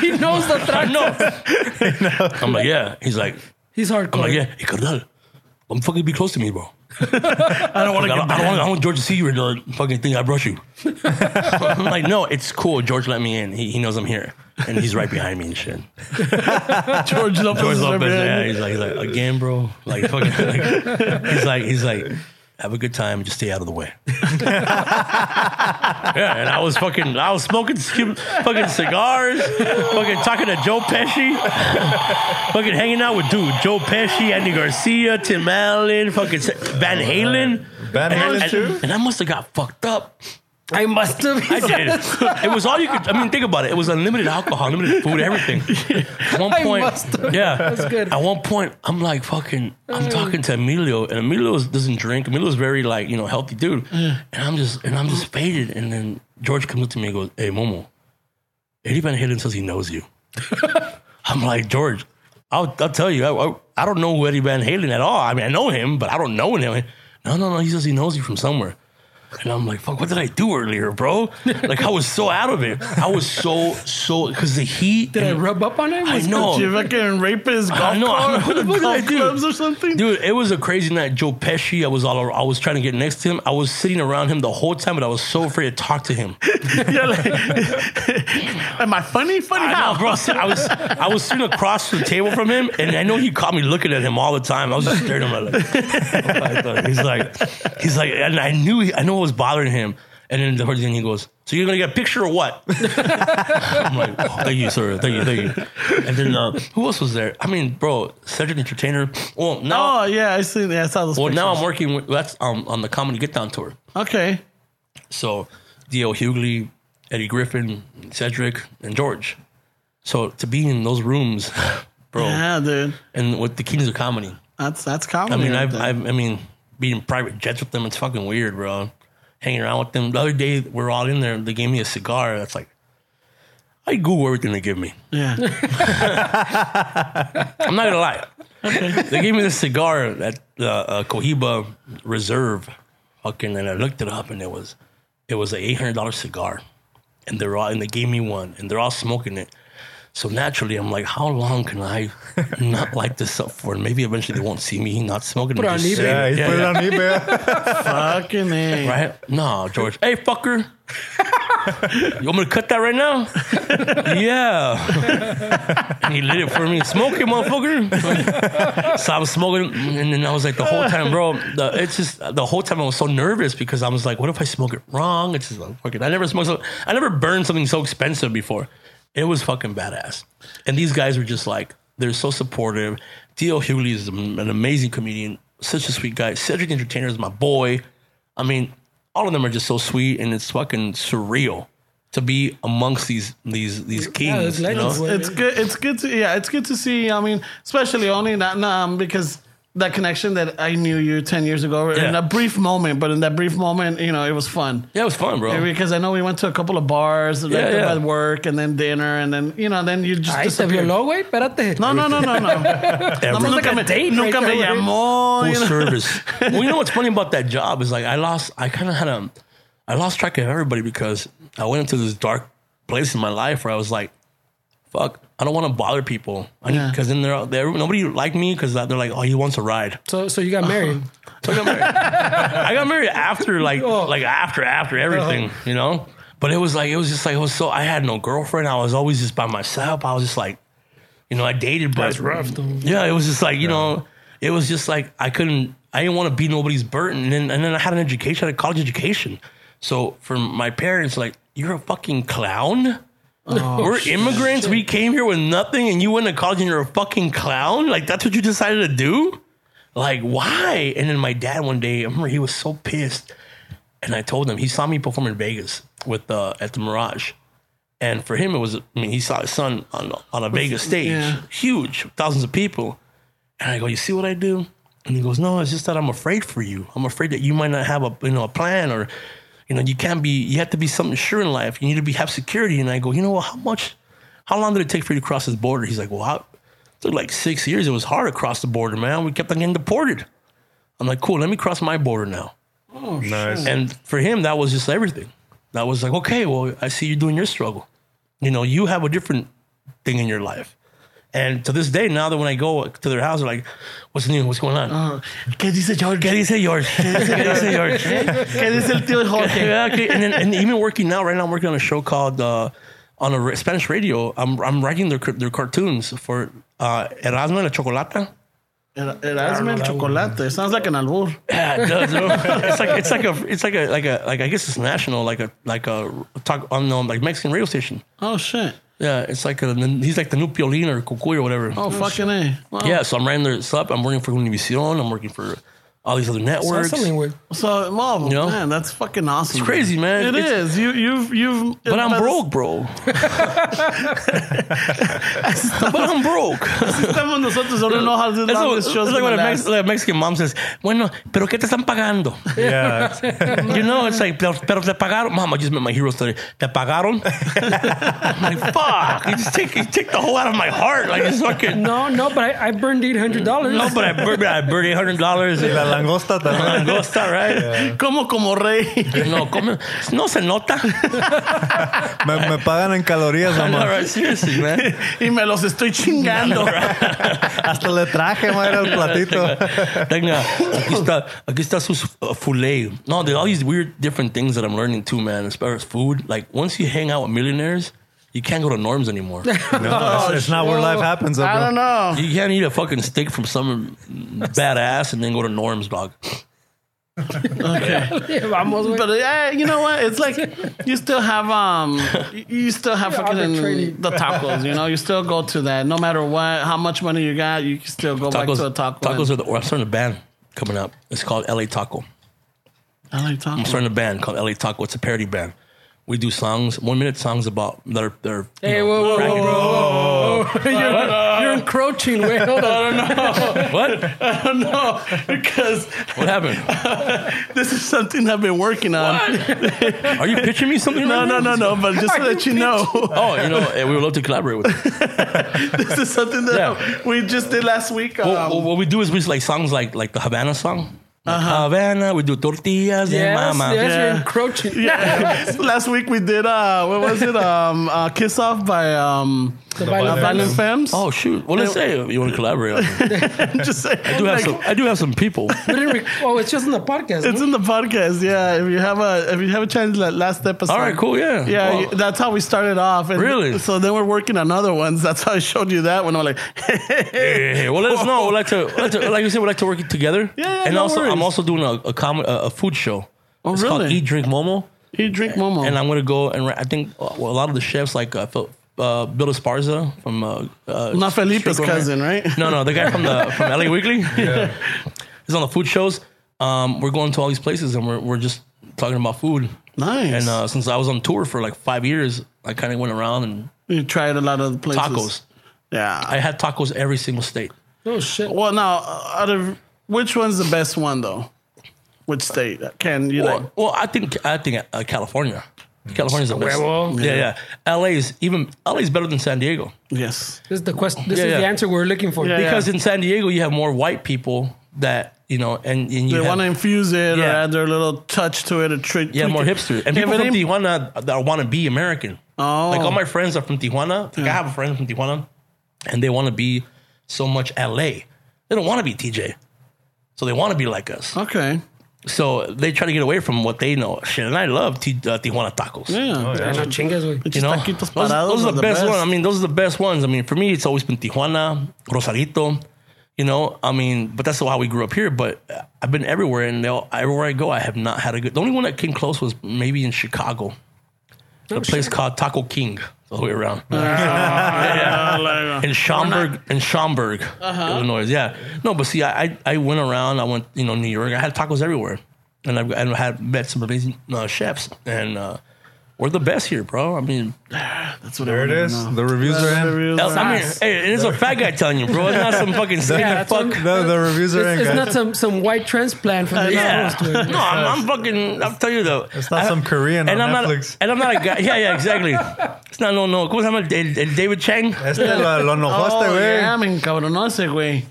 S3: He knows the
S4: I
S3: track.
S4: know. [LAUGHS] I'm like, yeah. He's like,
S3: He's hardcore.
S4: I'm like, yeah, hey, Cardal, I'm fucking be close to me, bro. [LAUGHS] I don't want to. I don't, want. I want George to see you in the fucking thing. I brought you. [LAUGHS] I'm like, no, it's cool. George let me in. He, he knows I'm here, and he's right behind me and shit.
S1: George Lopez.
S4: George
S1: is
S4: Lopez,
S1: everywhere.
S4: yeah, he's like, he's like, again, bro. Like, fucking, like, he's like, he's like, have a good time. Just stay out of
S1: [LAUGHS]
S4: the way. yeah, and I was fucking, I was smoking skim- fucking cigars, fucking talking to Joe Pesci, fucking hanging out with dude Joe Pesci, Andy Garcia, Tim Allen, fucking Van Halen.
S2: Van Halen
S4: and,
S2: too?
S4: and, and I must have got fucked up.
S3: I must have. [LAUGHS]
S4: I did. [LAUGHS] It was all you could. I mean, think about it. It was unlimited alcohol, unlimited food, everything. At one
S3: [LAUGHS] I
S4: point,
S3: must have.
S4: yeah,
S3: That's good. Oh.
S4: At one point, I'm like fucking. I'm talking to Emilio, and Emilio is- doesn't drink. Emilio's very like you know healthy dude, and I'm just and I'm just faded. And then George comes up to me and goes, "Hey, Momo, Eddie Van Halen says he knows you." I'm like George. I'll, I'll tell you, I, I, I don't know who Eddie Van Halen at all. I mean, I know him, but I don't know him. No, no, no. He says he knows you from somewhere. And I'm like, fuck, what did I do earlier,
S3: [LAUGHS]
S4: bro? Like, I was so out of it. I was so, so, because the heat.
S3: Did I
S4: and-
S3: rub up on it?
S4: I
S3: Was-
S4: know.
S1: Did you fucking rape his golf
S4: I know,
S1: cart?
S4: I know. What the fuck did I
S1: golf
S4: do?
S1: clubs or something?
S4: Dude, it was a crazy night. Joe Pesci, I was all I was trying to get next to him. I was sitting around him the whole time, but I was so afraid to talk to him.
S1: Yeah, like, am I funny? Funny
S4: I
S1: how?
S4: know, bro. I was I was sitting across the table from him, and I know he caught me looking at him all the time. I was just staring at him [LAUGHS] like, like he's like, he's like, and I knew, he, I know what was bothering him. And then the first thing he goes, "So you're gonna get a picture or what?" [LAUGHS] I'm like, "Oh, "Thank you, sir. Thank you, thank you." And then uh, who else was there? I mean, bro, Cedric the Entertainer. Well, now,
S1: Oh yeah, I see. Yeah, I saw those.
S4: well, now I'm
S1: pictures.
S4: working with that's um, on the comedy get down tour.
S1: okay.
S4: So D.L. Hughley, Eddie Griffin, Cedric, and George. So to be in those rooms, [LAUGHS] bro,
S1: Yeah, dude,
S4: and with the kings of comedy.
S1: that's that's comedy.
S4: I mean,
S1: right
S4: I've,
S1: there.
S4: I've, I mean, being private jets with them, it's fucking weird, bro. Hanging around with them. The other day, we're all in there. They gave me a cigar. That's like, I Google everything they give me.
S1: yeah.
S4: [LAUGHS] I'm not gonna lie. They gave me this cigar at uh, uh, Cohiba Reserve, fucking, and I looked it up, and it was it was an eight hundred dollar cigar, and they're all and they gave me one, and they're all smoking it. So naturally, I'm like, how long can I [LAUGHS] not light this up for? And maybe eventually they won't see me not smoking.
S3: Put
S4: and
S3: it on
S4: just
S3: eBay.
S4: say
S2: Yeah,
S4: it.
S2: he
S4: Yeah,
S2: put
S4: yeah.
S2: it on eBay.
S4: [LAUGHS]
S1: fucking A.
S4: Right? No, George. Hey, fucker. [LAUGHS] you want me to cut that right
S3: [LAUGHS]
S4: now? yeah. and he lit it for me. Smoke it, motherfucker. so I was smoking, and then I was like, the whole time, bro, the, it's just, the whole time I was so nervous because I was like, what if I smoke it wrong? It's just like, fucking, I never smoked, so, I never burned something so expensive before. It was fucking badass. And these guys were just like, they're so supportive. D.O. Hughley is an amazing comedian, such a sweet guy. Cedric the Entertainer is my boy. I mean, all of them are just so sweet, and it's fucking surreal to be amongst these these these kings.
S3: it's
S4: you know?
S3: legends, bro.
S1: It's good. It's good to yeah. It's good to see. I mean, especially only that um, because that connection that I knew you ten years ago in
S4: Yeah.
S1: a brief moment, but in that brief moment, you know, it was fun.
S4: Yeah, it was fun, bro.
S1: Because I know we went to a couple of bars, like
S4: yeah.
S1: at work, and then dinner, and then you know, then you just
S3: Ahí se
S1: disappear.
S3: violó, güey. Espérate.
S1: No, no, no, no,
S4: [LAUGHS]
S1: no.
S4: Every
S1: nunca me, nunca
S3: right
S1: me
S3: there.
S1: llamó.
S4: full
S1: You know? [LAUGHS]
S4: service. well, you know what's funny about that job is like I lost. I kind of had a. I lost track of everybody because I went into this dark place in my life where I was like, "Fuck, I don't want to bother people."
S1: Yeah.
S4: Because then they're out there. Nobody liked me because they're like, "Oh, he wants a ride."
S3: So, so you got
S4: Uh-huh.
S3: married.
S4: So I got married. [LAUGHS] I got married after like
S3: Oh.
S4: like after after everything, you know. But it was like it was just like it was so I had no girlfriend. I was always just by myself. I was just like, you know, I dated, but yeah, it was just like you know, it was just like I couldn't. I didn't want to be nobody's burden. And then and then I had an education, I had a college education. So from my parents, like you're a fucking clown. [LAUGHS] We're immigrants. We came here with nothing, and you went to college and you're a fucking clown. Like that's what you decided to do like why and then my dad one day i remember he was so pissed and i told him he saw me perform in vegas with uh at the mirage and for him it was i mean he saw his son on on a vegas stage
S1: yeah.
S4: huge thousands of people and i go you see what i do and he goes no it's just that i'm afraid for you i'm afraid that you might not have a you know a plan or you know you can't be you have to be something sure in life you need to be have security and i go you know what how much how long did it take for you to cross this border he's like well how took like six years. It was hard across the border, man. We kept on getting deported. I'm like, cool, let me cross my border now.
S1: Oh,
S2: nice.
S4: And for him, that was just everything. That was like, okay, well, I see you doing your struggle. You know, you have a different thing in your life. And to this day, now that when I go to their house, they're like, what's new? What's going on?
S1: Uh-huh. ¿Qué dice George?
S4: ¿Qué dice George? ¿Qué dice
S1: [LAUGHS]
S4: George?
S1: ¿Qué dice el tío
S4: [LAUGHS]
S1: Jorge?
S4: Yeah, okay. And then, and even working now, right now, I'm working on a show called uh, on a ra- Spanish radio. I'm I'm writing their car- their cartoons for uh, Erasmo y la Chocolata.
S1: Era- Erasmo el chocolate. Sounds like an albur.
S4: Yeah, it does, bro. [LAUGHS] it's like it's like a it's like a like a like I guess it's national like a like a talk unknown like Mexican radio station.
S1: Oh shit.
S4: Yeah, it's like a, he's like the new Piolín or Cucuy or whatever.
S1: Oh fucking a. Wow.
S4: Yeah, so I'm writing their stuff. I'm working for Univision. I'm working for all these other networks.
S3: Hustling, güey.
S1: So, Marvel,
S4: You know?
S1: man, that's fucking awesome.
S4: It's crazy, man.
S1: It
S4: It's-
S1: is. You, you've, you've.
S4: But I'm broke, [LAUGHS] bro. but I'm broke.
S1: Some of nosotros don't know how to do
S4: That's what-
S1: this
S4: that's
S1: show.
S4: like when a, Mex- like a Mexican mom says, "Bueno, pero qué te
S1: [LAUGHS]
S4: están pagando?"
S2: Yeah.
S4: You know, it's like, pero, pero te pagaron. Mom, I just met my heroes today. Te pagaron? [LAUGHS] I'm like, fuck. You just take, you take the whole out of my heart. Like, it's fucking. [LAUGHS]
S3: No, no, but I, I burned eight hundred dollars.
S4: No, but I burned, I burned $800.
S2: La langosta también.
S4: Langosta, right?
S1: Como como rey. [LAUGHS]
S4: No, come, no se nota.
S2: Me, me pagan
S1: [LAUGHS]
S2: en calorías,
S4: I know,
S2: mamá.
S4: right? Seriously, man.
S1: y me los estoy
S4: [LAUGHS]
S1: chingando.
S2: Hasta le traje, madre,
S1: [LAUGHS]
S2: el platito.
S4: Tenga, aquí está, aquí está su uh, filet. No, there are all these weird different things that I'm learning too, man, as far as food. Like, once you hang out with millionaires, you can't go to norms anymore.
S2: No, it's, it's not where life happens, though,
S1: Oh, I
S2: bro.
S1: don't know.
S4: You can't eat a fucking steak from some badass and then go to Norm's dog.
S3: Vamos, güey.
S1: But uh, you know what? It's like you still have um, you- you still have [LAUGHS]
S3: arbitrary.
S1: fucking the tacos. You know, you still go to that no matter what, how much money you got, you can still go back to a taco.
S4: tacos are the. Or I'm starting a band coming up. It's called LA Taco.
S1: and, I like
S4: I'm
S1: tacos.
S4: starting a band called LA Taco. It's a parody band. We do songs, one minute songs about that are. That are you
S3: Hey,
S4: know,
S3: whoa, whoa,
S4: cracking-
S3: whoa, whoa, whoa. You're, you're encroaching, güey. Hold on.
S4: What?
S1: no, [LAUGHS] because
S4: What happened?
S1: this is something I've been working on.
S4: Are you pitching me something?
S1: No,
S4: right
S1: no,
S4: now?
S1: no, no. But just to let you [LAUGHS] know,
S4: Oh, you know, eh, we would love to collaborate with. you.
S1: this is something that
S4: Yeah.
S1: we just did last week. Um,
S4: What, what we do is we just like songs like like the Havana song. Like
S1: Uh-huh.
S4: Havana, we do tortillas de
S3: Yes,
S4: mama.
S3: yes, you're
S1: Yeah.
S3: encroaching.
S1: yeah. Last week we did uh, what was it? Um, uh, Kiss Off by um,
S3: The violent
S1: Violent
S3: femmes.
S1: Femmes.
S4: Oh shoot! Well, let's say you want to collaborate. I
S1: [LAUGHS] just say, I [LAUGHS]
S4: do have some. I do have some people.
S3: We didn't rec- Oh, it's just in the podcast.
S1: It's
S3: no?
S1: in the podcast, yeah. If you have a if you have a chance, like last episode.
S4: All right, cool. Yeah.
S1: Yeah,
S4: Well,
S1: you- that's how we started off. and [LAUGHS]
S4: Really?
S1: So then we're working on other ones. That's how I showed you that one. I'm like,
S4: Hey, hey, well, let us know. We'd like to, like to- like you said, we'd like to work it together.
S1: Yeah, yeah,
S4: and
S1: no
S4: also, I'm
S1: worries.
S4: also doing a a, com- a a food show.
S1: Oh,
S4: it's called
S1: really?
S4: Eat Drink Momo,
S1: you drink Momo.
S4: and I'm gonna go and ra- I think uh, well, a lot of the chefs like uh, Phil, uh, Bill Esparza from uh, uh,
S1: Not Felipe's
S4: Straight Gourmet.
S1: cousin, right?
S4: No, no, the guy from the from LA Weekly. [LAUGHS] he's on the food shows. Um, we're going to all these places, and we're we're just talking about food.
S1: Nice.
S4: And uh, since I was on tour for like five years, I kind of went around and
S1: you tried a lot of places.
S4: tacos.
S1: Yeah.
S4: I had tacos every single state.
S3: Oh, shit.
S1: well, now, uh, out of which one's the best one though? Which state can you like?
S4: Well, well, I think I think uh, California. California's the best.
S3: Huevo.
S4: Yeah, yeah. LA is even LA is better than San Diego
S1: Yes.
S3: This is the quest. This
S4: Yeah,
S3: is the
S4: yeah.
S3: answer we're looking for.
S1: Yeah.
S4: because in San Diego you have more white people that you know, and, and you
S1: They
S4: have,
S1: want to infuse it or
S4: Yeah.
S1: add their little touch to it or trick.
S4: you have more hipsters and people
S1: but
S4: from
S1: they-
S4: Tijuana that want to be American.
S1: Oh.
S4: like all my friends are from Tijuana. Like I have a friend from Tijuana, and they want to be so much LA. They don't want to be TJ, so they want to be like us.
S1: Okay.
S4: So they try to get away from what they know. Shit, and I love T- uh, Tijuana tacos.
S1: Yeah.
S3: Ah, no chingas, güey.
S1: Just
S4: You know,
S1: taquitos
S4: those,
S1: parados
S4: those are the best,
S1: best.
S4: ones. I mean, those are the best ones. I mean, for me, it's always been Tijuana, Rosarito. You know, I mean, but that's how we grew up here. But uh, I've been everywhere, and they all, everywhere I go, I have not had a good. The only one that came close was maybe in Chicago, a place called Taco King, all the way around.
S1: Oh,
S4: Yeah. In Schaumburg, in Schaumburg, Illinois. Yeah, no, but see, I, I I went around. I went, you know, New York. I had tacos everywhere, and I've and I had met some amazing uh, chefs, and uh, we're the best here, bro. I mean,
S1: That's what
S2: [LAUGHS] There it is. The reviews are in.
S1: Real
S4: Else, I mean,
S3: Nice.
S4: hey, it is a fat guy telling you, bro. It's not some fucking skinny
S3: Yeah, that's
S4: fuck.
S3: what-
S2: The, the reviews are in,
S3: It's, it's
S2: guys.
S3: not some, some white transplant from the
S4: Yeah.
S3: East Coast, güey.
S4: No, I'm, I'm fucking. I'll tell you though.
S2: It's not some Korean
S4: and
S2: on
S4: I'm
S2: Netflix.
S4: not. And I'm not a guy. Yeah, yeah,
S2: [LAUGHS]
S4: exactly. It's not no no. ¿Cómo se llama? El- el David Chang.
S2: Este lo, lo enojaste,
S1: Oh,
S2: güey.
S1: yeah, me encabronó ese güey. eh,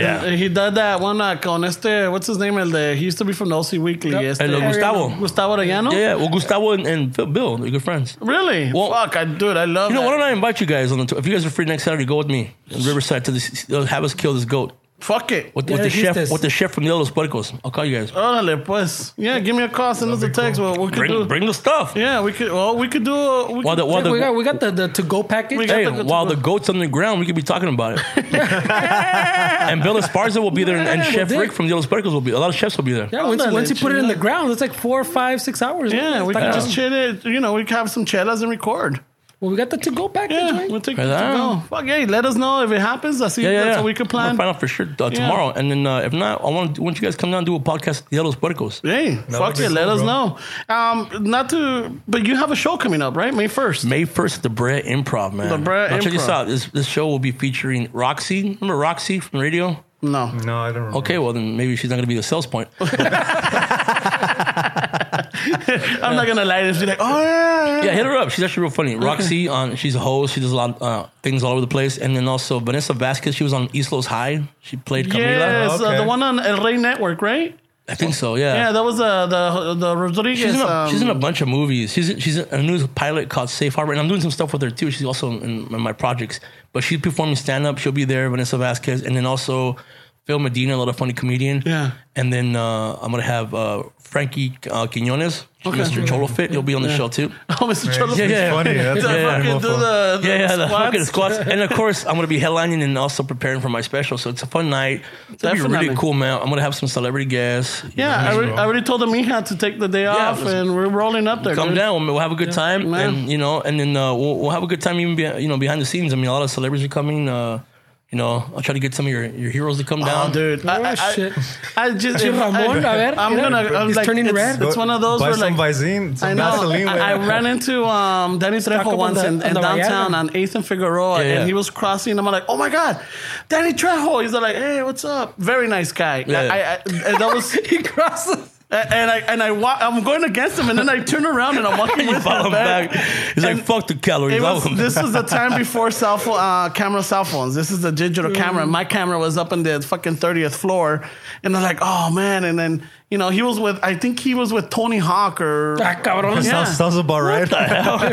S4: Yeah.
S1: He did that one uh, con este, what's his name? El de, he used to be from the OC Weekly. Este,
S4: El de Gustavo.
S1: Gustavo Arellano?
S4: Yeah, well, Gustavo and, and Phil- Bill, they're good friends.
S1: Really?
S4: Well-
S1: Fuck, I, dude, I love
S4: You know,
S1: that.
S4: why don't I invite you guys on the tour? If you guys are free next Saturday, go with me in Riverside to this, uh, have us kill this goat
S1: Fuck it.
S4: with, with
S3: Yeah,
S4: the
S3: he's
S4: chef
S3: this.
S4: with the chef from the Los Puercos. I'll call you guys.
S1: Órale, pues. Yeah, give me a call, send us a text. Well, we could do.
S4: Bring bring the stuff.
S1: Yeah, we could, well, we could do. a- We
S4: While
S1: could,
S4: the while
S3: we got
S4: the
S3: we got the, the to go
S1: We
S3: package.
S1: got-
S4: Hey,
S1: the-
S4: while the goat's on the ground, we could be talking about it. and Bill Esparza will be there, and, and Chef
S3: dick.
S4: Rick from the Los Puercos will be. A lot of chefs will be there.
S3: Yeah, once,
S1: Ándale,
S3: once you put it in
S1: chingada.
S3: the ground, it's like four, five, six hours.
S1: yeah,
S3: güey.
S1: we
S3: It's
S1: could
S3: like-
S1: just chill it. You know, we could have some chelas and record.
S3: Well, we got the to go package.
S1: Yeah,
S3: right?
S1: we'll take it
S4: Right
S1: to
S4: on.
S1: go. Oh, Fuck, hey, let us know if it happens. I see
S4: Yeah, yeah,
S1: that's
S4: yeah.
S1: what we could
S4: I'll
S1: plan.
S4: find out for sure uh, tomorrow, and then uh, if not, I want want you guys to come down and do a podcast at the Los Puercos.
S1: Hey,
S2: would
S1: fuck
S2: be
S1: it. Let
S2: cool,
S1: us
S2: bro.
S1: know. Um, not to, but you have a show coming up, right? May first.
S4: May first, the Bread Improv, man.
S1: The Brea
S4: Now, Check this
S1: Improv.
S4: out. This this show will be featuring Roxy. Remember Roxy from the radio?
S1: No.
S2: No, I don't
S1: [LAUGHS]
S2: remember.
S4: Okay, well then maybe she's not going to be the sales point.
S1: I'm not gonna lie to this. Be like, oh yeah,
S4: Yeah, hit her up. She's actually real
S1: [LAUGHS]
S4: funny. Roxy, on she's a host. She does a lot of uh, things all over the place. And then also Vanessa Vasquez, she was on East Los High. She played Camila.
S1: yes, uh,
S2: Okay.
S1: the one on El Rey Network, right?
S4: I think so. Yeah.
S1: Yeah, that was uh, the the Rodriguez.
S4: She's, in a,
S1: um,
S4: she's in a bunch of movies. She's in, she's in a new pilot called Safe Harbor, and I'm doing some stuff with her too. She's also in, in my projects, but she's performing stand up. She'll be there, Vanessa Vasquez, and then also Phil Medina, a lot of funny comedian.
S1: Yeah.
S4: And then uh, I'm gonna have uh, Frankie uh, Quinones, Mr. Cholo Fit. He'll be on the show too.
S1: oh, Mr. Cholo.
S4: Yeah, yeah.
S2: funny. That's
S1: The
S2: a
S4: Yeah.
S1: fucking
S2: fucking
S1: do [LAUGHS] the, the
S4: yeah, yeah, the
S1: squats.
S4: fucking squats. and of course, I'm gonna be headlining and also preparing for my special. So it's a fun night. It's gonna be
S1: Definitely.
S4: really cool, man. I'm gonna have some celebrity guests.
S1: Yeah, I, already- I already told the Mija to take the day off,
S4: let's-
S1: and we're rolling up there.
S4: Come
S1: dude.
S4: down. We'll have a good time,
S1: man.
S4: and you know, and then uh, we'll, we'll have a good time even be, you know behind the scenes. I mean, a lot of celebrities are coming. Uh, you know, I'll try to get some of your, your heroes to come
S1: Oh,
S4: down.
S1: dude, I, I,
S3: Oh, shit.
S1: I, I just
S3: Dude, Ramon, a ver,
S1: I'm
S3: mira,
S1: gonna. I'm
S3: he's
S1: like,
S3: turning
S1: it's,
S3: red.
S1: It's one of those
S2: Buy
S1: where like
S2: some Visine, some
S1: I know.
S2: Vaseline.
S1: I, I
S2: with it.
S1: ran into um, Danny
S3: up
S1: Trejo
S3: on
S1: once
S3: the-
S1: in,
S3: on
S1: in
S3: the
S1: downtown
S3: Vallarta.
S1: on 8th and Figueroa,
S4: Yeah, yeah.
S1: and he was crossing. I'm like, oh my God, Danny Trejo. He's like, hey, what's up? Very nice guy.
S4: Yeah.
S1: I, I, and that was.
S3: [LAUGHS] he crosses.
S1: And I and I wa- I'm going against him, and then I turn around and I'm walking
S4: You [LAUGHS]
S1: with [LAUGHS]
S4: follow
S1: him
S4: him
S1: back.
S4: back. He's like,
S1: And
S4: "Fuck the calories."
S1: It
S4: I
S1: was,
S4: want
S1: this
S4: that.
S1: was the time before cell phone, uh, camera cell phones. This is the digital camera. My camera was up in the fucking 30th floor. And I'm like, oh man. And then, you know, he was with, I think he was with Tony Hawk or.
S3: Ah, cabrón.
S1: Yeah.
S2: Sounds, sounds about right.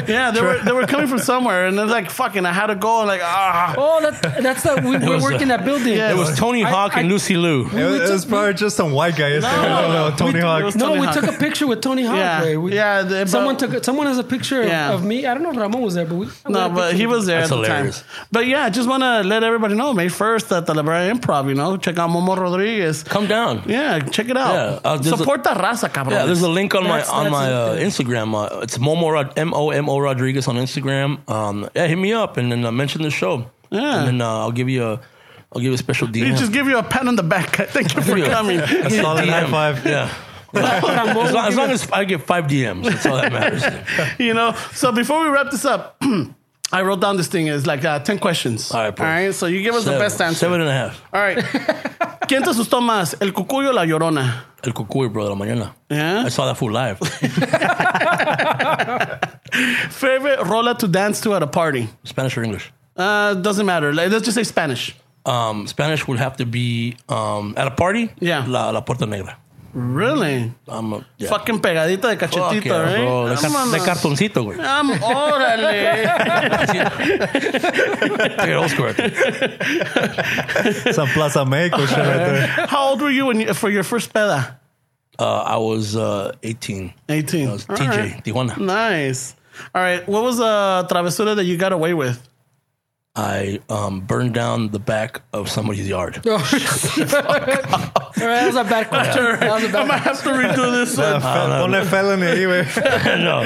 S1: Yeah, they were, they were coming from somewhere. And it's like, fucking, I had to go. And like, ah.
S3: Oh, that, that's the
S1: [LAUGHS]
S3: we, we're
S4: was a-
S3: working that building.
S1: Yeah,
S4: [LAUGHS] it was Tony
S3: I-
S4: Hawk and
S3: I-
S4: Lucy Liu.
S2: It, was- [LAUGHS] it
S3: took-
S2: was probably just some white guy. yesterday.
S1: No,
S2: I don't know, Tony
S1: we-
S2: Hawk.
S1: it was-
S3: No,
S1: Tony
S3: we
S1: Hawk.
S3: took a picture with Tony Hawk.
S1: Yeah,
S3: right? We-
S1: yeah, the- but-
S3: someone took. a- Someone has a picture of-
S1: Yeah.
S3: of, me. I don't know if Ramon was there, but we.
S1: No, [LAUGHS] but he was there
S4: That's
S1: at the
S4: hilarious.
S1: time. But yeah, I just want to let everybody know May 1st at the La Brea Improv, you know, check out Momo Rodriguez.
S4: Come down.
S1: Yeah, check it out.
S4: Yeah, uh, there's a-
S1: Support the raza, cabrón.
S4: Yeah, there's a link on my
S3: That's-
S4: on
S3: that's
S4: my
S3: it,
S4: uh,
S3: yeah.
S4: Instagram. Uh, it's Momo Rod- M O M O Rodriguez on Instagram. Um, yeah, hit me up and then uh, mention the show.
S1: Yeah.
S4: and then uh, I'll give you a I'll give you a special DM.
S1: He just give you a pat on the back. [LAUGHS] Thank you for
S4: Yeah. [LAUGHS]
S1: coming. [LAUGHS]
S2: A solid high
S4: DM.
S2: five.
S4: Yeah. As long, as long as I get five DMs, that's all that
S1: [LAUGHS]
S4: matters.
S1: you know. So before we wrap this up, [CLEARS THROAT] I wrote down this thing. It's like uh, ten questions.
S4: All right,
S1: all
S4: bro.
S1: right. So you give us the best answer.
S4: Seven and a half.
S1: All right. ¿Quién te asustó más, el cucuyo o la llorona?
S4: El Cucuy, bro, de la mañana.
S1: Yeah.
S4: I saw that
S1: [LAUGHS]
S4: fool live.
S1: Favorite rola to dance to at a party?
S4: Spanish or English?
S1: Uh, doesn't matter. Like, let's just say Spanish.
S4: Um, Spanish would have to be um, at a party.
S1: Yeah.
S4: La, la Puerta Negra.
S1: Really?
S4: I'm a, yeah.
S1: Fucking pegadita de
S4: [LAUGHS] Fuck
S1: cachetito,
S4: yeah,
S1: right?
S4: bro. De, car-
S1: Vámonos.
S4: de cartoncito, güey.
S1: [LAUGHS] Um, órale.
S4: Take it old school.
S2: Some Plaza Mexico shit right there.
S1: How old were you when you, for your first peda?
S4: Uh, I was uh, 18.
S1: Eighteen.
S4: I was
S1: All
S4: TJ,
S1: right.
S4: Tijuana.
S1: Nice. All right. What was a travesura that you got away with?
S4: I um, burned down the back of somebody's yard.
S1: Oh.
S4: [LAUGHS]
S3: All right, that was
S1: [LAUGHS]
S3: a bad question. That was a
S1: I might
S3: bad. [LAUGHS]
S1: have to redo this.
S2: Uh,
S1: one.
S2: fel- Ponle felony
S1: [LAUGHS]
S2: ahí, güey.
S4: no.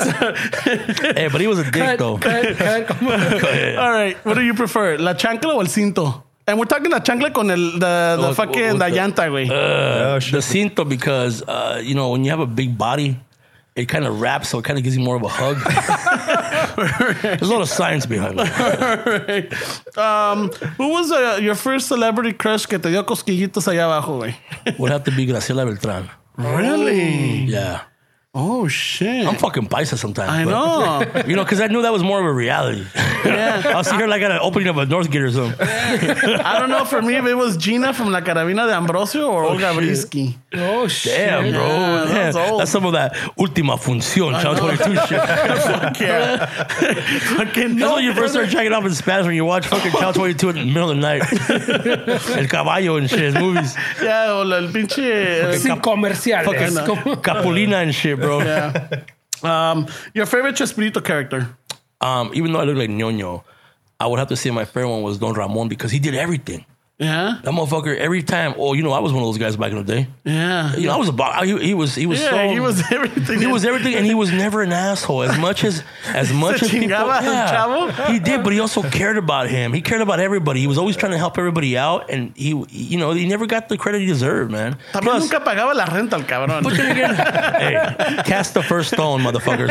S4: hey, but he was a dick,
S3: Cut,
S4: though.
S3: cut, cut. Come on.
S1: All right, what do you prefer, la chancla o el cinto? And we're talking la chancla con el the, the
S4: With-
S1: fucking
S4: with
S1: la
S4: Oh, the- Uh.
S1: llanta, güey.
S2: Oh,
S4: the
S2: shit.
S4: cinto because uh, you know when you have a big body, it kind of wraps, so it kind of gives you more of
S1: [LAUGHS]
S4: a hug. There's a lot of science behind it.
S1: um, who was uh, your first celebrity crush que te dio cosquillitas allá abajo, güey?
S4: Would have to be Graciela Beltran.
S1: Really?
S4: Yeah,
S1: Oh shit!
S4: I'm fucking paisa sometimes.
S1: I
S4: but- [LAUGHS]
S1: know.
S4: You know, because I knew that was more of a reality. [LAUGHS] I'll see her like at an opening of a Northgate or something.
S1: I don't know. For me, if it was Gina from La Carabina de Ambrosio or Olga
S4: shit.
S1: Brisky.
S3: Oh shit!
S4: Damn, bro.
S1: Yeah,
S4: Damn.
S1: that's
S4: That's,
S1: old.
S4: some of that Ultima Función, Channel 22 shit.
S1: [LAUGHS] Fuck yeah! fucking
S4: That's
S1: no.
S4: when you first start checking off in Spanish when you watch fucking Channel 22 in the middle of the night.
S1: [LAUGHS]
S4: El Caballo and shit, movies.
S1: Yeah, o Oh, la- el pinche.
S3: Sin comerciales.
S4: Fucking
S3: [LAUGHS] Como-
S4: Capulina and shit, bro.
S1: Um, your favorite Chespirito
S4: [LAUGHS]
S1: character?
S4: Um, even though I look like Ñoño, I would have to say my favorite one was Don Ramon because he did everything.
S1: Yeah,
S4: That motherfucker, every time, oh, you know, I was one of those guys back in the day.
S1: yeah,
S4: You know, I was a bo- he, he was he was
S1: yeah.
S4: so
S1: Oh. he was [LAUGHS] everything.
S4: He was everything, and he was never an asshole. As much as
S1: [LAUGHS]
S4: as much as people,
S1: chingaba el chavo?
S4: he did, but he also cared about him. He cared about everybody. He was always trying to help everybody out, and he, you know, he never got the credit he deserved, man.
S1: También nunca pagaba la renta al cabrón.
S4: But then again, hey, cast the first stone,
S1: [LAUGHS]
S4: motherfuckers.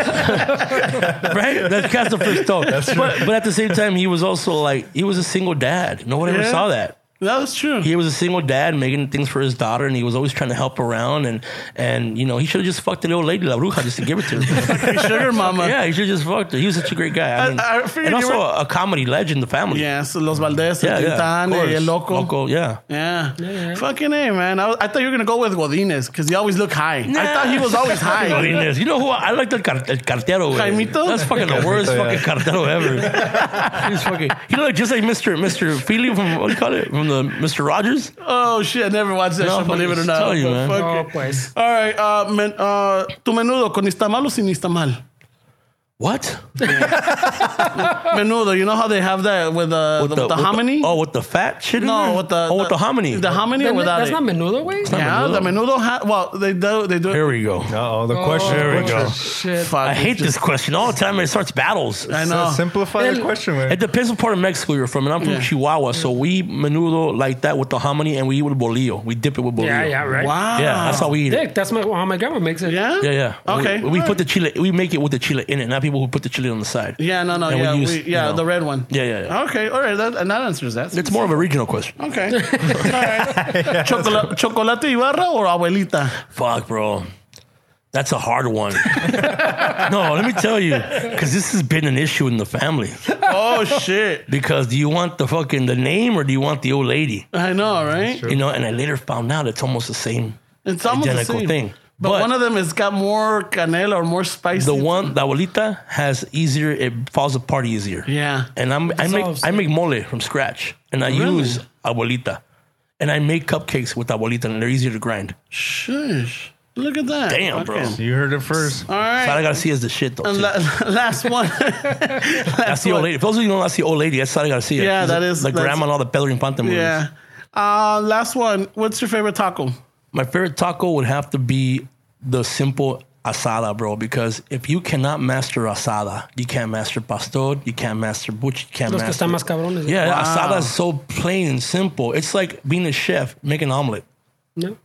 S4: right? That's cast the first stone. But, but at the same time, he was also like he was a single dad. Nobody
S1: Yeah.
S4: ever saw that.
S1: That's true.
S4: He was a single dad making things for his daughter, and he was always trying to help around. And and you know, he should have just fucked the old lady La Bruja just to give it to her.
S1: [LAUGHS] Sugar mama.
S4: yeah, he should have just fucked her. He was such a great guy. I mean,
S1: I figured
S4: and
S1: you
S4: also
S1: were-
S4: a, a comedy legend, the family.
S1: Yes, Los Valdez,
S4: yeah,
S1: yeah,
S4: yeah. of
S1: Quintana, El
S4: course.
S1: Loco.
S4: Loco, yeah.
S1: Yeah. Fucking A, man. I, was- I thought you were going to go with Godinez because he always looked high. I thought he was
S4: [LAUGHS]
S3: [LAUGHS]
S1: always
S4: Fucking
S1: high.
S4: Godinez. You know who I, I like the car, el cartero. güey.
S1: Jaimito?
S4: That's fucking the worst
S2: Jaimito, yeah.
S4: fucking cartero
S1: [LAUGHS]
S4: ever. He's fucking. He looked just like Mr. Mr. Feely from what do you call it from the Mr. Rogers.
S1: oh, shit. I never watched that
S4: No,
S1: show, believe it or
S4: fucking
S1: not.
S4: tell you,
S1: but
S4: man.
S1: fuck
S3: No,
S1: it.
S3: Oh, pues.
S1: All right. Uh, men, uh, tu menudo, con istamal o sin istamal?
S4: What?
S3: Ah.
S1: Menudo, you know how they have that with, uh, the, with the, hominy?
S4: oh, with the fat shit? in
S1: no,
S4: there?
S1: with the.
S4: oh, with the, hominy.
S1: The hominy or
S3: Then
S1: without
S3: That's
S1: it?
S3: not menudo, way.
S1: yeah, the menudo. Ha- well, they do, they do it.
S4: Here we go.
S2: Oh, the question.
S3: There
S2: we go.
S3: Shit.
S1: Fuck,
S4: I
S1: it's
S4: hate
S1: just-
S4: this question all the time. It starts battles.
S1: I know.
S2: Simplify the
S3: El-
S2: question, man.
S4: It depends what part of Mexico you're from, and I'm from
S1: Yeah.
S4: Chihuahua, so we menudo like that with the hominy, and we eat with bolillo. We dip it with bolillo.
S3: Yeah, yeah, right.
S1: Wow.
S4: Yeah, that's how we eat it.
S3: Dick, that's my, how my grandma makes it.
S1: Yeah?
S4: Yeah, yeah.
S1: Okay.
S4: We, we
S1: All
S4: put the chile. We make it with the chile in it, not people who put the chile on the side.
S1: Yeah, no, no,
S4: And we
S1: yeah,
S4: use,
S1: we,
S4: you
S1: yeah,
S4: know.
S1: the red one.
S4: Yeah, yeah, yeah.
S1: Okay, all right, that, and that answers that.
S4: It's more of a regional question.
S1: okay. all right. Chocola- chocolate Ibarra or
S3: [LAUGHS]
S1: abuelita?
S4: Fuck, bro. That's a hard one. [LAUGHS] no, let me tell you, because this has been an issue in the family.
S1: Oh shit!
S4: Because do you want the fucking the name or do you want the old lady?
S1: I know, right?
S4: You know, and I later found out it's almost the same.
S1: It's almost
S4: Identical
S1: the same
S4: thing.
S1: But,
S4: But-
S1: one of them has got more canela or more spice.
S4: The one, the abuelita, has easier. It falls apart easier.
S1: Yeah.
S4: And I'm, I make
S3: Dissolves.
S4: I make mole from scratch, and I
S1: Really?
S4: use abuelita, and I make cupcakes with abuelita, and they're easier to grind.
S1: Shush! Look at that.
S4: Damn, bro.
S1: Fucking-
S2: You heard it first.
S1: All
S4: Sara
S1: right.
S4: Garcia is the shit though.
S1: And
S4: too.
S1: la- [LAUGHS] last
S4: [LAUGHS]
S1: one.
S4: that's the old
S1: what-
S4: lady. For those of you who don't know, that's the old lady. That's Sara Garcia.
S1: Yeah,
S4: She's
S1: that
S4: the,
S1: is-
S4: the
S1: that's-
S4: grandma and all the Pedro Infante movies.
S1: yeah. Uh, last one. What's your favorite
S4: Mm-hmm.
S1: taco?
S4: My favorite taco would have to be the simple asada, bro. Because if you cannot master asada, you can't master pastor, you can't master butch, you can't
S3: Los que
S4: master.
S3: están más cabrones.
S4: yeah,
S1: Wow.
S4: asada is so plain and simple. It's like being a chef, make an omelet.
S3: No.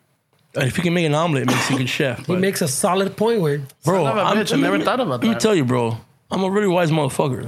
S4: And if you can make an omelet, it makes you a
S1: [LAUGHS]
S4: good chef.
S3: He
S4: but-
S3: makes a solid point, way.
S4: bro,
S1: Son of a
S4: I'm-
S1: bitch, I
S4: let me-
S1: never thought about
S4: Let me
S1: that.
S4: tell you, bro. I'm a really wise
S1: [LAUGHS]
S4: motherfucker.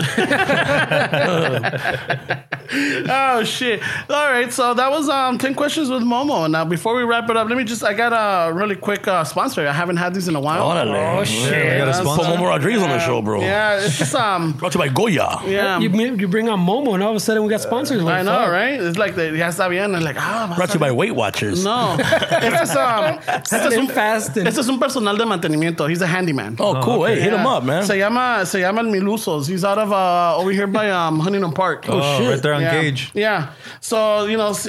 S1: Oh shit! All right, so that was um ten questions with Momo. Now before we wrap it up, let me just I got a really quick uh, sponsor. I haven't had these in a while.
S4: Órale.
S2: Yeah, we got a
S1: Oh, that's-
S4: Put
S2: sponsor.
S4: Momo Rodriguez on the show, bro.
S1: Yeah, it's just
S4: [LAUGHS]
S1: um,
S4: Brought to you by Goya.
S1: yeah,
S3: You, you bring on Momo, and all of a sudden we got sponsors.
S1: Um,
S3: Like,
S1: I know,
S3: fuck.
S1: right? It's like the ya está bien. I'm like ah,
S4: [LAUGHS] Brought to you by Weight Watchers.
S1: no. Este es um, este es
S3: Slim
S1: un
S3: fast and
S1: este es un personal de mantenimiento. He's a handyman.
S4: Oh, cool. Hey, hit him up, man.
S1: Se llama se llama el Milusos. He's out of uh over here by um Huntington Park.
S2: Oh,
S4: shit.
S2: right there on
S1: yeah.
S2: Gage.
S1: Yeah. So, you know, es,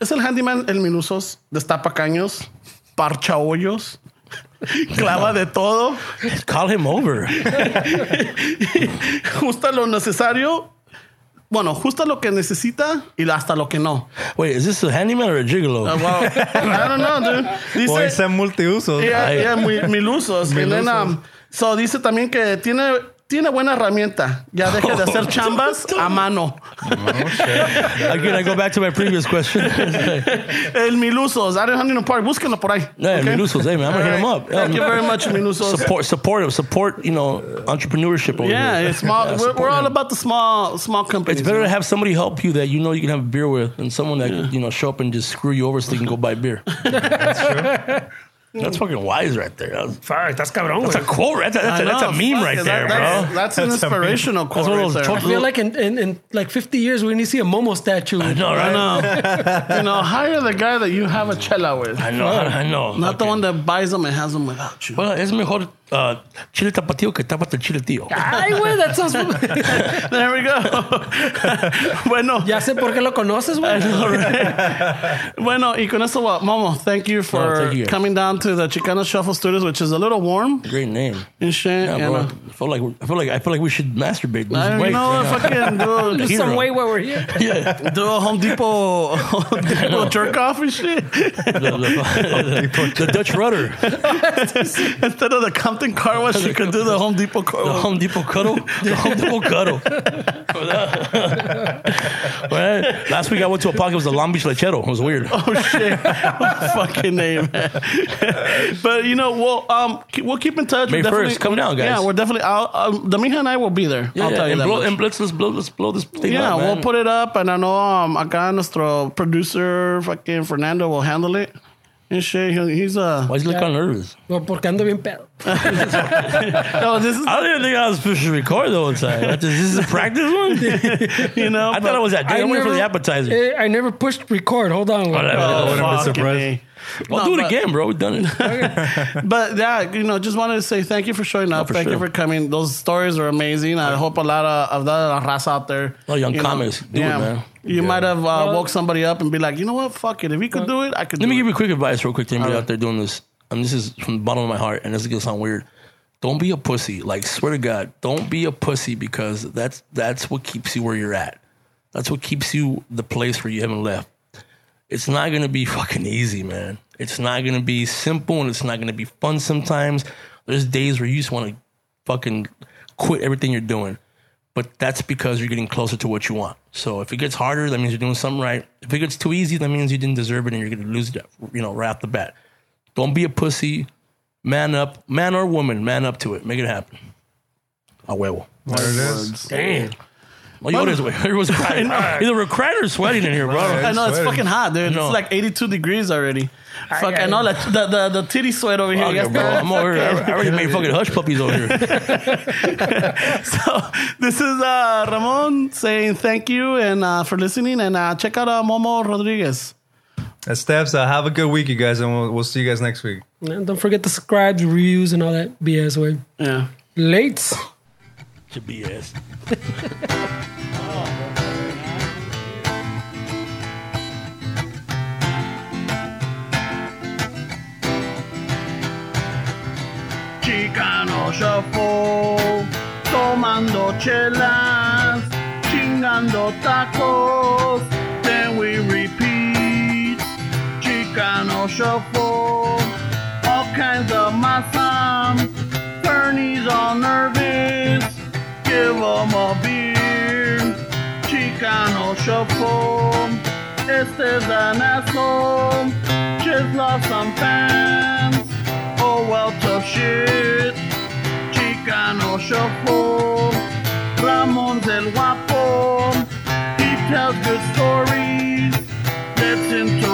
S1: es el handyman El Minusos, destapa caños, parcha hoyos, [LAUGHS] clava de todo,
S4: Call
S1: [LAUGHS]
S4: him over.
S1: justa lo necesario. Bueno, justa lo que necesita y hasta lo que no.
S4: Wait, is this a handyman or a gigolo?
S1: Uh, wow. I don't know, dude. Dice,
S2: Boy, it's a multiuso.
S1: yeah,
S4: Ay.
S1: yeah, mi- milusos. And then, um, so dice también que tiene, tiene buena herramienta. Ya deje de hacer chambas a mano.
S4: Again, [LAUGHS] I go back to my previous question.
S1: [LAUGHS]
S4: hey,
S1: El Milusos, out in Huntington Park, búsquenlo por ahí. okay?
S4: Minusos, hey, man, I'm gonna hit him up. Um,
S1: Thank you
S4: Yeah,
S1: very much, Minusos.
S4: Support, support him. Support, you know, entrepreneurship over
S1: Yeah,
S4: here. [LAUGHS]
S1: it's small. we're,
S4: support
S1: we're all
S4: him.
S1: about the small small companies.
S4: It's better to
S1: man.
S4: have somebody help you that you know you can have a beer with, than someone that you know show up and just screw you over so they can go
S1: [LAUGHS]
S4: buy beer. That's true. That's fucking wise right there. That was-
S3: fuck, that's cabrón.
S4: That's a
S3: güey.
S4: quote right there. That's,
S1: I
S4: a, that's
S1: know,
S4: a meme
S1: Oh, fuck,
S4: right
S1: that-
S4: there,
S1: that's, That's an
S4: bro.
S2: That's a meme.
S1: inspirational quote.
S4: That's one of
S1: right
S4: those
S1: there.
S4: tot-
S3: I feel like in, in, in like 50 years we're gonna see a Momo statue.
S4: I know, right?
S1: you
S4: [LAUGHS]
S1: know, hire the guy that you have a chela with,
S4: I know, I know.
S1: not the
S4: Okay.
S1: one that buys them and has them without you.
S4: Well, es mejor uh, chile tapatio que tapa el chile tío.
S3: Ay, güey,
S1: [LAUGHS]
S3: that sounds.
S1: There we go. [LAUGHS] bueno,
S3: ya sé por qué lo conoces, güey.
S1: bueno, y con eso, well, Momo, thank you for
S4: Oh, thank you.
S1: coming down to the Chicano Shuffle Studios, which is a little warm
S4: Great name.
S1: and shit.
S4: Yeah,
S1: and,
S4: bro.
S1: uh,
S4: I feel like I feel like I feel like we should masturbate. Lose
S1: I
S4: weight.
S1: don't know if I
S4: [LAUGHS]
S1: can do,
S4: Hero.
S3: Some way where we're here.
S4: yeah.
S1: do a Home [LAUGHS] Depot, Home Depot jerk off and shit. [LAUGHS]
S4: the, [LAUGHS] the- the Dutch rudder,
S1: Instead of the Compton car wash, you could do the Home Depot car
S4: [LAUGHS] the
S1: wash.
S4: Home Depot cuddle, the Home Depot cuddle. [LAUGHS] well, Oh, last week I went to a park. It was the Long Beach Lechero. It was weird.
S1: Oh shit! Fucking name. man. [LAUGHS] but you know, we'll um, ke- we'll keep in touch.
S4: May
S1: We're definitely-
S4: 1st, come down, guys.
S1: Yeah, we're definitely. I'll, um, Damija and I will be there. I'll tell you
S4: and
S1: that.
S4: blow,
S1: much.
S4: and let's, let's blow let's blow this thing
S1: yeah,
S4: up,
S1: we'll
S4: man.
S1: put it up, and I know um, acá nuestro producer, fucking Fernando, will handle it and shit. He, he's uh,
S4: Why you look all nervous?
S3: Well, porque ando bien pedo.
S1: no, this is
S4: I don't even think I was supposed to record the whole time. I just, this is a practice [LAUGHS] one.
S1: [LAUGHS] you know.
S4: I thought I Oh, was at dinner. I'm waiting for the appetizer.
S3: eh, I never pushed record. Hold on.
S4: All right,
S3: güey.
S4: all right.
S2: would've been
S1: fucking
S2: surprised.
S1: A.
S4: I'll
S1: No,
S4: do it
S1: but-
S4: again, bro. We've done it.
S1: But yeah, you know, just wanted to say thank you for showing up.
S4: for
S1: thank you
S4: sure.
S1: for coming. Those stories are amazing. I hope a lot of, of that raza out there.
S4: lot of young
S1: you know,
S4: comics do it, man.
S1: You might have uh, woke somebody up and be like, you know what, fuck it. If he could do it, I could.
S4: Let
S1: do
S4: me
S1: it.
S4: give you quick advice, real quick, to anybody out there doing this. And this is from the bottom of my heart, and this is gonna sound weird. Don't be a pussy. Like, swear to God, don't be a pussy because that's that's what keeps you where you're at. That's what keeps you the place where you haven't left. It's not gonna be fucking easy, man. It's not gonna be simple, and it's not gonna be fun. Sometimes there's days where you just want to fucking quit everything you're doing, but that's because you're getting closer to what you want. So if it gets harder, that means you're doing something right. If it gets too easy, that means you didn't deserve it, and you're gonna lose it, you know, right off the bat. Don't be a pussy. Man up, man or woman, man up to it. Make it happen. A huevo.
S2: There it is.
S4: Damn. Well, you always, [LAUGHS] you was crying. Either we're crying or sweating in here, bro.
S1: I know it's
S2: Sweating.
S1: fucking hot, dude.
S4: No.
S1: It's like 82 degrees already. Fuck,
S3: ay,
S1: and all that the, the the titty sweat over here.
S4: Okay,
S1: Yes,
S4: bro. I'm over here. I already made fucking hush puppies over here.
S1: so this is uh, Ramon saying thank you and uh, for listening, and uh, check out uh, Momo Rodriguez.
S2: And Steps, uh, have a good week, you guys, and we'll, we'll see you guys next week.
S3: And Don't forget to subscribe, reviews, and all that BS, way.
S1: Yeah.
S3: Late.
S4: to BS.
S1: Chicano Shuffle, tomando chelas, chingando tacos, then we repeat. Chicano Shuffle, all kinds of masa, Bernie's all nervous, give 'em a beer. Chicano Shuffle, este es an asshole, just lost some fans. Oh, well, tough shit. Chicano shuffle. Ramon's el guapo. He tells good stories. Let's enjoy. oh